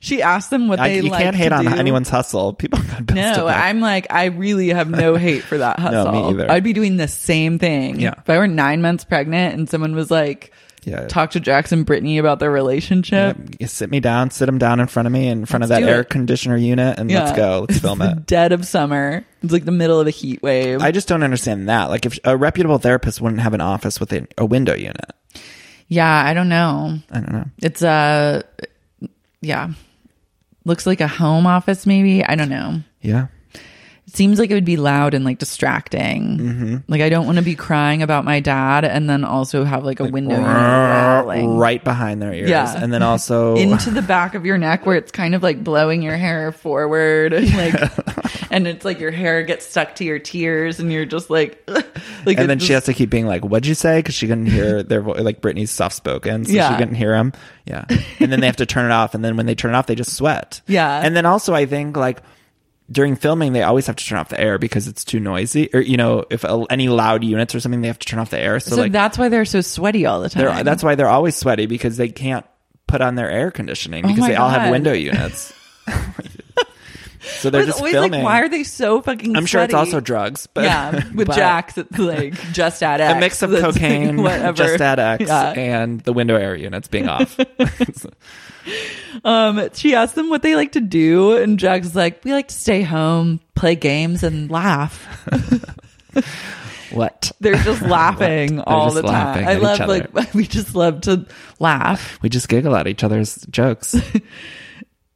S1: She asked them what
S4: I,
S1: they
S4: you
S1: like
S4: can't hate
S1: to
S4: on
S1: do.
S4: anyone's hustle. People got bills to
S1: No,
S4: pay.
S1: I'm like, I really have no hate for that
S4: No,
S1: hustle.
S4: me either.
S1: I'd be doing the same thing.
S4: Yeah.
S1: If I were nine months pregnant and someone was like,
S4: Yeah.
S1: talk to Jackson Brittany about their relationship.
S4: You sit me down, sit him down in front of me, in front of
S1: Let's
S4: that
S1: do
S4: air
S1: it.
S4: conditioner unit, and let's
S1: Yeah.
S4: go. Let's
S1: It's
S4: film
S1: the
S4: it.
S1: Dead of summer. It's like the middle of a heat wave.
S4: I just don't understand that. Like, if a reputable therapist wouldn't have an office with a, a window unit,
S1: yeah, I don't know.
S4: I don't know.
S1: It's uh yeah. Looks like a home office maybe. I don't know.
S4: Yeah,
S1: It seems like it would be loud and like distracting. Mm-hmm. Like I don't want to be crying about my dad and then also have like a window unit rattling
S4: right behind their ears,
S1: Yeah.
S4: and then also
S1: into the back of your neck where it's kind of like blowing your hair forward and like and it's like your hair gets stuck to your tears and you're just like like
S4: and
S1: it
S4: then she
S1: just-
S4: has to keep being like, "What'd you say?" Because she couldn't hear their voice. Like Britney's soft spoken, so she
S1: Yeah.
S4: couldn't hear him. Yeah, and then they have to turn it off. And then when they turn it off, they just sweat.
S1: Yeah.
S4: and then also I think like during filming, they always have to turn off the air because it's too noisy. Or you know, if uh, any loud units or something, they have to turn off the air. So,
S1: so
S4: like
S1: that's why they're so sweaty all the
S4: they're,
S1: time.
S4: that's why they're always sweaty because they can't put on their air conditioning because
S1: Oh my
S4: they all have
S1: God.
S4: window units. so they're
S1: It's
S4: just
S1: always
S4: filming.
S1: like, why are they so fucking?
S4: I'm sure it's
S1: sweaty?
S4: also drugs, but
S1: yeah. With
S4: but-
S1: Jax, it's like just at X.
S4: a mix of
S1: That's, like,
S4: cocaine,
S1: whatever.
S4: just at X,
S1: Yeah.
S4: and the window air units being off.
S1: Um, she asked them what they like to do, and Jax is like, "We like to stay home, play games, and laugh."
S4: what?
S1: They're just laughing all
S4: just
S1: the
S4: laughing
S1: time. I
S4: at
S1: love
S4: each other.
S1: like we just love to laugh.
S4: We just giggle at each other's jokes.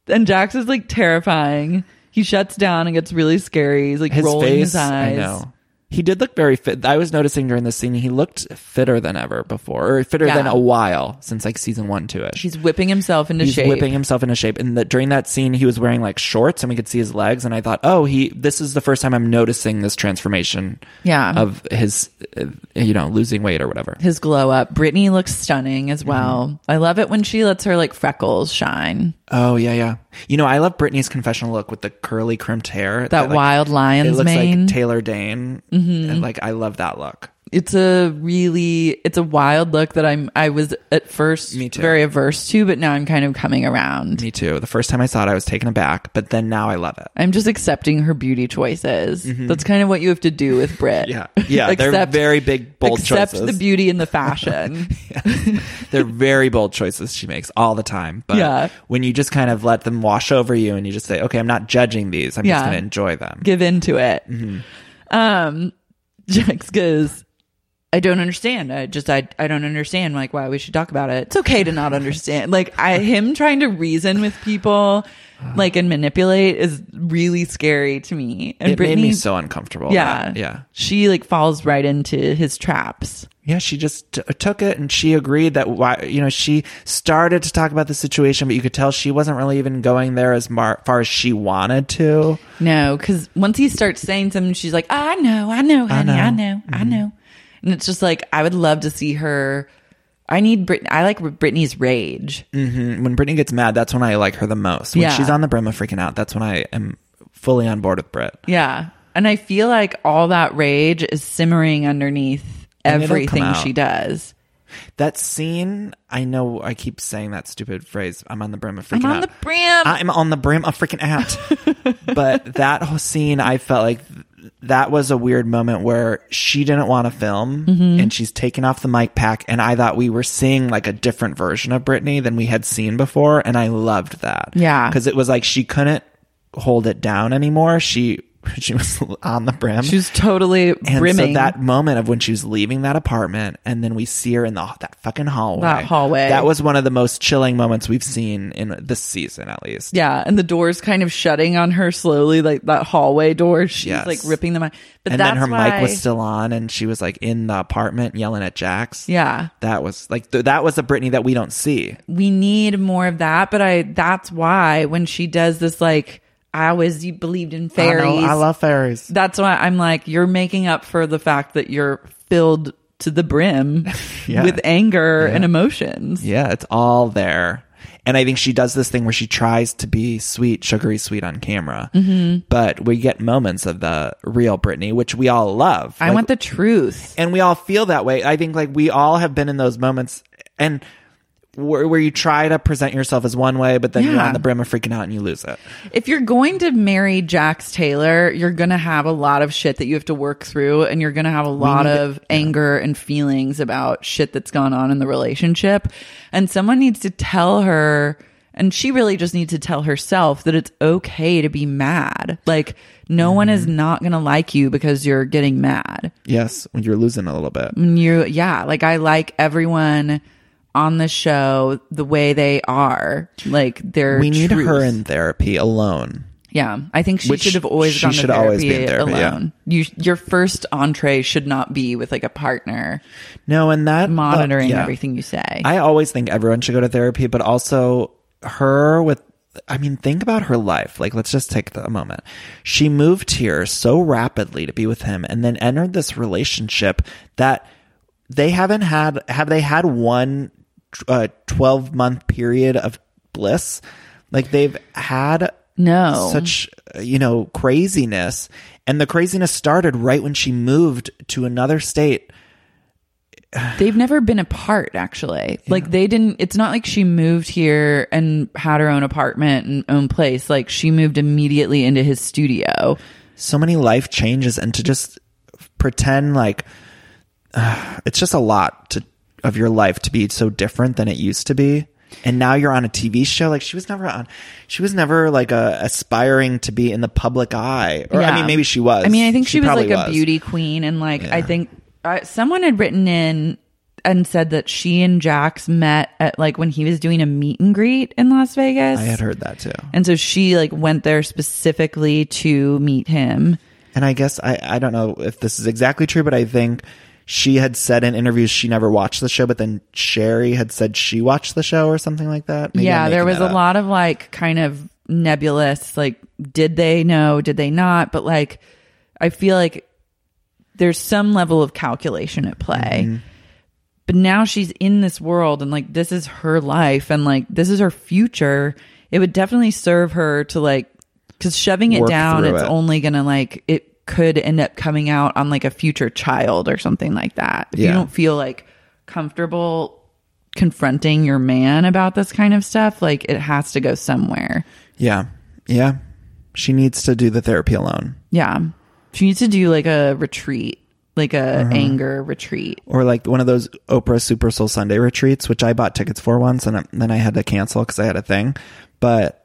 S1: and Jax is like terrifying. He shuts down and gets really scary. He's like
S4: His
S1: rolling
S4: face,
S1: his eyes.
S4: I know. He did look very fit. I was noticing during this scene, he looked fitter than ever before, or fitter
S1: Yeah.
S4: than a while since like season one to it.
S1: He's whipping himself into
S4: He's
S1: shape.
S4: whipping himself into shape. And that during that scene, he was wearing like shorts, and we could see his legs. And I thought, oh, he. This is the first time I'm noticing this transformation.
S1: Yeah.
S4: Of his, uh, you know, losing weight or whatever.
S1: his glow up. Brittany looks stunning
S4: Mm-hmm.
S1: as well. I love it when she lets her like freckles shine.
S4: Oh yeah, yeah. You know, I love Britney's confessional look with the curly, crimped hair. That,
S1: wild lion's
S4: It looks
S1: mane. Mm-hmm.
S4: like Taylor Dane. And, like I love that look.
S1: It's a really it's a wild look that I'm I was at first
S4: Me too.
S1: very averse to, but now I'm kind of coming around.
S4: Me too. The first time I saw it, I was taken aback, but then now I love it.
S1: I'm just accepting her beauty choices. That's kind of what you have to do with Brit.
S4: Mm-hmm. Yeah. Yeah, they're very big, bold
S1: accept
S4: choices.
S1: the beauty and the fashion.
S4: They're very bold choices she makes all the time. But
S1: Yeah.
S4: when you just kind of let them wash over you and you just say, okay, I'm not judging these, I'm just
S1: Yeah.
S4: going to enjoy them.
S1: give in to it.
S4: Mm-hmm.
S1: Um, Jax goes, I don't understand. I just, I, I don't understand like why we should talk about it. It's okay to not understand. Like I, him trying to reason with people like and manipulate is really scary to me. And
S4: it made me so uncomfortable.
S1: yeah,
S4: that- yeah.
S1: She like falls right into his traps.
S4: Yeah, she just t- uh, took it and she agreed that why you know she started to talk about the situation, but you could tell she wasn't really even going there as mar- far as she wanted to.
S1: No, because once he starts saying something, she's like, I know, I know, honey, I know, I know.
S4: Mm-hmm.
S1: And it's just like, I would love to see her. I need Brit. I like Britney's rage.
S4: When Brittany gets mad, that's when I like her the most. When
S1: Yeah.
S4: she's on the brim of freaking out, that's when I am fully on board with Brit.
S1: Yeah. And I feel like all that rage is simmering underneath
S4: And it'll come
S1: everything
S4: out.
S1: she does.
S4: That scene, I know I keep saying that stupid phrase. I'm on the brim of freaking
S1: I'm on
S4: out.
S1: the brim.
S4: I'm on the brim of freaking out. but that whole scene, I felt like th- that was a weird moment where she didn't want to film
S1: Mm-hmm.
S4: and she's taking off the mic pack. And I thought we were seeing like a different version of Britney than we had seen before. And I loved that.
S1: Yeah.
S4: Cause it was like she couldn't hold it down anymore. She, she was on the brim.
S1: She's totally
S4: Mm-hmm. And
S1: brimming.
S4: so that moment of when she was leaving that apartment, and then we see her in the that fucking hallway.
S1: That hallway.
S4: That was one of the most chilling moments we've seen in this season, at least.
S1: yeah, and the door's kind of shutting on her slowly, like that hallway door. She's
S4: Yes.
S1: like ripping the mic. But
S4: and
S1: that's
S4: then her
S1: why,
S4: mic was still on, and she was like in the apartment yelling at Jax.
S1: Yeah.
S4: that was like th- that was the Britney that we don't see.
S1: we need more of that. But I that's why when she does this, like I always believed in fairies.
S4: I, know, I love fairies.
S1: that's why I'm like, you're making up for the fact that you're filled to the brim
S4: Yeah.
S1: with anger and emotions.
S4: Yeah, it's all there. And I think she does this thing where she tries to be sweet, sugary sweet on camera. Mm-hmm. But we get moments of the real Britney, which we all love.
S1: I
S4: Like,
S1: want the truth.
S4: and we all feel that way. I think like we all have been in those moments and where, where you try to present yourself as one way, but then you're
S1: Yeah.
S4: on the brim of freaking out and you lose it.
S1: If you're going to marry Jax Taylor, you're going to have a lot of shit that you have to work through and you're going to have a lot of anger and feelings about shit that's gone on in the relationship. And someone needs to tell her and she really just needs to tell herself that it's okay to be mad. Like no one is not going to like you because you're getting mad.
S4: Yes, when you're losing a little bit.
S1: And you yeah, like I like everyone on the show the way they are. Like they're
S4: We need
S1: truth.
S4: her in therapy alone.
S1: Yeah, I think she
S4: Which
S1: should have always
S4: she
S1: gone to
S4: should
S1: therapy,
S4: always be in therapy, yeah.
S1: alone. You, your first entree should not be with like a partner
S4: No, and that uh,
S1: monitoring
S4: yeah.
S1: everything you say.
S4: I always think everyone should go to therapy, but also her with I mean, think about her life. Like, let's just take the, a moment. She moved here so rapidly to be with him and then entered this relationship that they haven't had, have they had one uh, 12 month period of bliss? Like, they've had
S1: No.
S4: such, uh, you know, craziness. And the craziness started right when she moved to another state.
S1: They've never been apart, actually. Like they didn't. It's not like she moved here and had her own apartment and own place. Like she moved immediately into his studio.
S4: so many life changes and to just pretend like uh, it's just a lot to of your life to be so different than it used to be and now you're on a TV show like she was never on she was never like a aspiring to be in the public eye or I
S1: Yeah.
S4: mean maybe she was
S1: I mean, I think she, was
S4: probably
S1: like a beauty queen, and like I
S4: Yeah.
S1: think uh, someone had written in and said that she and Jax met at like when he was doing a meet and greet in Las Vegas.
S4: I had heard that too
S1: And so she like went there specifically to meet him.
S4: And I guess I, I don't know if this is exactly true, but I think she had said in interviews she never watched the show, but then Sherry had said she watched the show or something like that. Maybe
S1: yeah,
S4: I'm
S1: there was
S4: making that
S1: a
S4: up.
S1: lot of like kind of nebulous, like, did they know, did they not? But like, I feel like there's some level of calculation at play.
S4: Mm-hmm.
S1: But now she's in this world and like, this is her life and like, this is her future. It would definitely serve her to like, because shoving it
S4: Work
S1: down,
S4: through
S1: it's
S4: it.
S1: only going to like, it could end up coming out on like a future child or something like that. If you
S4: Yeah.
S1: don't feel like comfortable confronting your man about this kind of stuff, like it has to go somewhere.
S4: Yeah. Yeah. She needs to do the therapy alone
S1: Yeah. She needs to do like a retreat, like a anger retreat.
S4: or like one of those Oprah Super Soul Sunday retreats, which I bought tickets for once and then I had to cancel because I had a thing. But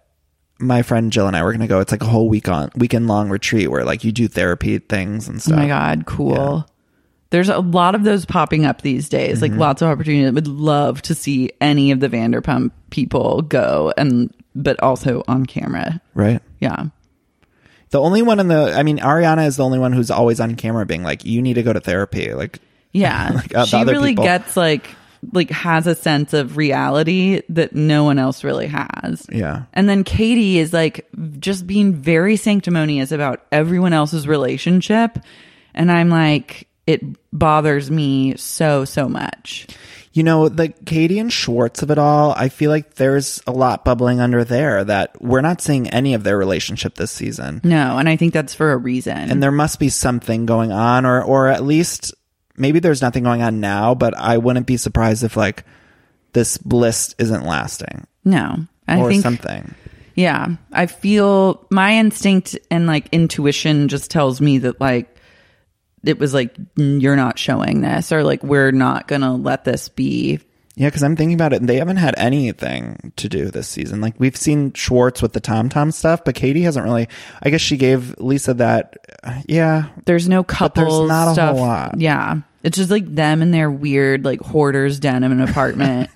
S4: my friend Jill and I were going to go. It's like a whole week on weekend long retreat where like you do therapy things and
S1: Oh
S4: stuff.
S1: my God, cool. There's a lot of those popping up these days, like lots of opportunities. I would love to see any of the Vanderpump people go and, but also on camera.
S4: Right.
S1: Yeah.
S4: The only one in the, I mean, Ariana is the only one who's always on camera being like, you need to go to therapy. Like,
S1: Yeah.
S4: Like, uh, the
S1: she
S4: other
S1: really
S4: people.
S1: gets like, like has a sense of reality that no one else really has.
S4: yeah.
S1: And then Katie is like just being very sanctimonious about everyone else's relationship. And I'm like, it bothers me so, so much.
S4: You know, the Katie and Schwartz of it all, I feel like there's a lot bubbling under there that we're not seeing any of their relationship this season.
S1: No. And I think that's for a reason.
S4: And there must be something going on or or at least maybe there's nothing going on now, but I wouldn't be surprised if like this bliss isn't lasting
S1: no. I
S4: or
S1: think,
S4: something.
S1: yeah, I feel my instinct and like intuition just tells me that like it was like, "Mm, you're not showing this or like, we're not going to let this be.
S4: Yeah, because I'm thinking about it, and they haven't had anything to do this season. Like we've seen Schwartz with the Tom Tom stuff, but Katie hasn't really. I guess she gave Lisa that. Yeah,
S1: There's no
S4: But there's
S1: couples.
S4: not a whole
S1: stuff.
S4: lot.
S1: Yeah. It's just like them and their weird like hoarders den in an apartment.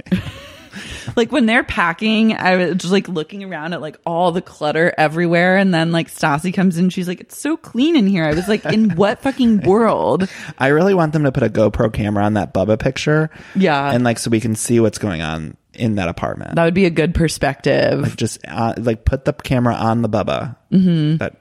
S1: like when they're packing, I was just like looking around at like all the clutter everywhere. And then like Stassi comes in, she's like, it's so clean in here. I was like, in what fucking world?
S4: I really want them to put a GoPro camera on that Bubba picture.
S1: Yeah.
S4: and like so we can see what's going on in that apartment.
S1: That would be a good perspective.
S4: Just uh, like put the camera on the Bubba. Mm-hmm. That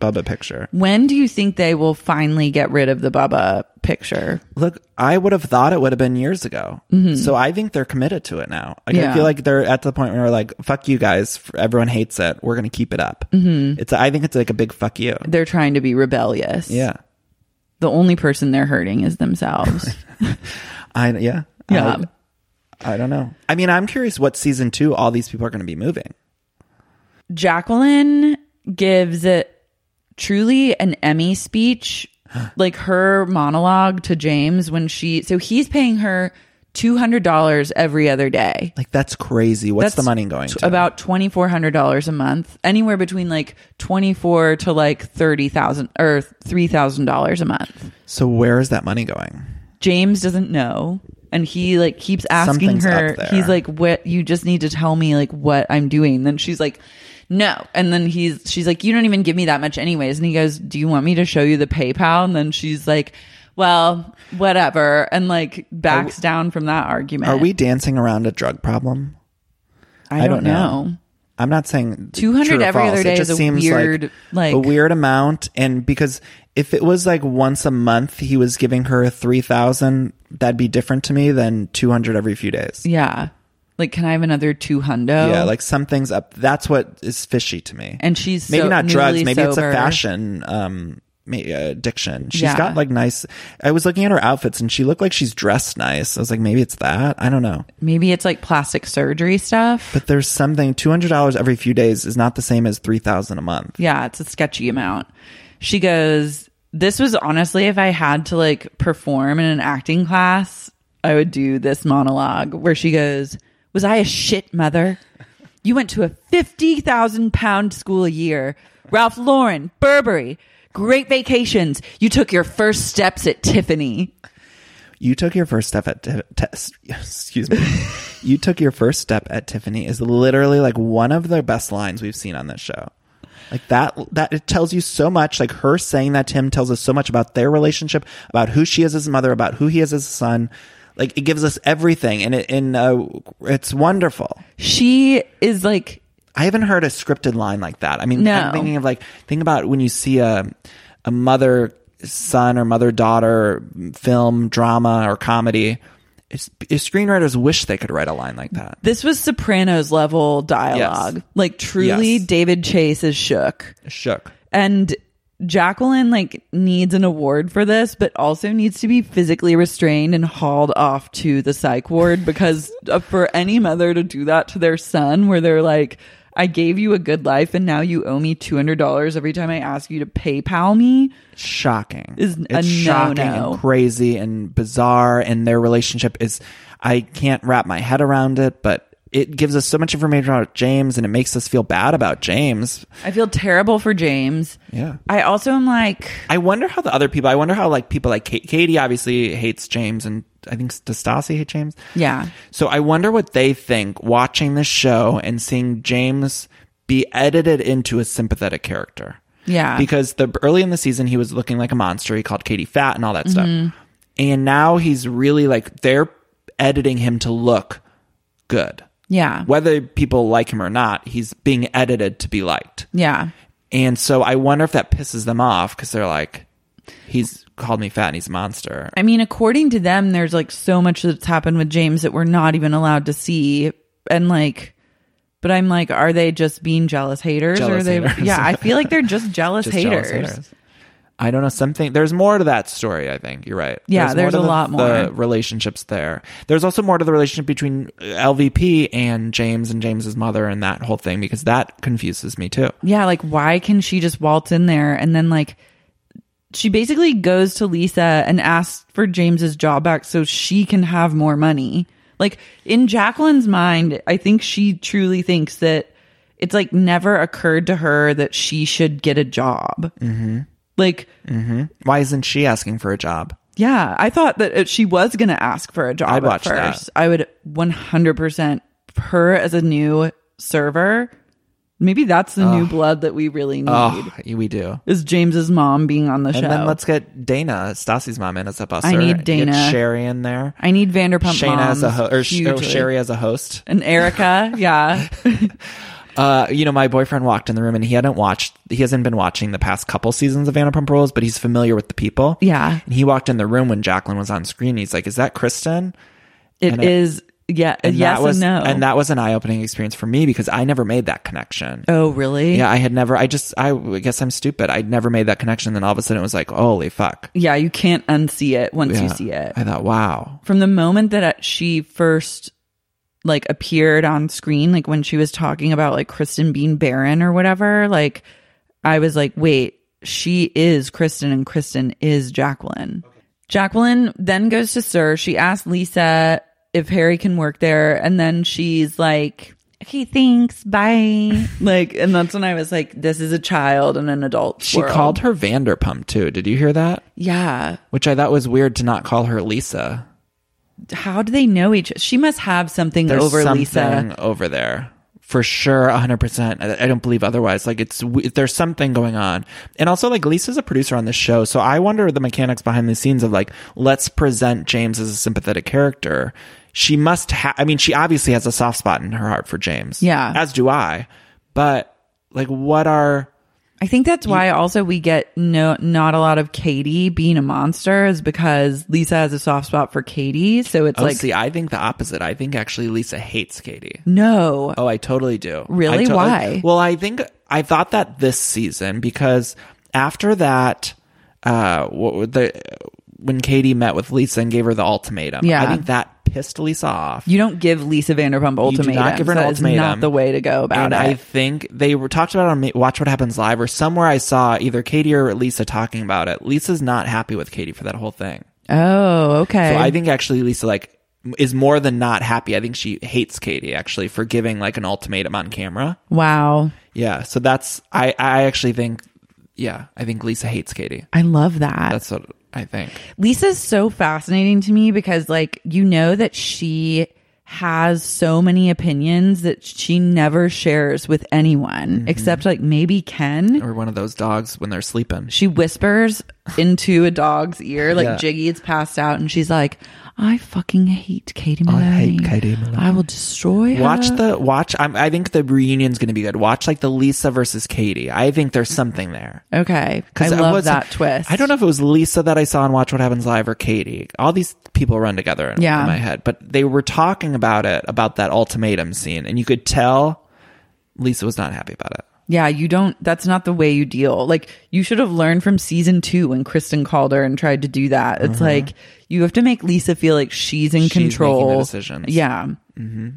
S4: Bubba picture.
S1: When do you think they will finally get rid of the Bubba picture?
S4: Look, I would have thought it would have been years ago. So I think they're committed to it now. Like,
S1: Mm-hmm. Yeah.
S4: I feel like they're at the point where we're like, fuck you guys. F- Everyone hates it. We're going to keep it up. Mm-hmm. It's, I think it's like a big fuck you.
S1: They're trying to be rebellious.
S4: Yeah.
S1: The only person they're hurting is themselves.
S4: I, yeah.
S1: yeah.
S4: I, I don't know. I mean, I'm curious what season two all these people are going to be moving.
S1: Jacqueline gives it truly an Emmy speech, like her monologue to James when she, so he's paying her $200 every other day.
S4: Like, that's crazy. What's the
S1: That's
S4: money going
S1: t-
S4: to?
S1: About twenty four hundred dollars a month, anywhere between like twenty four to like thirty thousand or three thousand dollars a month.
S4: so where is that money going?
S1: James doesn't know, and he like keeps asking
S4: Something's
S1: her.
S4: up there.
S1: He's like, "What? You just need to tell me like what I'm doing." Then she's like, "No," and then he's she's like, "You don't even give me that much, anyways." And he goes, "Do you want me to show you the PayPal?" And then she's like. Well, whatever, and like backs down from that argument.
S4: Are we dancing around a drug problem?
S1: I don't, know.
S4: I'm not saying
S1: 200
S4: true or
S1: every
S4: false.
S1: other
S4: It
S1: day is
S4: just
S1: a
S4: seems
S1: weird, like-
S4: a weird amount, and because if it was like once a month, he was giving her three thousand. That'd be different to me than two hundred every few days.
S1: Yeah, like can I have another two hundo?
S4: Yeah, like something's up. That's what is fishy to me.
S1: And she's
S4: maybe
S1: so-
S4: not drugs.
S1: newly
S4: Maybe it's a
S1: sober.
S4: fashion um ma- uh, addiction. She's
S1: Yeah.
S4: got like nice. I was looking at her outfits, and she looked like she's dressed nice. I was like, maybe it's that. I don't know.
S1: Maybe it's like plastic surgery stuff.
S4: But there's something. Two hundred dollars every few days is not the same as three thousand a month.
S1: yeah, it's a sketchy amount. She goes, This was honestly, if I had to like perform in an acting class, I would do this monologue where she goes, Was I a shit mother? You went to a 50,000 pound school a year, Ralph Lauren, Burberry, great vacations. You took your first steps at Tiffany.
S4: You took your first step at Ti- test. Excuse me. you took your first step at Tiffany is literally like one of the best lines we've seen on this show. Like that that it tells you so much. Like her saying that to him tells us so much about their relationship, about who she is as a mother, about who he is as a son. Like it gives us everything, and it and uh, it's wonderful.
S1: She is like
S4: I haven't heard a scripted line like that. I mean,
S1: No.
S4: I'm thinking of like think about when you see a a mother son or mother daughter film drama or comedy. It's, it's screenwriters wish they could write a line like that.
S1: This was Sopranos level dialogue.
S4: Yes.
S1: Like truly
S4: Yes.
S1: David Chase is shook.
S4: Shook.
S1: And Jacqueline like needs an award for this, but also needs to be physically restrained and hauled off to the psych ward because uh, for any mother to do that to their son where they're like I gave you a good life and now you owe me $200 every time I ask you to PayPal me.
S4: shocking.
S1: Is a
S4: it's shocking
S1: no-no.
S4: and crazy and bizarre, and their relationship is. I can't wrap my head around it, but it gives us so much information about James, and it makes us feel bad about James.
S1: I feel terrible for James.
S4: Yeah.
S1: I also am like
S4: I wonder how the other people. I wonder how like people like Kate, Katie obviously hates James, and I think does Stassi hate James?
S1: Yeah.
S4: So I wonder what they think watching this show and seeing James be edited into a sympathetic character.
S1: Yeah.
S4: Because the early in the season he was looking like a monster. He called Katie fat and all that
S1: Mm-hmm.
S4: stuff. And now he's really like they're editing him to look good.
S1: Yeah.
S4: Whether people like him or not, he's being edited to be liked.
S1: Yeah.
S4: And so I wonder if that pisses them off because they're like, he's called me fat and he's a monster.
S1: I mean, according to them, there's like so much that's happened with James that we're not even allowed to see. And like, but I'm like, are they just being jealous haters?
S4: Jealous
S1: or they,
S4: haters.
S1: yeah, I feel like they're just jealous
S4: Just jealous
S1: haters.
S4: haters. I don't know something. There's more to that story. I think you're right.
S1: Yeah, there's
S4: to
S1: a
S4: the-
S1: lot
S4: The
S1: more.
S4: relationships there. There's also more to the relationship between LVP and James and James's mother and that whole thing because that confuses me too.
S1: Yeah, like why can she just waltz in there and then like she basically goes to Lisa and asks for James's job back so she can have more money. Like in Jacqueline's mind, I think she truly thinks that it's like never occurred to her that she should get a job. Mm-hmm. Like, Mm-hmm.
S4: Why isn't she asking for a job?
S1: yeah, I thought that if she was going to ask for a job
S4: I'd
S1: at
S4: watch that.
S1: first. I would 100% her as a new server. Maybe that's the new blood that we really need
S4: Oh, we do.
S1: is James's mom being on the show.
S4: And then let's get Dana, Stassi's mom, in as a busser.
S1: I need Dana.
S4: Get Sherry in there.
S1: I need Vanderpump
S4: Shayna
S1: moms
S4: as a ho- or, Sh- or
S1: hugely.
S4: Sherry as a host.
S1: and Erica. Yeah,
S4: Uh, you know, my boyfriend walked in the room and he hadn't watched, he hasn't been watching the past couple seasons of Vanderpump Rules, but he's familiar with the people.
S1: Yeah.
S4: And he walked in the room when Jacqueline was on screen. He's like, Is that Kristen?
S1: it
S4: And I-
S1: is. Yeah,
S4: And
S1: yes
S4: that was,
S1: and no.
S4: And that was an eye opening experience for me because I never made that connection.
S1: oh really?
S4: Yeah, I had never, I just, I guess I'm stupid. I'd never made that connection. Then all of a sudden it was like, Holy fuck.
S1: yeah. You can't unsee it once you
S4: Yeah.
S1: see it.
S4: I thought, Wow.
S1: From the moment that uh, she first like appeared on screen, like when she was talking about like Kristen being barren or whatever, like I was like, wait, she is Kristen and Kristen is Jacqueline. Jacqueline then goes to Sir. She asks Lisa if Harry can work there. And then she's like, okay, thanks. Bye. like, and that's when I was like, this is a child and an adult.
S4: She
S1: world.
S4: called her Vanderpump too. Did you hear that?
S1: Yeah.
S4: Which I thought was weird to not call her Lisa.
S1: How do they know each? She must have something over Lisa.
S4: something over there for sure 100% I, I don't believe otherwise like it's w- there's something going on and also like lisa's a producer on this show so i wonder the mechanics behind the scenes of like let's present james as a sympathetic character she must have i mean she obviously has a soft spot in her heart for james
S1: Yeah.
S4: as do i but like what are
S1: I think that's why also we get no not a lot of Katie being a monster is because Lisa has a soft spot for Katie, so it's
S4: oh,
S1: like
S4: see i think the opposite i think actually lisa hates katie
S1: no.
S4: Oh, I totally do.
S1: Really?
S4: I totally-
S1: Why?
S4: Well, I think I thought that this season because after that, uh, what, the when Katie met with Lisa and gave her the ultimatum,
S1: Yeah.
S4: I think that pissed Lisa off.
S1: You don't give Lisa Vanderpump
S4: You do
S1: ultimatum.
S4: not give her an
S1: That is
S4: ultimatum.
S1: not the way to go about
S4: and
S1: it.
S4: I think they were talked about on Ma- Watch What Happens Live or somewhere. I saw either Katie or Lisa talking about it. Lisa's not happy with Katie for that whole thing.
S1: oh, okay.
S4: So I think actually Lisa like is more than not happy. I think she hates Katie actually for giving like an ultimatum on camera.
S1: wow,
S4: Yeah, so that's I I actually think yeah, I think Lisa hates Katie.
S1: I love that.
S4: That's what I think.
S1: Lisa's so fascinating to me because like you know that she has so many opinions that she never shares with anyone
S4: Mm-hmm.
S1: except like maybe Ken.
S4: Or one of those dogs when they're sleeping.
S1: She whispers into a dog's ear, like
S4: Yeah.
S1: Jiggy it's passed out, and she's like, I fucking hate Katie Maloney. I
S4: hate Katie Maloney.
S1: I will destroy her.
S4: Watch the watch. I'm, I think the reunion's going to be good. Watch like the Lisa versus Katie. I think there's something there.
S1: Okay. I
S4: 'Cause
S1: love
S4: was-
S1: that twist.
S4: I don't know if it was Lisa that I saw on Watch What Happens Live or Katie. All these people run together in,
S1: Yeah.
S4: in my head, but they were talking about it about that ultimatum scene, and you could tell Lisa was not happy about it.
S1: Yeah, you don't. That's not the way you deal. Like, you should have learned from season two when Kristen called her and tried to do that. It's like you have to make Lisa feel like she's in
S4: Uh-huh. She's making the
S1: control.
S4: decisions. Mm-hmm.
S1: Yeah.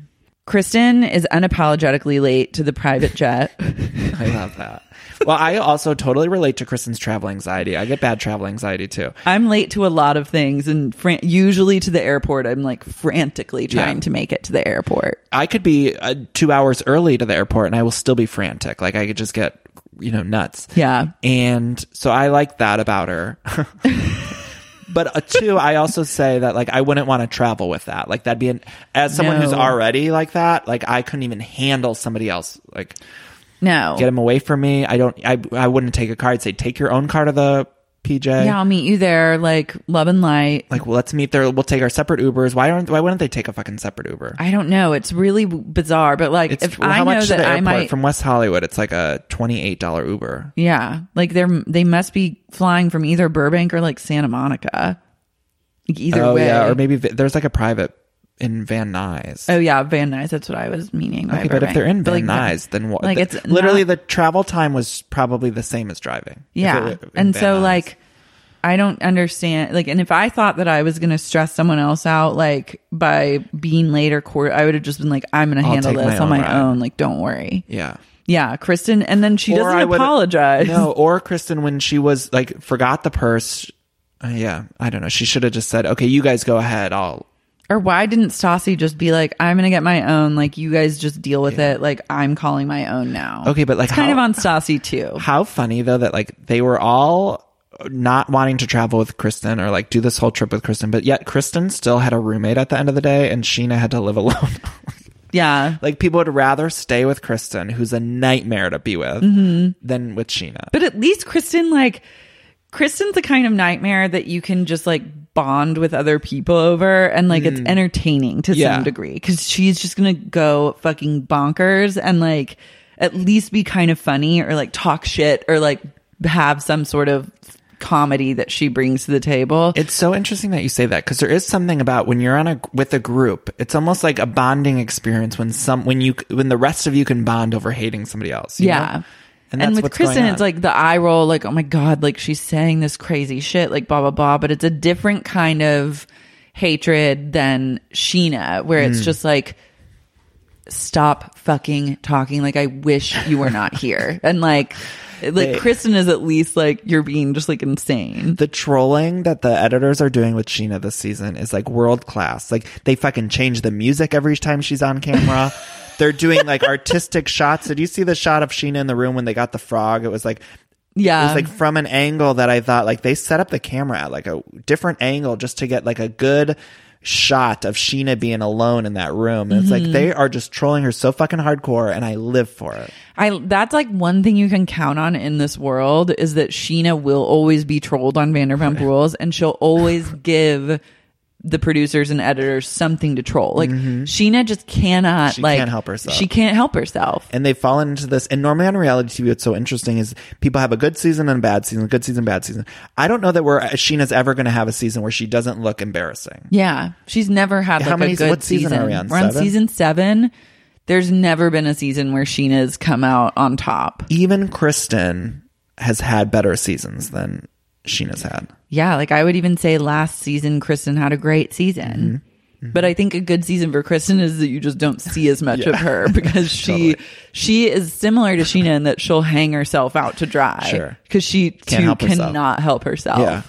S1: Kristen is unapologetically late to the private jet.
S4: I love that. well, I also totally relate to Kristen's travel anxiety. I get bad travel anxiety too.
S1: I'm late to a lot of things, and fran- usually to the airport, I'm like frantically trying
S4: Yeah.
S1: to make it to the airport.
S4: I could be uh, two hours early to the airport and I will still be frantic. Like I could just get, you know, nuts.
S1: Yeah.
S4: And so I like that about her. but uh, two, I also say that like I wouldn't want to travel with that. Like that'd be an, as someone who's
S1: No.
S4: already like that, like I couldn't even handle somebody else. Like
S1: No.
S4: get him away from me. I don't, I, I wouldn't take a car. I'd say take your own car to the PJ.
S1: yeah, I'll meet you there. Like, love and light.
S4: Like well, let's meet there. We'll take our separate Ubers. Why aren't? Why wouldn't they take a fucking separate Uber?
S1: I don't know. It's really w- bizarre, but like,
S4: It's
S1: if
S4: well,
S1: I
S4: how
S1: know
S4: much to
S1: that
S4: the
S1: I
S4: airport
S1: might
S4: from West Hollywood? It's like a twenty-eight dollar Uber.
S1: Yeah, like they're they must be flying from either Burbank or like Santa Monica. Like either
S4: oh
S1: way.
S4: yeah, or maybe va- there's like a private in Van Nuys.
S1: oh yeah, Van Nuys. That's what I was meaning. by
S4: okay, but if
S1: Burbank.
S4: they're in
S1: But,
S4: Van
S1: like,
S4: Nuys, then what?
S1: Like
S4: the-
S1: it's
S4: literally
S1: not-
S4: the travel time was probably the same as driving. If
S1: yeah,
S4: it were in
S1: and
S4: Van
S1: so
S4: Nuys.
S1: like I don't understand. Like, and if I thought that I was going to stress someone else out, like by being late or court, I would have just been like, I'm going to
S4: I'll
S1: handle
S4: take
S1: this
S4: my
S1: on my
S4: own ride.
S1: own. Like, don't worry.
S4: yeah.
S1: Yeah, Kristen, and then she
S4: Or
S1: doesn't
S4: I would-
S1: apologize.
S4: No, or Kristen when she was like forgot the purse. Uh, yeah, I don't know. She should have just said, "Okay, you guys go ahead. I'll."
S1: Or why didn't Stassi just be like, I'm gonna get my own, like you guys just deal with it, like I'm calling my own now.
S4: Okay, but, like,
S1: it's kind
S4: how-
S1: of on Stassi too.
S4: How funny though that like they were all not wanting to travel with Kristen or like do this whole trip with Kristen, but yet Kristen still had a roommate at the end of the day, and Sheena had to live alone.
S1: Yeah.
S4: like people would rather stay with Kristen, who's a nightmare to be with,
S1: Mm-hmm.
S4: than with Sheena.
S1: But at least Kristen, like Kristen's the kind of nightmare that you can just like bond with other people over and like it's entertaining to
S4: Yeah.
S1: some degree. Cause she's just gonna go fucking bonkers and like at least be kind of funny or like talk shit or like have some sort of comedy that she brings to the table.
S4: It's so interesting that you say that because there is something about when you're on a with a group, it's almost like a bonding experience when some when you when the rest of you can bond over hating somebody else. you
S1: Yeah.
S4: know?
S1: And,
S4: that's
S1: with
S4: what's going
S1: Kristen,
S4: on.
S1: it's like the eye roll, like, oh my God, like she's saying this crazy shit, like blah, blah, blah. But it's a different kind of hatred than Sheena, where
S4: Hmm.
S1: it's just like, stop fucking talking. Like, I wish you were not here. and like, like Kristen is at least like, you're being just like insane.
S4: the trolling that the editors are doing with Sheena this season is like world class. Like they fucking change the music every time she's on camera. They're doing like artistic shots. Did you see the shot of Sheena in the room when they got the frog? It was like
S1: Yeah.
S4: it was like from an angle that I thought like they set up the camera at like a different angle just to get like a good shot of Sheena being alone in that room. And it's like they are just trolling her so fucking hardcore and I live for it.
S1: I that's like one thing you can count on in this world is that Sheena will always be trolled on Vanderpump Rules, and she'll always give the producers and editors something to troll. Like Sheena just cannot
S4: Mm-hmm. She
S1: like
S4: can't help herself.
S1: She can't help herself.
S4: And they've fallen into this. And normally on reality TV, what's so interesting is people have a good season and a bad season, good season, bad season. I don't know that we're Sheena's ever going to have a season where she doesn't look embarrassing.
S1: Yeah, she's never had like
S4: How many-
S1: a good
S4: what season are we on?
S1: We're on
S4: Seven?
S1: season seven. There's never been a season where Sheena's come out on top.
S4: Even Kristen has had better seasons than Sheena's had.
S1: Yeah, like I would even say last season, Kristen had a great season.
S4: Mm-hmm.
S1: But I think a good season for Kristen is that you just don't see as much of her because she she is similar to Sheena in that she'll hang herself out to dry.
S4: Sure.
S1: Because she
S4: Can't
S1: too
S4: help herself.
S1: cannot help herself.
S4: Yeah.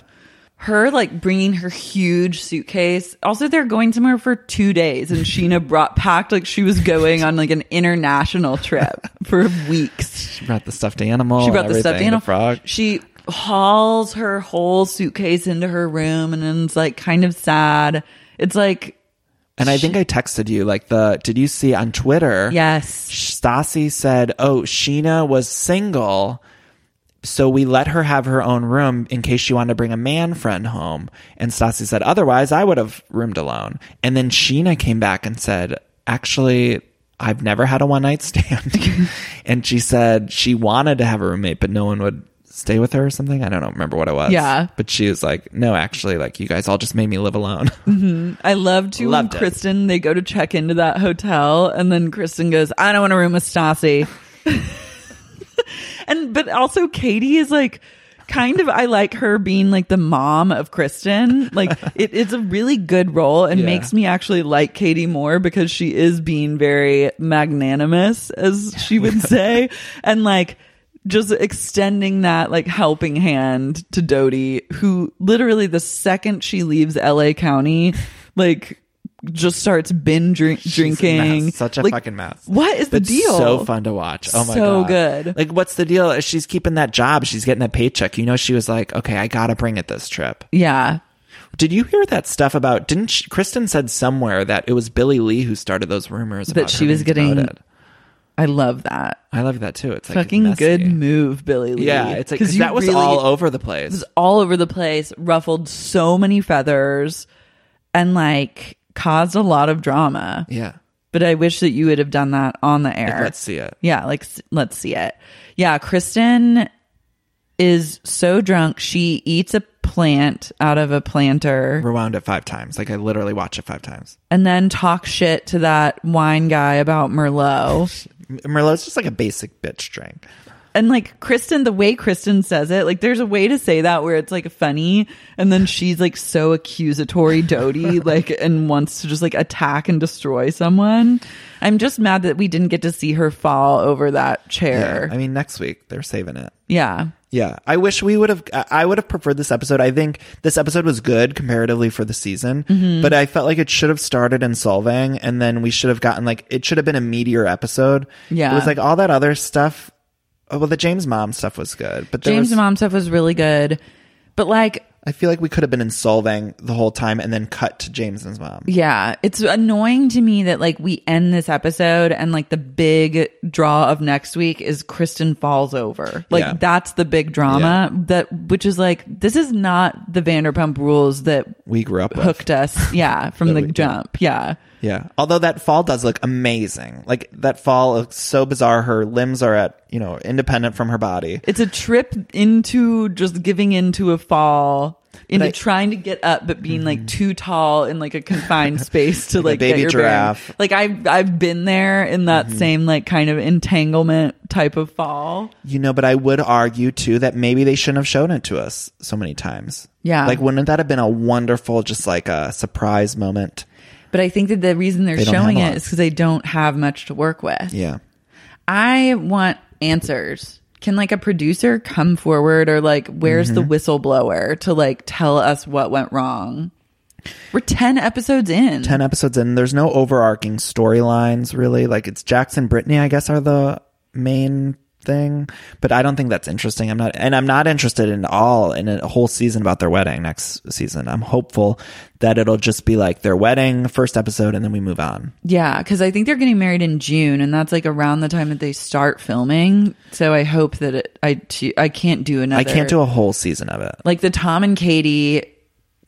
S1: Her like bringing her huge suitcase. Also, they're going somewhere for two days, and Sheena brought packed like she was going on like an international trip for weeks.
S4: She brought the stuffed animal.
S1: She
S4: and
S1: brought the stuffed
S4: everything,
S1: animal.
S4: frog.
S1: She hauls her whole suitcase into her room and then it's like kind of sad. It's like
S4: And I think I texted you like the did you see on Twitter?
S1: Yes.
S4: Stassi said, "Oh, Sheena was single, so we let her have her own room in case she wanted to bring a man friend home." And Stassi said, "Otherwise, I would have roomed alone." And then Sheena came back and said, "Actually, I've never had a one night stand." and she said she wanted to have a roommate, but no one would stay with her or something. I don't remember what it was.
S1: Yeah.
S4: But she was like, "No, actually, like you guys all just made me live alone."
S1: I love to when
S4: Loved it.
S1: Kristen. They go to check into that hotel, and then Kristen goes, "I don't want a room with Stassi." and but also Katie is like, kind of. I like her being like the mom of Kristen. Like it, it's a really good role, and
S4: Yeah.
S1: makes me actually like Katie more because she is being very magnanimous, as she would say, and like. Just extending that like helping hand to Dodie, who literally the second she leaves LA County, like just starts binge drink-
S4: She's a
S1: drinking.
S4: mess. Such a
S1: Like,
S4: fucking mess.
S1: What is the
S4: But
S1: deal?
S4: So fun to watch. Oh my
S1: So
S4: god.
S1: good.
S4: Like what's the deal? She's keeping that job. She's getting that paycheck. You know she was like, "Okay, I got to bring it this trip."
S1: Yeah.
S4: Did you hear that stuff about didn't she, Kristen said somewhere that it was Billy Lee who started those rumors
S1: That
S4: about her
S1: she was
S4: being
S1: getting-
S4: demoted.
S1: I love that.
S4: I love that too. It's like
S1: Fucking
S4: messy.
S1: good move, Billy Lee.
S4: Yeah, it's like
S1: 'Cause
S4: 'cause
S1: you
S4: that was
S1: really-
S4: all over the
S1: It was
S4: place.
S1: all over the place, ruffled so many feathers and like caused a lot of drama.
S4: Yeah.
S1: But I wish that you would have done that on the air.
S4: Like, let's see it.
S1: Yeah, like s- let's see it. Yeah, Kristen is so drunk she eats a plant out of a planter.
S4: Rewound it 5 times. Like I literally watched it 5 times.
S1: and then talk shit to that wine guy about Merlot.
S4: M- Merlot's just like a basic bitch drink.
S1: and like Kristen, the way Kristen says it, like there's a way to say that where it's like funny, and then she's like so accusatory, doty, like and wants to just like attack and destroy someone. I'm just mad that we didn't get to see her fall over that chair.
S4: Yeah. I mean, next week they're saving it.
S1: Yeah.
S4: Yeah, I wish we would have. I I would have preferred this episode. I think this episode was good comparatively for the season,
S1: Mm-hmm.
S4: but I felt like it should have started in solving, and then we should have gotten like it should have been a meteor episode.
S1: Yeah.
S4: it was like all that other stuff. Oh, well, the James mom stuff was good, but there
S1: James'
S4: was,
S1: mom stuff was really good, but like
S4: I feel like we could have been in solving the whole time, and then cut to James's mom.
S1: Yeah, it's annoying to me that like we end this episode and like the big draw of next week is Kristen falls over. Like
S4: Yeah.
S1: that's the big drama that which is like this is not the Vanderpump Rules that
S4: We grew up with.
S1: hooked us. Yeah, from the jump. Yeah.
S4: Yeah. Although that fall does look amazing. Like that fall looks so bizarre. Her limbs are at you know independent from her body.
S1: It's a trip into just giving into a fall. Into
S4: I-
S1: trying to get up, but being like too tall in like a confined space to
S4: Mm-hmm. Like a
S1: like get
S4: baby
S1: your
S4: giraffe. Mm-hmm.
S1: bearing. Like I've I've been there in that same like kind of entanglement type of fall.
S4: You know, but I would argue too that maybe they shouldn't have shown it to us so many times.
S1: Yeah.
S4: Like, wouldn't that have been a wonderful, just like a surprise moment?
S1: But I think that the reason they're
S4: They don't
S1: showing
S4: have a
S1: it
S4: lot.
S1: is because they don't have much to work with.
S4: Yeah.
S1: I want answers. Can like a producer come forward or like where's
S4: Mm-hmm.
S1: the whistleblower to like tell us what went wrong? We're 10 episodes in.
S4: 10 episodes in, there's no overarching storylines really. Like, it's Jackson, Brittany, I guess, are the main thing, but I don't think that's interesting. I'm not, and I'm not interested in all in a whole season about their wedding next season. I'm hopeful that it'll just be like their wedding, first episode, and then we move on.
S1: Yeah, because I think they're getting married in June, and that's like around the time that they start filming. So I hope that it, I t- I can't do another.
S4: I can't do a whole season of it.
S1: like the Tom and Katie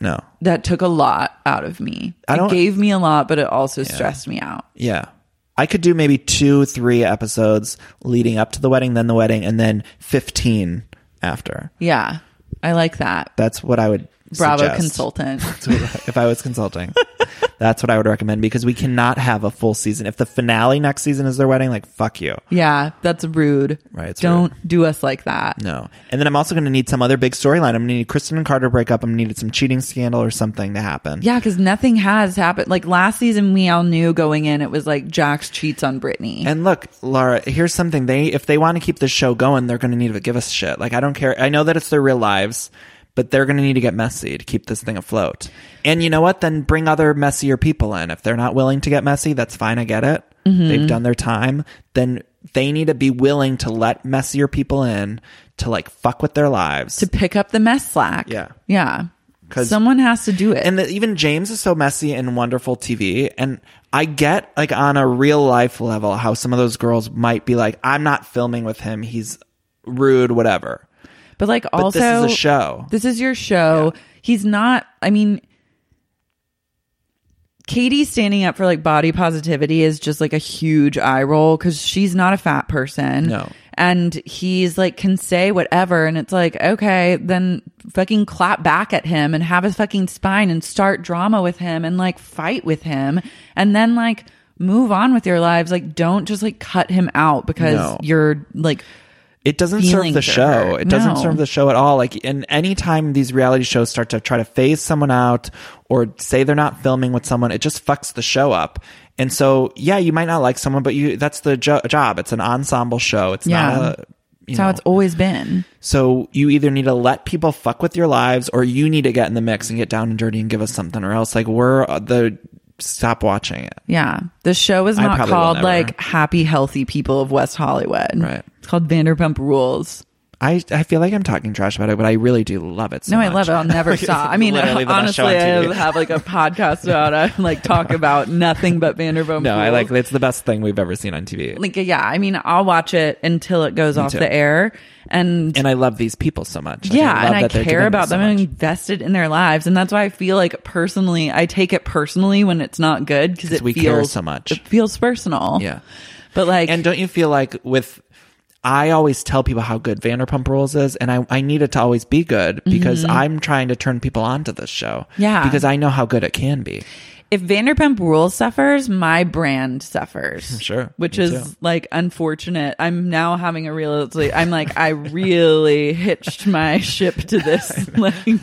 S4: No.
S1: that took a lot out of me.
S4: I
S1: it
S4: don't-
S1: gave me a lot, but it also stressed me out.
S4: Yeah. I could do maybe two, three episodes leading up to the wedding, then the wedding, and then 15 after.
S1: Yeah, I like that.
S4: That's what I would
S1: Bravo
S4: suggest.
S1: consultant.
S4: That's what I- if I was consulting, that's what I would recommend because we cannot have a full season. If the finale next season is their wedding, like, fuck you.
S1: Yeah, that's rude.
S4: Right, it's
S1: Don't do us like that.
S4: No. And then I'm also going to need some other big storyline. I'm going to need Kristen and Carter to break up. I'm going to need some cheating scandal or something to happen.
S1: Yeah, because nothing has happened. Like last season, we all knew going in it was like Jax cheats on Brittany.
S4: And look, Laura, here's something. They if they want to keep this show going, they're going to need to give us shit. Like I don't care. I know that it's their real lives, but they're going to need to get messy to keep this thing afloat. And you know what? Then bring other messier people in. If they're not willing to get messy, that's fine. I get it. They've done their time. Then they need to be willing to let messier people in to like fuck with their lives.
S1: to pick up the mess slack.
S4: Yeah.
S1: Yeah.
S4: because
S1: Someone has to do it.
S4: and the, even James is so messy and wonderful TV. And I get like on a real life level how some of those girls might be like, I'm not filming with him. He's rude, whatever.
S1: But like
S4: But
S1: also
S4: this is a show.
S1: This is your show. He's not I mean Katie standing up for like body positivity is just like a huge eye roll cuz she's not a fat person.
S4: No.
S1: And he's like can say whatever and it's like okay, then fucking clap back at him and have a fucking spine and start drama with him and like fight with him and then like move on with your lives like don't just like cut him out because
S4: No.
S1: you're like
S4: It doesn't
S1: Feelings
S4: serve the
S1: are
S4: show.
S1: hurt.
S4: It doesn't
S1: No.
S4: serve the show at all. Like, and anytime these reality shows start to try to phase someone out or say they're not filming with someone, it just fucks the show up. And so, yeah, you might not like someone, but you, that's the jo- job. It's an ensemble show. It's
S1: Yeah.
S4: not a, you
S1: that's how
S4: know.
S1: it's always been.
S4: So you either need to let people fuck with your lives or you need to get in the mix and get down and dirty and give us something or else like we're uh, the stop watching it.
S1: Yeah. The show is
S4: I
S1: not
S4: probably will
S1: called
S4: never.
S1: like Happy Healthy People of West Hollywood.
S4: Right.
S1: It's called Vanderpump Rules.
S4: I, I feel like I'm talking trash about it, but I really do love it. So
S1: no, I
S4: much.
S1: love it. I'll never
S4: Like,
S1: stop.
S4: it's
S1: I mean,
S4: literally the best
S1: honestly,
S4: show
S1: I
S4: on TV.
S1: have, have, like a podcast about it, like talk about nothing but Vanderpump
S4: No, I
S1: Rules.
S4: like it's the best thing we've ever seen on TV.
S1: Like, yeah, I mean, I'll watch it until it goes off
S4: too.
S1: the air. And
S4: and I love these people so much. Like,
S1: yeah,
S4: love
S1: and I
S4: that they're
S1: care
S4: giving
S1: about
S4: us so
S1: them. I'm
S4: much.
S1: invested in their lives, and that's why I feel like personally, I take it personally when it's not good because
S4: 'Cause
S1: it
S4: we
S1: feels
S4: care so much.
S1: It feels personal.
S4: Yeah.
S1: but like,
S4: And don't you feel like with I always tell people how good Vanderpump Rules is, and I, I need it to always be good because I'm trying to turn people on to this show.
S1: Mm-hmm. Yeah.
S4: Because I know how good it can be.
S1: if Vanderpump Rules suffers, my brand suffers.
S4: Sure.
S1: Which
S4: Me
S1: is
S4: too.
S1: like unfortunate. I'm now having a real I'm like, I really hitched my ship to this like
S4: me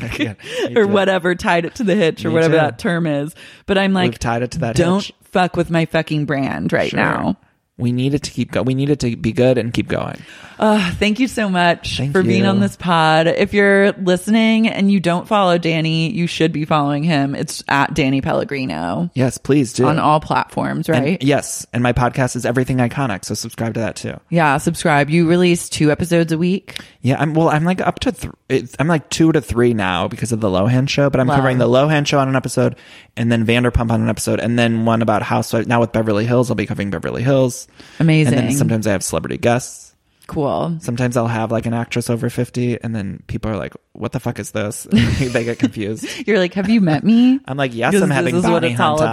S1: or
S4: too.
S1: whatever, tied it to the hitch or
S4: Me
S1: whatever
S4: too.
S1: that term is. But I'm like
S4: We've tied it to that
S1: Don't
S4: hitch."
S1: fuck with my fucking brand right
S4: Sure.
S1: now.
S4: We need it to keep going. We need it to be good and keep going.
S1: Thank you so much
S4: Thank
S1: for being
S4: you.
S1: on this pod. If you're listening and you don't follow Danny, you should be following him. It's at Danny Pellegrino
S4: Yes, please do.
S1: on all platforms,
S4: And-
S1: right?
S4: yes. And my podcast is Everything Iconic, so subscribe to that too.
S1: Yeah, subscribe. You release two episodes a week.
S4: Yeah, I'm well. I'm like up to th- it's, I'm like two to three now because of the Lohan show. But I'm
S1: Wow.
S4: covering the Lohan show on an episode, and then Vanderpump on an episode, and then one about Housewives. Now with Beverly Hills, I'll be covering Beverly Hills.
S1: Amazing.
S4: And then sometimes I have celebrity guests.
S1: Cool.
S4: Sometimes I'll have like an actress over fifty, and then people are like, "What the fuck is this?" And they get confused.
S1: You're like, have you met me?
S4: I'm like, "Yes,
S1: 'Cause
S4: I'm having
S1: This is
S4: Bonnie
S1: what it's all
S4: Hunt on.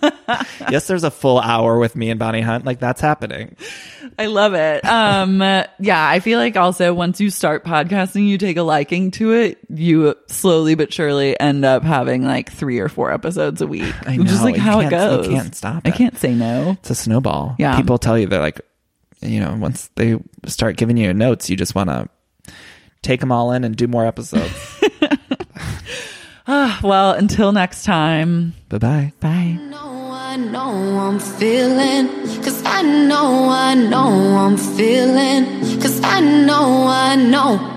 S1: about.
S4: yes, there's a full hour with me and Bonnie Hunt. Like that's happening.
S1: I love it. Um, uh, yeah, I feel like also once you start podcasting, you take a liking to it. You slowly but surely end up having like three or four episodes a week.
S4: I
S1: Which is
S4: know.
S1: like
S4: You
S1: how it
S4: can't- you
S1: goes.
S4: can't stop
S1: I
S4: it.
S1: can't say no.
S4: It's a snowball.
S1: Yeah.
S4: People tell you they're like, you know, once they start giving you notes, you just want to take them all in and do more episodes.
S1: Well, until next time.
S4: bye bye.
S1: Bye.
S2: know, I know I'm feeling. Cause I know, I know I'm feeling. Cause I know, I know.